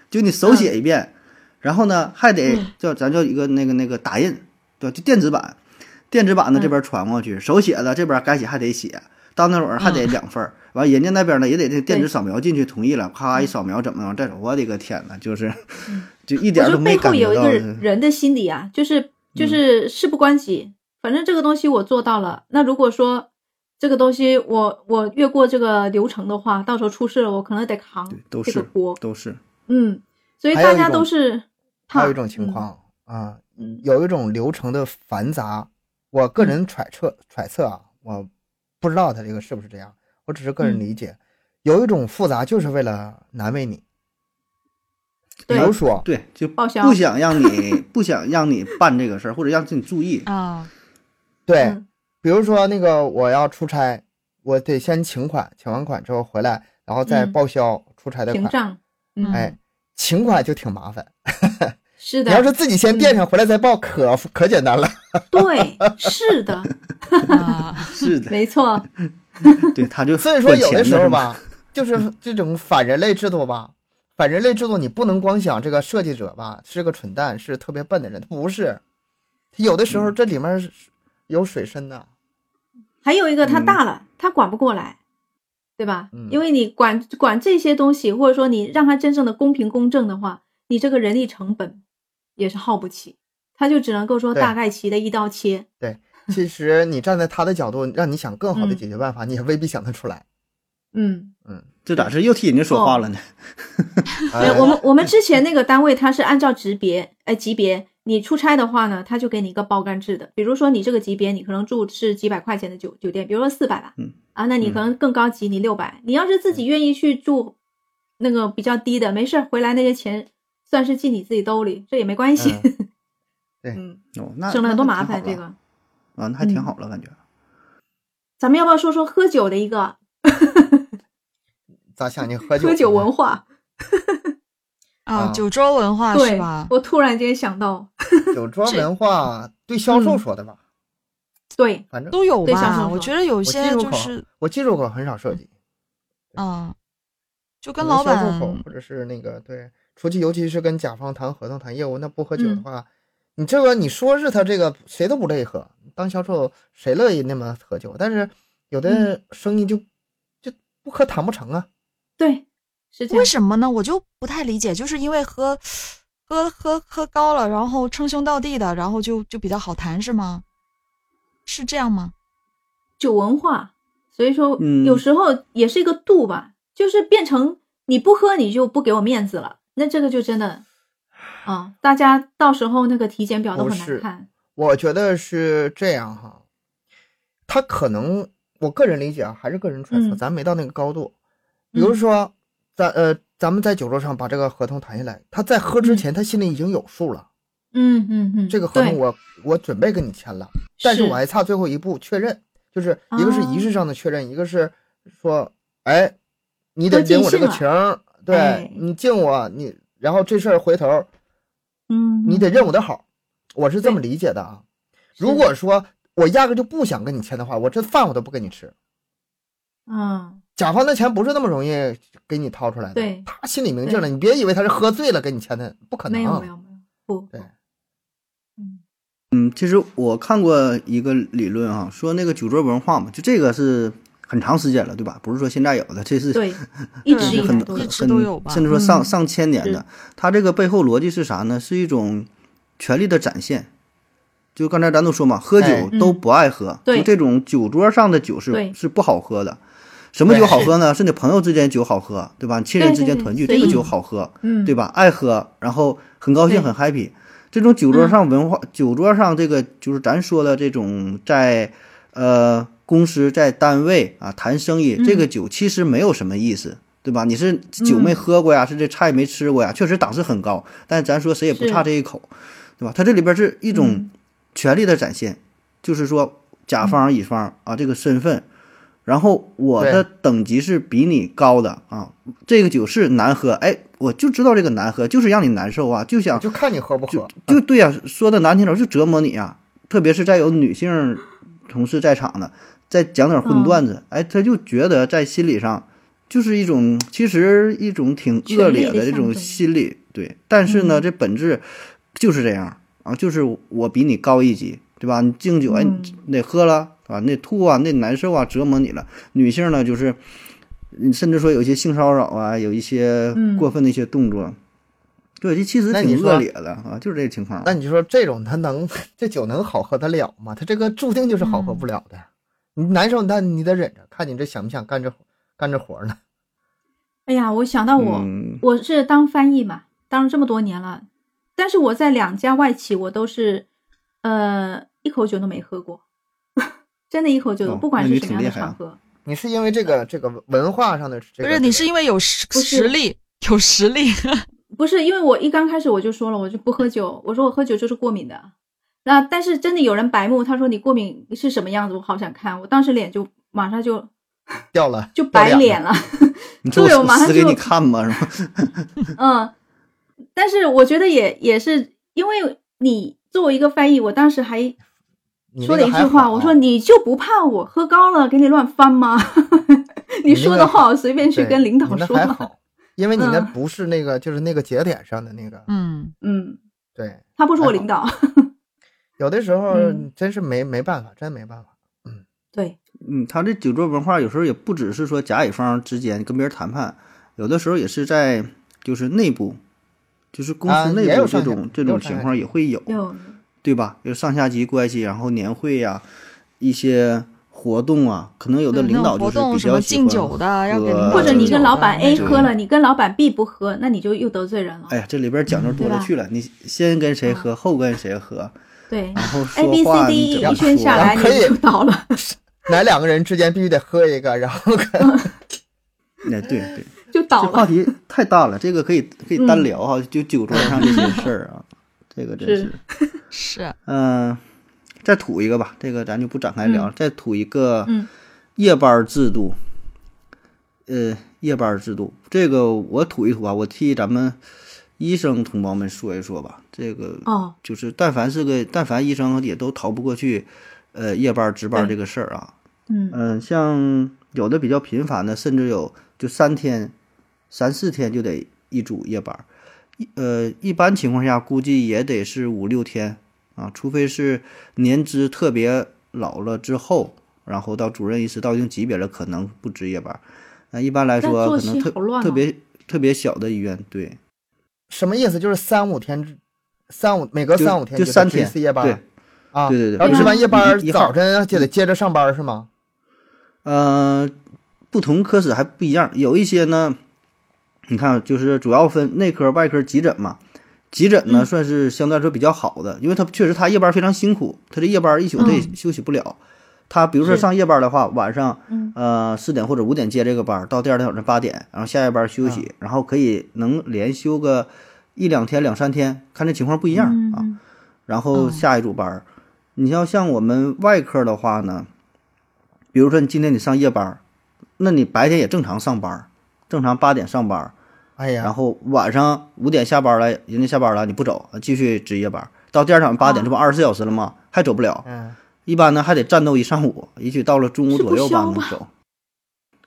Speaker 1: 就你手写一遍，然后呢还得叫咱叫一个那个那个打印，对吧，就电子版，电子版
Speaker 4: 嗯
Speaker 1: 呢这边传过去，手写的这边该写还得写，到那会儿还
Speaker 4: 嗯
Speaker 1: 得两份儿，完人家那边呢也得这电子扫描进去同意了，咔
Speaker 4: 嗯
Speaker 1: 一扫描怎么样再走，我的个天呐，就是 就一点
Speaker 4: 我觉
Speaker 1: 儿
Speaker 4: 得
Speaker 1: 都
Speaker 4: 背
Speaker 1: 没
Speaker 4: 后
Speaker 1: 感觉
Speaker 4: 有一
Speaker 1: 到
Speaker 4: 个，
Speaker 2: 嗯
Speaker 4: 人的心理啊，就是就是事不关己，反正这个东西我做到了。那如果说这个东西我我越过这个流程的话，到时候出事了，我可能得扛
Speaker 1: 对，都
Speaker 4: 这个
Speaker 1: 是
Speaker 4: 锅。
Speaker 1: 都是
Speaker 4: 嗯，所以
Speaker 2: 还有
Speaker 4: 大
Speaker 2: 一
Speaker 4: 家
Speaker 2: 种
Speaker 4: 都是嗯怕
Speaker 2: 还有一种情，况啊，有一种流程的繁杂，我个
Speaker 4: 嗯
Speaker 2: 人揣测揣测啊，我不知道他这个是不是这样，我只是个人
Speaker 4: 嗯
Speaker 2: 理解。有一种复杂就是为了难为你，比
Speaker 4: 对
Speaker 2: 如说，
Speaker 1: 对，就
Speaker 4: 报销
Speaker 1: 不想让你不想让你办这个事儿，或者让你注意，
Speaker 3: 啊，
Speaker 2: 对
Speaker 4: 嗯，
Speaker 2: 比如说那个我要出差，我得先请款，请完款之后回来，然后再
Speaker 4: 嗯
Speaker 2: 报销出差的
Speaker 4: 屏
Speaker 2: 款。
Speaker 4: 障
Speaker 3: 嗯
Speaker 2: 哎，请款就挺麻烦，
Speaker 4: 是
Speaker 2: 你要是
Speaker 4: 的，嗯
Speaker 2: 自己先垫上，回来再报，可可简单了。
Speaker 4: 对，是的，
Speaker 3: 啊，
Speaker 1: 是的，
Speaker 4: 没错，
Speaker 1: 对，他就
Speaker 2: 所以说，有
Speaker 1: 管
Speaker 2: 的
Speaker 1: 钱
Speaker 2: 时候
Speaker 1: 是吗，
Speaker 2: 吧， 就是这种反人类制度吧，反人类制度，你不能光想这个设计者吧是个蠢蛋，是特别笨的人，他不是。有的时
Speaker 1: 嗯
Speaker 2: 候这里面是有水深的，
Speaker 4: 还有一个，他
Speaker 1: 嗯
Speaker 4: 大了，他管不过来，对吧？
Speaker 2: 嗯
Speaker 4: 因为你管管这些东西，或者说你让他真正的公平公正的话，你这个人力成本也是耗不起，他就只能够说
Speaker 2: 对
Speaker 4: 大概齐的一刀切。
Speaker 2: 其实你站在他的角度，让你想更好的
Speaker 4: 嗯
Speaker 2: 解决办法，你也未必想得出来。
Speaker 4: 嗯，
Speaker 1: 这咋是又替人家说话了呢？
Speaker 4: 没有，
Speaker 2: 哎
Speaker 4: 我们我们之前那个单位，它是按照级别，哎，级别，你出差的话呢，他就给你一个包干制的。比如说你这个级别，你可能住是几百块钱的酒酒店，比如说四百吧，
Speaker 1: 嗯
Speaker 4: 啊，那你可能更高级，你六百。你要是自己愿意去住那个比较低的，没事儿，回来那些钱算是进你自己兜里，这也没关系。
Speaker 2: 对
Speaker 4: 嗯，
Speaker 1: 哦，那
Speaker 4: 省了很多麻
Speaker 1: 那
Speaker 4: 烦。
Speaker 1: 还
Speaker 4: 这
Speaker 1: 挺好
Speaker 4: 个，嗯
Speaker 1: 了啊，那还挺好了，感觉。
Speaker 4: 咱们要不要说说喝酒的一个
Speaker 2: 咋想？你 喝酒？
Speaker 4: 喝酒文化？
Speaker 3: 啊
Speaker 2: 啊，
Speaker 3: 九州文化是
Speaker 4: 对
Speaker 3: 吧，？
Speaker 4: 我突然间想到，
Speaker 2: 酒桌文化对销售说的吧，
Speaker 4: 对，
Speaker 2: 反正
Speaker 3: 都有
Speaker 4: 对像是
Speaker 3: 吧？
Speaker 4: 说
Speaker 3: 我觉得有
Speaker 2: 我
Speaker 3: 些
Speaker 2: 进入
Speaker 3: 就
Speaker 2: 口
Speaker 3: 是，
Speaker 2: 我进入口很少设计，
Speaker 3: 啊，就
Speaker 2: 可
Speaker 3: 跟
Speaker 2: 能
Speaker 3: 老
Speaker 2: 销售口
Speaker 3: 板
Speaker 2: 或者是那个对，出去尤其是跟甲方谈合同、谈业务，那不喝酒的
Speaker 4: 嗯
Speaker 2: 话，你这个你说是他这个谁都不乐意喝，当销售谁乐意那么喝酒？但是有
Speaker 4: 嗯
Speaker 2: 的生意就、就不喝谈不成啊。
Speaker 4: 对，是这
Speaker 3: 为
Speaker 4: 样。
Speaker 3: 什么呢？我就不太理解，就是因为喝喝喝喝高了，然后称兄道弟的，然后就就比较好谈，是吗？是这样吗？
Speaker 4: 酒文化，所以说
Speaker 1: 嗯
Speaker 4: 有时候也是一个度吧，就是变成你不喝你就不给我面子了，那这个就真的，啊，大家到时候那个体检表都
Speaker 2: 不
Speaker 4: 很难
Speaker 2: 是
Speaker 4: 看。
Speaker 2: 我觉得是这样哈，他可能我个人理解啊，还是个人揣测，
Speaker 4: 嗯
Speaker 2: 咱没到那个高度。比如
Speaker 4: 嗯
Speaker 2: 说，咱呃，咱们在酒桌上把这个合同谈下来，他在喝之
Speaker 4: 嗯
Speaker 2: 前，他心里已经有数了，
Speaker 4: 嗯嗯嗯，
Speaker 2: 这个合同
Speaker 4: 对
Speaker 2: 我我准备跟你签了，但是
Speaker 4: 是
Speaker 2: 我还差最后一步确认，就是一个是仪式上的确认，一个是说，哎，你得
Speaker 4: 都尽
Speaker 2: 领我这个
Speaker 4: 兴了
Speaker 2: 情儿，对、
Speaker 4: 哎
Speaker 2: 你敬我，你然后这事儿回头
Speaker 4: 嗯，
Speaker 2: 你得认我的好，我是这么
Speaker 4: 对
Speaker 2: 理解的啊。
Speaker 4: 是
Speaker 2: 如果说我压根就不想跟你签的话，我这饭我都不跟你吃。
Speaker 4: 嗯
Speaker 2: 甲方的钱不是那么容易给你掏出来的，
Speaker 4: 对
Speaker 2: 他心里明镜了。你别以为他是喝醉了跟你签的，不可能。啊
Speaker 4: 没有没有没有不不
Speaker 2: 对
Speaker 4: 嗯
Speaker 1: 嗯，其实我看过一个理论啊，说那个酒桌文化嘛，就这个是很长时间了，对吧？不是说现在有的，这是
Speaker 4: 对，一
Speaker 3: 对
Speaker 4: 直
Speaker 1: 是
Speaker 4: 以
Speaker 1: 很
Speaker 4: 来都
Speaker 3: 一
Speaker 4: 有
Speaker 3: 直都有
Speaker 1: 很
Speaker 3: 吧
Speaker 1: 甚至说上
Speaker 4: 嗯
Speaker 1: 上千年的
Speaker 4: 是。
Speaker 1: 它这个背后逻辑是啥呢？是一种权力的展现。就刚才咱都说嘛，喝酒
Speaker 2: 哎
Speaker 1: 都不爱喝，
Speaker 4: 嗯对
Speaker 1: 就这种酒桌上的酒是
Speaker 4: 对
Speaker 1: 是不好喝的。什么酒好喝呢？是你朋友之间酒好喝，对吧？你亲人
Speaker 4: 对
Speaker 1: 之间
Speaker 4: 对
Speaker 1: 团聚，
Speaker 4: 随
Speaker 1: 这个
Speaker 4: 意
Speaker 1: 酒好喝，
Speaker 4: 嗯
Speaker 1: 对吧？爱喝，然后很高兴，
Speaker 4: 对嗯
Speaker 1: 很 happy。这种酒桌上文化，酒桌上这个就是咱说的这种在呃公司在单位啊谈生意，这个酒其实没有什么意思，对吧？你是酒没
Speaker 4: 嗯
Speaker 1: 喝过呀，是这菜没吃过呀，确实档次很高，但咱说谁也不
Speaker 4: 是
Speaker 1: 差这一口，对吧？它这里边是一种
Speaker 4: 嗯
Speaker 1: 权力的展现，就是说甲方乙方啊这个身份。然后我的等级是比你高的啊，这个酒是难喝，哎，我就知道这个难喝，就是让你难受啊，就想
Speaker 2: 就看你喝不喝
Speaker 1: 就。就对呀、说的难听点儿就折磨你呀、特别是在有女性同事在场的，再讲点混段
Speaker 4: 嗯
Speaker 1: 子，哎，他就觉得在心理上就是一种，其实一种挺恶劣
Speaker 4: 权力的
Speaker 1: 这种
Speaker 4: 象征
Speaker 1: 心理，对。但是呢，
Speaker 4: 嗯
Speaker 1: 这本质就是这样啊，就是我比你高一级，对吧？你敬酒，哎，
Speaker 4: 嗯
Speaker 1: 你得喝了啊，你得吐啊，你得难受啊，折磨你了。女性呢，就是。嗯甚至说有一些性骚扰啊，有一些
Speaker 4: 嗯
Speaker 1: 过分的一些动作，对，这其实
Speaker 2: 那你
Speaker 1: 挺
Speaker 2: 说
Speaker 1: 恶劣的啊，就是这个情况。
Speaker 2: 那你就说这种他能 这酒能好喝得了吗？他这个注定就是好喝
Speaker 4: 嗯
Speaker 2: 不了的。你难受，但你得忍着，看你这想不想干这干这活呢？
Speaker 4: 哎呀，我想到我、
Speaker 1: 嗯
Speaker 4: 我是当翻译嘛，当了这么多年了，但是我在两家外企我都是，呃，一口酒都没喝过， 真的一口酒都，
Speaker 1: 哦
Speaker 4: 不管
Speaker 1: 那
Speaker 4: 是
Speaker 1: 你
Speaker 4: 什
Speaker 1: 挺
Speaker 4: 么样
Speaker 1: 厉害
Speaker 4: 的
Speaker 1: 啊
Speaker 4: 场合，
Speaker 2: 你是因为这个这个文化上的这
Speaker 3: 不
Speaker 2: 个？
Speaker 3: 是，你是因为有实
Speaker 4: 不是
Speaker 3: 实力，有实力。
Speaker 4: 不是因为我一刚开始我就说了，我就不喝酒，我说我喝酒就是过敏的。那但是真的有人白目，他说你过敏是什么样子，我好想看，我当时脸就马上就
Speaker 2: 掉了
Speaker 4: 就
Speaker 2: 掉
Speaker 4: 白
Speaker 2: 了
Speaker 4: 脸了。
Speaker 1: 你说
Speaker 4: 对我马上
Speaker 1: 撕给
Speaker 4: 就
Speaker 1: 你看吧，是吧？
Speaker 4: 嗯，但是我觉得也也是因为你作为一个翻译，我当时还
Speaker 2: 你
Speaker 4: 说
Speaker 2: 那
Speaker 4: 了
Speaker 2: 个
Speaker 4: 一
Speaker 2: 还
Speaker 4: 句话，
Speaker 2: 好啊
Speaker 4: 我说你就不怕我喝高了给你乱翻吗？ 你说的话我随便去
Speaker 2: 对
Speaker 4: 跟领导
Speaker 2: 你那
Speaker 4: 说
Speaker 2: 还
Speaker 4: 嘛。
Speaker 2: 好，因为你那
Speaker 4: 嗯
Speaker 2: 不是那个，就是那个节点上的那个。
Speaker 3: 嗯，
Speaker 4: 嗯，
Speaker 2: 对，
Speaker 4: 他不是我
Speaker 2: 还好
Speaker 4: 领导，
Speaker 2: 有的时候
Speaker 4: 嗯
Speaker 2: 真是没没办法，真没办法。
Speaker 4: 对，
Speaker 1: 嗯，他这酒桌文化有时候也不只是说甲乙方之间跟别人谈判，有的时候也是在就是内部，就是公
Speaker 2: 啊
Speaker 1: 司内
Speaker 2: 也有
Speaker 1: 部这
Speaker 2: 上下
Speaker 1: 种、这
Speaker 2: 也有
Speaker 1: 种
Speaker 2: 上
Speaker 1: 情
Speaker 2: 下
Speaker 1: 况
Speaker 2: 级
Speaker 1: 也会有，
Speaker 4: 有
Speaker 1: 对吧？有上下级关系，然后年会呀、一些活动啊，可能有的
Speaker 3: 对那
Speaker 1: 领
Speaker 3: 种
Speaker 1: 导就
Speaker 3: 活
Speaker 1: 是比
Speaker 3: 动什
Speaker 1: 较
Speaker 3: 么
Speaker 1: 喜
Speaker 3: 敬
Speaker 1: 欢
Speaker 3: 酒的，要给领
Speaker 1: 喝
Speaker 3: 导
Speaker 4: 或者你跟
Speaker 3: 敬酒
Speaker 4: 老
Speaker 3: 的
Speaker 4: 板
Speaker 3: 呃那
Speaker 4: A
Speaker 3: 种
Speaker 4: 喝了，你跟老板 B 不喝，那你就又得罪人了。
Speaker 1: 哎呀，这里边讲
Speaker 3: 嗯
Speaker 1: 究多
Speaker 4: 对
Speaker 1: 了
Speaker 4: 吧
Speaker 1: 去了，你先跟谁喝，后跟谁喝，
Speaker 4: 对
Speaker 1: 然后说
Speaker 2: 哎
Speaker 4: ，A B
Speaker 1: 话
Speaker 4: C
Speaker 1: 你怎
Speaker 4: D E
Speaker 1: 么
Speaker 4: 一圈下
Speaker 1: 说
Speaker 4: 来你
Speaker 2: 啊可以
Speaker 4: 就倒了，
Speaker 2: 哪两个人之间必须得喝一个，然后 看
Speaker 1: 哎，对对。
Speaker 4: 就
Speaker 1: 这
Speaker 4: 倒
Speaker 1: 话
Speaker 4: 了。嗯
Speaker 1: 题太大了，这个可以可以单聊哈、就酒桌上这些事儿 啊，这个真是
Speaker 4: 是，
Speaker 3: 是
Speaker 1: 嗯、再吐一个吧，这个咱就不展开聊了，再吐一个
Speaker 4: 嗯
Speaker 1: 夜班制度，呃，夜班制度，这个我吐一吐啊，我替咱们医生同胞们说一说吧，这个
Speaker 4: 哦，
Speaker 1: 就是但凡是个但凡医生也都逃不过去，呃，夜班值班
Speaker 4: 对
Speaker 1: 这个事儿啊，
Speaker 4: 嗯
Speaker 1: 嗯，像有的比较频繁的，甚至有就三天、三四天就得一组夜班儿，一呃，一般情况下估计也得是五六天啊，除非是年资特别老了之后，然后到主任医师到一定级别了，可能不值夜班。那一般来
Speaker 4: 但
Speaker 1: 说，
Speaker 4: 作
Speaker 1: 可能
Speaker 4: 息
Speaker 1: 特
Speaker 4: 好乱
Speaker 1: 特
Speaker 4: 哦
Speaker 1: 别特别小的医院，对，
Speaker 2: 什么意思？就是三五天，三五每隔
Speaker 1: 就
Speaker 2: 三五天
Speaker 1: 就
Speaker 2: 得
Speaker 1: 三
Speaker 2: 值一
Speaker 1: 天
Speaker 2: 次夜班
Speaker 1: 对
Speaker 2: 儿，啊，
Speaker 1: 对对对
Speaker 2: 然后
Speaker 4: 对
Speaker 2: 值完
Speaker 4: 啊
Speaker 2: 夜班儿
Speaker 1: 一一号
Speaker 2: 早晨就得接着上班儿是吗？
Speaker 1: 呃，不同科室还不一样，有一些呢，你看啊就是主要分内科、外科、急诊嘛。急诊呢，
Speaker 4: 嗯
Speaker 1: 算是相对来说比较好的，因为他确实他夜班非常辛苦，他这夜班一宿他也
Speaker 4: 嗯
Speaker 1: 休息不了。他比如说
Speaker 4: 是
Speaker 1: 上夜班的话，晚上
Speaker 4: 嗯
Speaker 1: 呃四点或者五点接这个班儿，到第二天早晨八点，然后下夜班休
Speaker 4: 嗯
Speaker 1: 息，然后可以能连休个一两天、两三天，看这情况不一样、啊。
Speaker 4: 嗯，
Speaker 1: 然后
Speaker 3: 嗯
Speaker 1: 下一组班儿。你要像我们外科的话呢，比如说你今天你上夜班儿，那你白天也正常上班儿，正常八点上班儿，
Speaker 2: 哎呀
Speaker 1: 然，后晚上五点下班儿了，人家下班儿了，你不走，继续值夜班儿，到第二天八点，
Speaker 4: 啊
Speaker 1: 这不二十四小时了吗？还走不了，
Speaker 2: 嗯，
Speaker 1: 一般呢还得战斗一上午，也许到了中午
Speaker 4: 是
Speaker 1: 左右
Speaker 4: 不消
Speaker 1: 吧能
Speaker 4: 吧
Speaker 1: 走，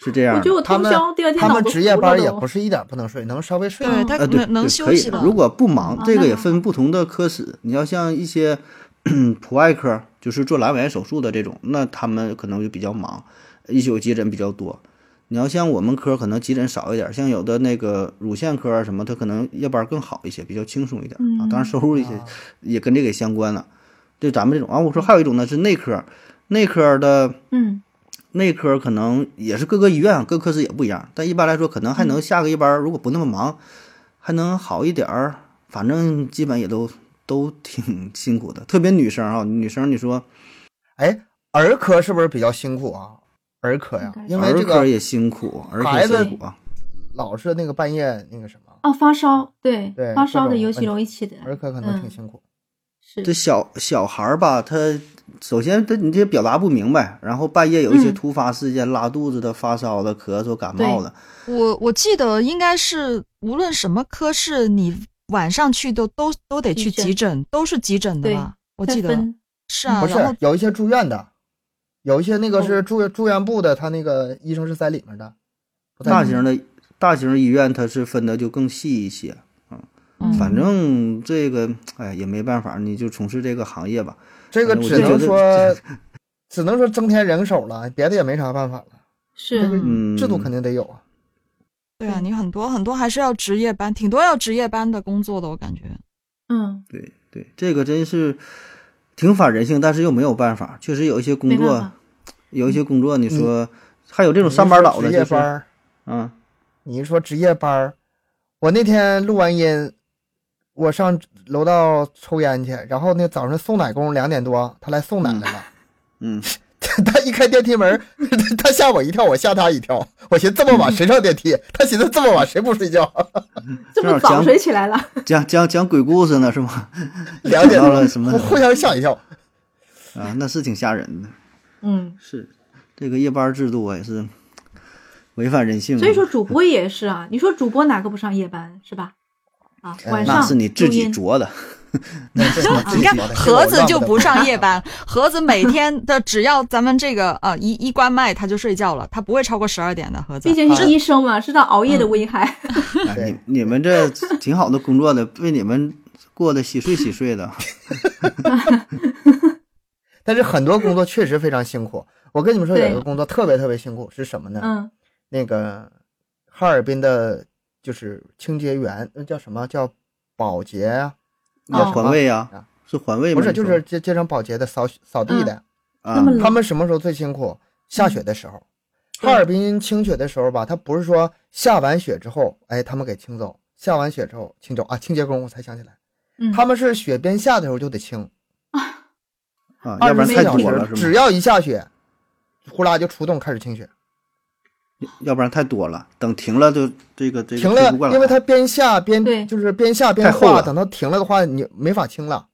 Speaker 1: 是这样
Speaker 4: 我
Speaker 1: 的
Speaker 4: 觉得。我
Speaker 2: 他
Speaker 4: 通
Speaker 2: 们
Speaker 4: 宵，第二天
Speaker 2: 他
Speaker 4: 脑
Speaker 2: 们
Speaker 4: 子
Speaker 2: 值夜
Speaker 4: 糊了
Speaker 2: 班儿也
Speaker 4: 都
Speaker 2: 不是一点儿不能睡，能稍微睡。
Speaker 3: 对，他
Speaker 1: 呃，对，
Speaker 3: 能能
Speaker 1: 对
Speaker 3: 休
Speaker 1: 可以
Speaker 3: 息的。
Speaker 1: 如果不忙
Speaker 4: 啊，
Speaker 1: 这
Speaker 4: 那
Speaker 1: 个也
Speaker 4: 还
Speaker 1: 分不同的科室。你要像一些 普外科，就是做阑尾炎手术的这种，那他们可能就比较忙，一宿急诊比较多。你要像我们科，可能急诊少一点，像有的那个乳腺科啊什么，它可能夜班更好一些，比较轻松一点啊。当然，
Speaker 4: 嗯
Speaker 1: 收入一些也跟这个也相关了。就咱们这种啊，我说还有一种呢是内科，内科的
Speaker 4: 嗯
Speaker 1: 内科可能也是各个医院各科室也不一样，但一般来说可能
Speaker 2: 嗯
Speaker 1: 还能下个夜班儿，如果不那么忙，还能好一点儿。反正基本也都都挺 辛苦的，特别女生啊，女生你说
Speaker 2: 哎，儿科是不是比较辛苦啊？儿科呀
Speaker 4: 应该，是
Speaker 1: 儿
Speaker 2: 因为这
Speaker 1: 科
Speaker 2: 个
Speaker 1: 也辛苦，儿科
Speaker 2: 孩子
Speaker 1: 辛苦啊，
Speaker 2: 老是那个半夜那个什么，
Speaker 4: 哦发烧，对
Speaker 2: 对
Speaker 4: 发
Speaker 2: 各
Speaker 4: 烧的
Speaker 2: 种
Speaker 4: 尤
Speaker 2: 问
Speaker 4: 其
Speaker 2: 题
Speaker 4: 容易起的，
Speaker 2: 儿科可能挺
Speaker 4: 嗯
Speaker 2: 辛苦。
Speaker 4: 是
Speaker 1: 这小小孩儿吧，他首先他你这表达不明白，然后半夜有一些
Speaker 4: 嗯
Speaker 1: 突发事件，拉肚子的、发烧的、咳嗽、感冒的，
Speaker 3: 我我记得应该是无论什么科室，你晚上去都都都得去
Speaker 4: 急诊
Speaker 3: 急诊，都是急诊的
Speaker 4: 对
Speaker 3: 吧？我
Speaker 4: 再
Speaker 3: 记得
Speaker 4: 分
Speaker 3: 是啊，
Speaker 2: 不是
Speaker 3: 然后，
Speaker 2: 有一些住院的，有一些那个
Speaker 4: 哦
Speaker 2: 是住住院部的，他那个医生是在里面的。不太
Speaker 1: 大
Speaker 2: 一
Speaker 1: 型
Speaker 2: 样
Speaker 1: 的大型医院它是分的就更细一些。
Speaker 3: 嗯
Speaker 1: 反正这个，哎，也没办法，你就从事这个行业吧。
Speaker 2: 这个
Speaker 1: 反正我
Speaker 2: 只
Speaker 1: 就觉
Speaker 2: 能
Speaker 1: 得
Speaker 2: 说，只能说增添人手了，别的也没啥办法了。这个
Speaker 4: 是
Speaker 1: 嗯，
Speaker 2: 制度肯定得有啊。
Speaker 3: 对啊，你很多很多还是要值夜班，挺多要值夜班的工作的，我感觉。
Speaker 4: 嗯
Speaker 1: 对对，这个真是挺反人性，但是又没有办法。确实有一些工
Speaker 4: 没办
Speaker 1: 作
Speaker 4: 法，，
Speaker 1: 有一些工作，你
Speaker 2: 嗯
Speaker 1: 说、还有这
Speaker 2: 这
Speaker 1: 种上班倒的，
Speaker 2: 值夜
Speaker 1: 就是
Speaker 2: 班儿，
Speaker 1: 嗯，
Speaker 2: 你一说值夜班儿，我那天录完音，我上楼道抽烟去，然后那早上送奶工两点多，他来送奶来了。
Speaker 1: 嗯，
Speaker 2: 他一开电梯门， 他吓我一跳，我吓他一跳。我寻思这么晚谁上电梯？他寻思这么晚谁不睡觉？
Speaker 4: 这
Speaker 1: 正好
Speaker 4: 么早
Speaker 1: 讲
Speaker 4: 谁起来了？
Speaker 1: 讲讲讲鬼故事呢是吗？
Speaker 2: 两点
Speaker 1: 讲到
Speaker 2: 多
Speaker 1: 了什么
Speaker 2: 我互相吓一 跳。
Speaker 1: 啊？那是挺吓人的，
Speaker 4: 嗯，
Speaker 1: 是这个夜班制度啊也是违反人性啊。
Speaker 4: 所以说主播也是啊，你说主播哪个不上夜班是吧？啊，
Speaker 2: 哎
Speaker 4: 晚
Speaker 1: 那
Speaker 4: 上
Speaker 1: 是你自己
Speaker 4: 录音
Speaker 1: 琢的，
Speaker 3: 啊你
Speaker 2: 你
Speaker 3: 看盒子就不 上 夜班，盒子每天的只要咱们这个呃一一关麦他就睡觉了，他不会超过十二点的盒子。
Speaker 4: 毕竟是医生嘛，知道熬夜的危害。
Speaker 1: 哎
Speaker 2: 对
Speaker 1: 你你们这挺好的工作的，被你们过得稀碎稀碎
Speaker 4: 哦
Speaker 1: 的。
Speaker 2: 但是很多工作确实非常辛苦。我跟你们说，有
Speaker 4: 对
Speaker 2: 一个工作特别特别辛苦是什么呢？
Speaker 4: 嗯
Speaker 2: 那个哈尔滨的，就是清洁员，那叫什么叫保洁啊？
Speaker 1: 那
Speaker 4: 哦
Speaker 1: 环卫呀、
Speaker 2: 啊
Speaker 1: 是环卫吗？
Speaker 2: 不是，
Speaker 1: 你
Speaker 2: 就
Speaker 1: 说
Speaker 2: 是街街上保洁的扫扫地的。
Speaker 1: 啊，
Speaker 4: 那么冷
Speaker 2: 他们什么时候最辛苦？下雪的时候。
Speaker 4: 对
Speaker 2: 哈尔滨清雪的时候吧，他不是说下完雪之后，哎，他们给清走，下完雪之后清走啊，清洁工我才想起来，
Speaker 4: 嗯，
Speaker 2: 他们是雪边下的时候就得清，
Speaker 1: 啊，
Speaker 2: 二
Speaker 1: 要不
Speaker 2: 十
Speaker 1: 然
Speaker 2: 四
Speaker 1: 太
Speaker 2: 小
Speaker 1: 多了
Speaker 2: 时，
Speaker 1: 是
Speaker 2: 只
Speaker 1: 吗？
Speaker 2: 要一下雪，呼啦就出动开始清雪。
Speaker 1: 要不然太多了，等停了就这个这个
Speaker 2: 停
Speaker 1: 推
Speaker 2: 了
Speaker 1: 不过，来
Speaker 2: 因为它边下
Speaker 4: 对
Speaker 2: 边就是边下边
Speaker 1: 太厚
Speaker 2: 化，
Speaker 1: 了
Speaker 2: 等它停了的话，你没法清了，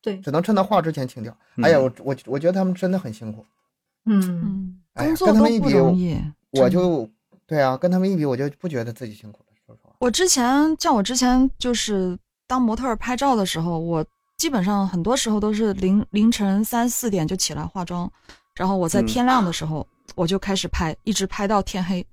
Speaker 4: 对，
Speaker 2: 只能趁它化之前清掉。
Speaker 1: 嗯
Speaker 2: 哎呀，我我我觉得他们真的很辛苦，
Speaker 4: 嗯，
Speaker 3: 嗯，
Speaker 2: 哎呀
Speaker 3: 工作
Speaker 2: 跟
Speaker 3: 都
Speaker 2: 他们一
Speaker 3: 不
Speaker 2: 比
Speaker 3: 容易。
Speaker 2: 我
Speaker 3: 真的
Speaker 2: 就对啊，跟他们一比，我就不觉得自己辛苦了。说实话，
Speaker 3: 我之前像我之前就是当模特儿拍照的时候，我基本上很多时候都是凌凌晨三四点就起来化妆，然后我在
Speaker 1: 嗯
Speaker 3: 天亮的时候、我就开始拍，一直拍到天黑。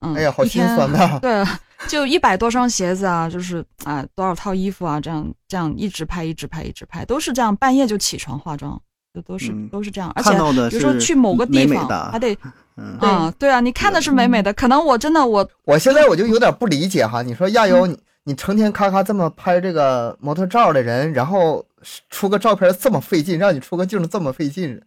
Speaker 3: 嗯，
Speaker 2: 哎呀，好
Speaker 3: 一
Speaker 2: 心
Speaker 3: 天
Speaker 2: 酸呐！
Speaker 3: 对，就一百多双鞋子啊，就是啊多少套衣服啊，这样这样一直拍，一直拍，一直拍，都是这样，半夜就起床化妆，就都是、
Speaker 1: 嗯
Speaker 3: 都是这样，而且
Speaker 1: 看到的
Speaker 3: 比如说
Speaker 1: 是
Speaker 3: 去某个地
Speaker 1: 美美
Speaker 3: 方
Speaker 1: 的啊
Speaker 3: 还得
Speaker 1: 嗯，
Speaker 4: 对
Speaker 3: 啊、对啊，你看的是美美的，可能我真的我
Speaker 2: 我现在我就有点不理解哈，你说亚优，
Speaker 3: 嗯
Speaker 2: 你你成天咔咔这么拍这个模特照的人，然后出个照片这么费劲，让你出个镜这么费劲，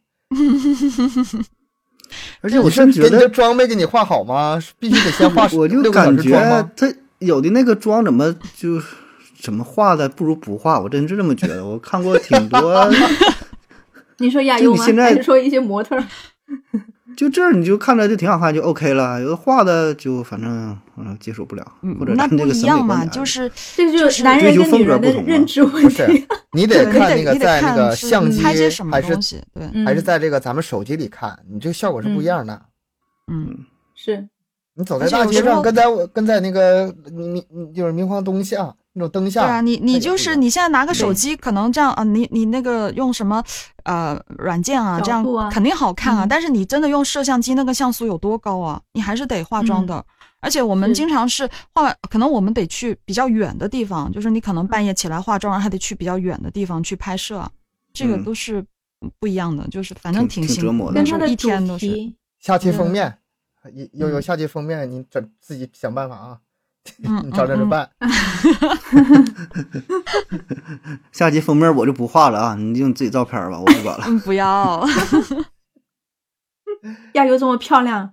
Speaker 1: 而且我
Speaker 2: 你是
Speaker 1: 是觉
Speaker 2: 给你
Speaker 1: 得
Speaker 2: 的妆没给你化好吗？是必须得先化
Speaker 1: 我就
Speaker 2: 六个小
Speaker 1: 感
Speaker 2: 时
Speaker 1: 觉
Speaker 2: 妆吗？
Speaker 1: 他有的那个妆怎么就怎么化的不如不化，我真是这么觉得。我看过挺 多，
Speaker 4: 你说亚
Speaker 1: 就
Speaker 4: 优
Speaker 1: 你
Speaker 4: 吗？
Speaker 1: 现在
Speaker 4: 还是说一些模特儿？
Speaker 1: 就这儿你就看着就挺好看，就 OK 了。有的化的就反正嗯接受不了，
Speaker 3: 嗯
Speaker 1: 或者
Speaker 3: 那
Speaker 1: 咱这个
Speaker 3: 不一
Speaker 1: 审美
Speaker 3: 样
Speaker 1: 观
Speaker 3: 嘛，
Speaker 1: 点
Speaker 3: 就
Speaker 1: 儿
Speaker 3: 是
Speaker 4: 这就是男
Speaker 1: 追
Speaker 4: 人
Speaker 1: 求
Speaker 4: 跟
Speaker 1: 风
Speaker 4: 女
Speaker 1: 格
Speaker 4: 人的
Speaker 1: 不同
Speaker 4: 认
Speaker 1: 嘛
Speaker 4: 知问
Speaker 2: 不
Speaker 4: 题
Speaker 2: 是。你得
Speaker 3: 对你
Speaker 2: 看
Speaker 3: 得
Speaker 2: 那个
Speaker 3: 你得
Speaker 2: 在那
Speaker 3: 看
Speaker 2: 个
Speaker 3: 是嗯
Speaker 2: 相机
Speaker 3: 拍些什么
Speaker 2: 还是
Speaker 3: 东西，对，
Speaker 4: 嗯
Speaker 2: 还是在这个咱们手机里看，你这个效果是不一样的。
Speaker 3: 嗯
Speaker 4: 是
Speaker 2: 你走在
Speaker 3: 而且
Speaker 2: 大
Speaker 3: 有
Speaker 2: 街
Speaker 3: 时
Speaker 2: 上，
Speaker 3: 候
Speaker 2: 跟在我跟在那个明明就是明晃灯下那种灯
Speaker 3: 对
Speaker 2: 下，
Speaker 3: 啊，你
Speaker 2: 那
Speaker 3: 你
Speaker 2: 也
Speaker 3: 就
Speaker 2: 不一
Speaker 3: 是
Speaker 2: 样
Speaker 3: 你现在拿个手
Speaker 1: 对
Speaker 3: 机，可能这样啊，你你那个用什么呃软件啊，
Speaker 4: 角
Speaker 3: 这样
Speaker 4: 度啊
Speaker 3: 肯定好看啊。
Speaker 4: 嗯
Speaker 3: 但是你真的用摄像机，那个像素有多高啊？你还是得化妆的。而且我们
Speaker 4: 嗯是
Speaker 3: 经常是化完，可能我们得去比较远的地方，就是你可能
Speaker 4: 嗯
Speaker 3: 半夜起来化妆，然后还得去比较远的地方去拍摄啊，这个
Speaker 1: 嗯
Speaker 3: 都是不一样的，就是反正
Speaker 1: 挺
Speaker 3: 挺
Speaker 1: 挺
Speaker 3: 辛
Speaker 1: 折
Speaker 3: 苦
Speaker 1: 磨的
Speaker 4: 跟
Speaker 3: 但
Speaker 4: 它
Speaker 3: 是
Speaker 4: 的
Speaker 3: 一
Speaker 4: 主
Speaker 3: 天都是。
Speaker 4: 题
Speaker 2: 下期封
Speaker 4: 嗯
Speaker 2: 面，有有有
Speaker 3: 嗯
Speaker 2: 下期封面，你整自己想办法啊，
Speaker 3: 嗯
Speaker 2: 你照着
Speaker 3: 嗯
Speaker 2: 着
Speaker 3: 嗯
Speaker 2: 办。
Speaker 1: 下集封面我就不画了啊，你用自己照片吧，我不管了。
Speaker 3: 嗯，不要，
Speaker 4: 亚优这么漂亮，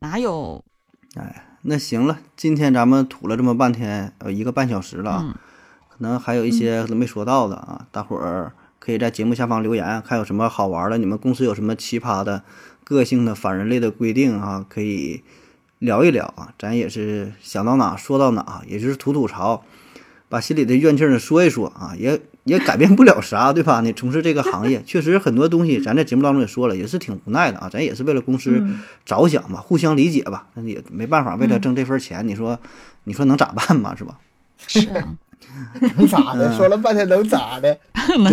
Speaker 3: 哪有？
Speaker 1: 那行了，今天咱们吐了这么半天，呃，一个半小时了啊，
Speaker 3: 嗯，
Speaker 1: 可能还有一些没说到的啊，大伙儿可以在节目下方留言，看有什么好玩的，你们公司有什么奇葩的、个性的、反人类的规定啊，可以聊一聊啊，咱也是想到哪说到哪啊，也就是吐吐槽，把心里的怨气儿说一说啊，也也改变不了啥， 对吧？你从事这个行 业，确实很多东西，咱在节目当中也说了，也是挺无奈的啊，咱也是为了公司。
Speaker 4: 嗯，
Speaker 1: 着想吧，互相理解吧，那也没办法，为了
Speaker 4: 嗯
Speaker 1: 挣这份钱，你说，你说能咋办嘛，是吧？
Speaker 3: 是啊，
Speaker 2: 能咋的？说了半天能咋的？
Speaker 3: 能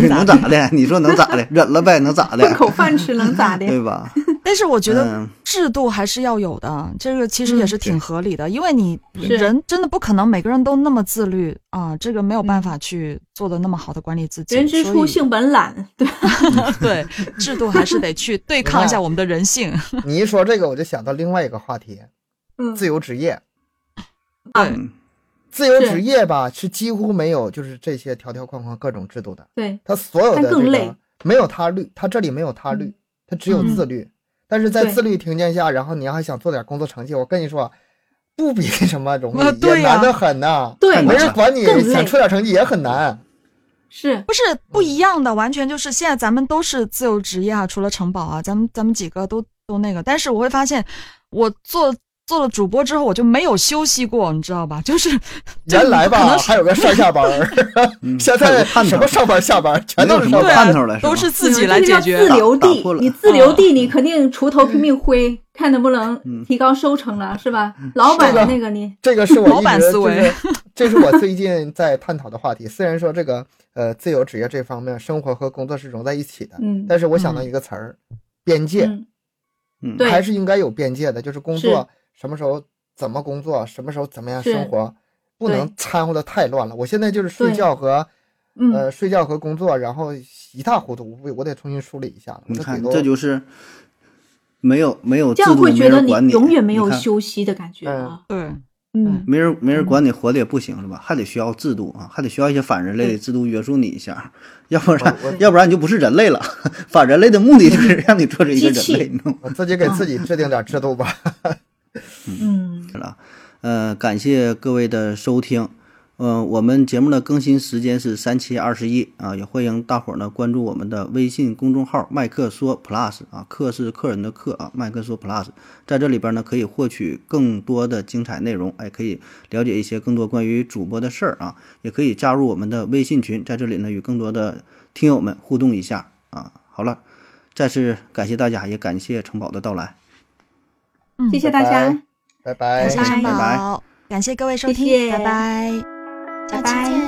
Speaker 1: 对，
Speaker 3: 咋
Speaker 1: 能 咋的？你说能咋的？忍了呗，能咋
Speaker 4: 混
Speaker 1: 的？
Speaker 4: 口饭吃能咋的？
Speaker 1: 对吧？
Speaker 3: 但是我觉得
Speaker 1: 嗯，
Speaker 3: 制度还是要有的，这个其实也是挺
Speaker 1: 对
Speaker 3: 合理的，因为你
Speaker 4: 嗯是
Speaker 3: 人真的不可能每个人都那么自律啊，这个没有办法去做的那么好的管理自己。
Speaker 4: 嗯人之初
Speaker 3: 所以，
Speaker 4: 性本懒，对吧，
Speaker 3: 对制度还是得去对抗一下我们的人性。
Speaker 2: 你一说这个，我就想到另外一个话题：
Speaker 4: 嗯，
Speaker 2: 自由职业。
Speaker 3: 对，
Speaker 2: 自由
Speaker 4: 是
Speaker 2: 职业吧，是几乎没有就是这些条条框框各种制度的，
Speaker 4: 对，
Speaker 2: 它所有的
Speaker 4: 但
Speaker 2: 这
Speaker 4: 更
Speaker 2: 个
Speaker 4: 累
Speaker 2: 没有他律，它这里没有他律
Speaker 4: 嗯，
Speaker 2: 它只有
Speaker 3: 嗯
Speaker 2: 自律。但是在
Speaker 4: 对
Speaker 2: 自律条件下，然后你要还想做点工作成绩，我跟你说，不比 什么容易，
Speaker 3: 啊
Speaker 2: 也
Speaker 3: 对呀
Speaker 2: 难得很呐。
Speaker 4: 对
Speaker 1: 太
Speaker 2: 没
Speaker 1: 难
Speaker 2: 人
Speaker 1: 了
Speaker 2: 管你
Speaker 4: 更，累
Speaker 2: 想出点成绩也很难。
Speaker 4: 是
Speaker 3: 不是不一样的，完全就是现在咱们都是自由职业啊，除了城堡啊，咱们咱们几个都都那个。但是我会发现，我做做了主播之后，我就没有休息过，你知道吧？就是
Speaker 2: 原来
Speaker 3: 可
Speaker 2: 吧，
Speaker 3: 能是
Speaker 2: 还有个上下班儿，
Speaker 1: 嗯
Speaker 2: 现
Speaker 1: 还有
Speaker 2: 在
Speaker 1: 个盼头
Speaker 2: 什么上班下班全都是
Speaker 1: 没有
Speaker 2: 上
Speaker 1: 什么盼
Speaker 2: 班。
Speaker 1: 头了，
Speaker 3: 啊都
Speaker 1: 吧
Speaker 3: 是自己来
Speaker 4: 这
Speaker 3: 解决。嗯
Speaker 4: 个叫自留
Speaker 1: 打打
Speaker 4: 地
Speaker 1: 破，了
Speaker 4: 你自留地，你肯定锄头拼命挥，看能不能
Speaker 1: 嗯
Speaker 4: 提高收成了，是吧？老板的那个你，
Speaker 2: 这个是我
Speaker 3: 老
Speaker 2: 一
Speaker 3: 板
Speaker 2: 直
Speaker 3: 思
Speaker 2: 就
Speaker 3: 维
Speaker 2: 是，这是我最近在探讨的话题。虽然说这个呃自由职业这方面，生活和工作是融在一起的，
Speaker 4: 嗯
Speaker 2: 但是我想到一个词儿，边界，
Speaker 4: 嗯，
Speaker 1: 嗯，
Speaker 4: 对
Speaker 2: 还是应该有边界的，就是工
Speaker 4: 是
Speaker 2: 作什么时候怎么工作，什么时候怎么样
Speaker 4: 是
Speaker 2: 生活，不
Speaker 4: 对
Speaker 2: 能掺和的太乱了。我现在就是睡
Speaker 4: 对
Speaker 2: 觉和
Speaker 4: 嗯
Speaker 2: 呃睡觉和工作，然后一塌糊涂，我我得重新梳理一下了。我
Speaker 1: 你看
Speaker 2: 腿都
Speaker 1: 这就是没有没有
Speaker 4: 这
Speaker 1: 制
Speaker 4: 样
Speaker 1: 度，
Speaker 4: 会
Speaker 1: 没
Speaker 4: 觉得
Speaker 1: 人
Speaker 4: 你
Speaker 1: 管你，
Speaker 4: 永远没有
Speaker 1: 你看
Speaker 4: 休息的感觉啊了，
Speaker 3: 对，
Speaker 4: 嗯，
Speaker 1: 没人没人管你活的也不行是吧？还得需要制度啊，还得需要一些反人类的制度约束你一下， 要不然
Speaker 2: 我我
Speaker 1: 要不然你就不是人类了。 反人类的目的 就是让你做成一个人
Speaker 4: 机器
Speaker 1: 类，你知道吗？
Speaker 2: 我自己给自己 制定点制度吧。
Speaker 4: 嗯，
Speaker 1: 呃，感谢各位的收听。呃，我们节目的更新时间是三七二十一啊，也欢迎大伙儿呢关注我们的微信公众号“麦克说 Plus” 啊，客是客人的客啊，麦克说 Plus，在这里边呢可以获取更多的精彩内容，哎，可以了解一些更多关于主播的事儿啊，也可以加入我们的微信群，在这里呢与更多的听友们互动一下啊。好了，再次感谢大家，也感谢城堡的到来，
Speaker 3: 嗯，
Speaker 4: 谢谢大
Speaker 2: 拜
Speaker 4: 家
Speaker 2: 拜，拜
Speaker 3: 感
Speaker 2: 拜
Speaker 3: 谢。城
Speaker 4: 拜
Speaker 1: 拜
Speaker 3: 堡，感谢各位收
Speaker 4: 谢
Speaker 3: 听，
Speaker 4: 谢
Speaker 3: 拜拜，
Speaker 4: 拜
Speaker 3: 下期
Speaker 4: 拜
Speaker 3: 见。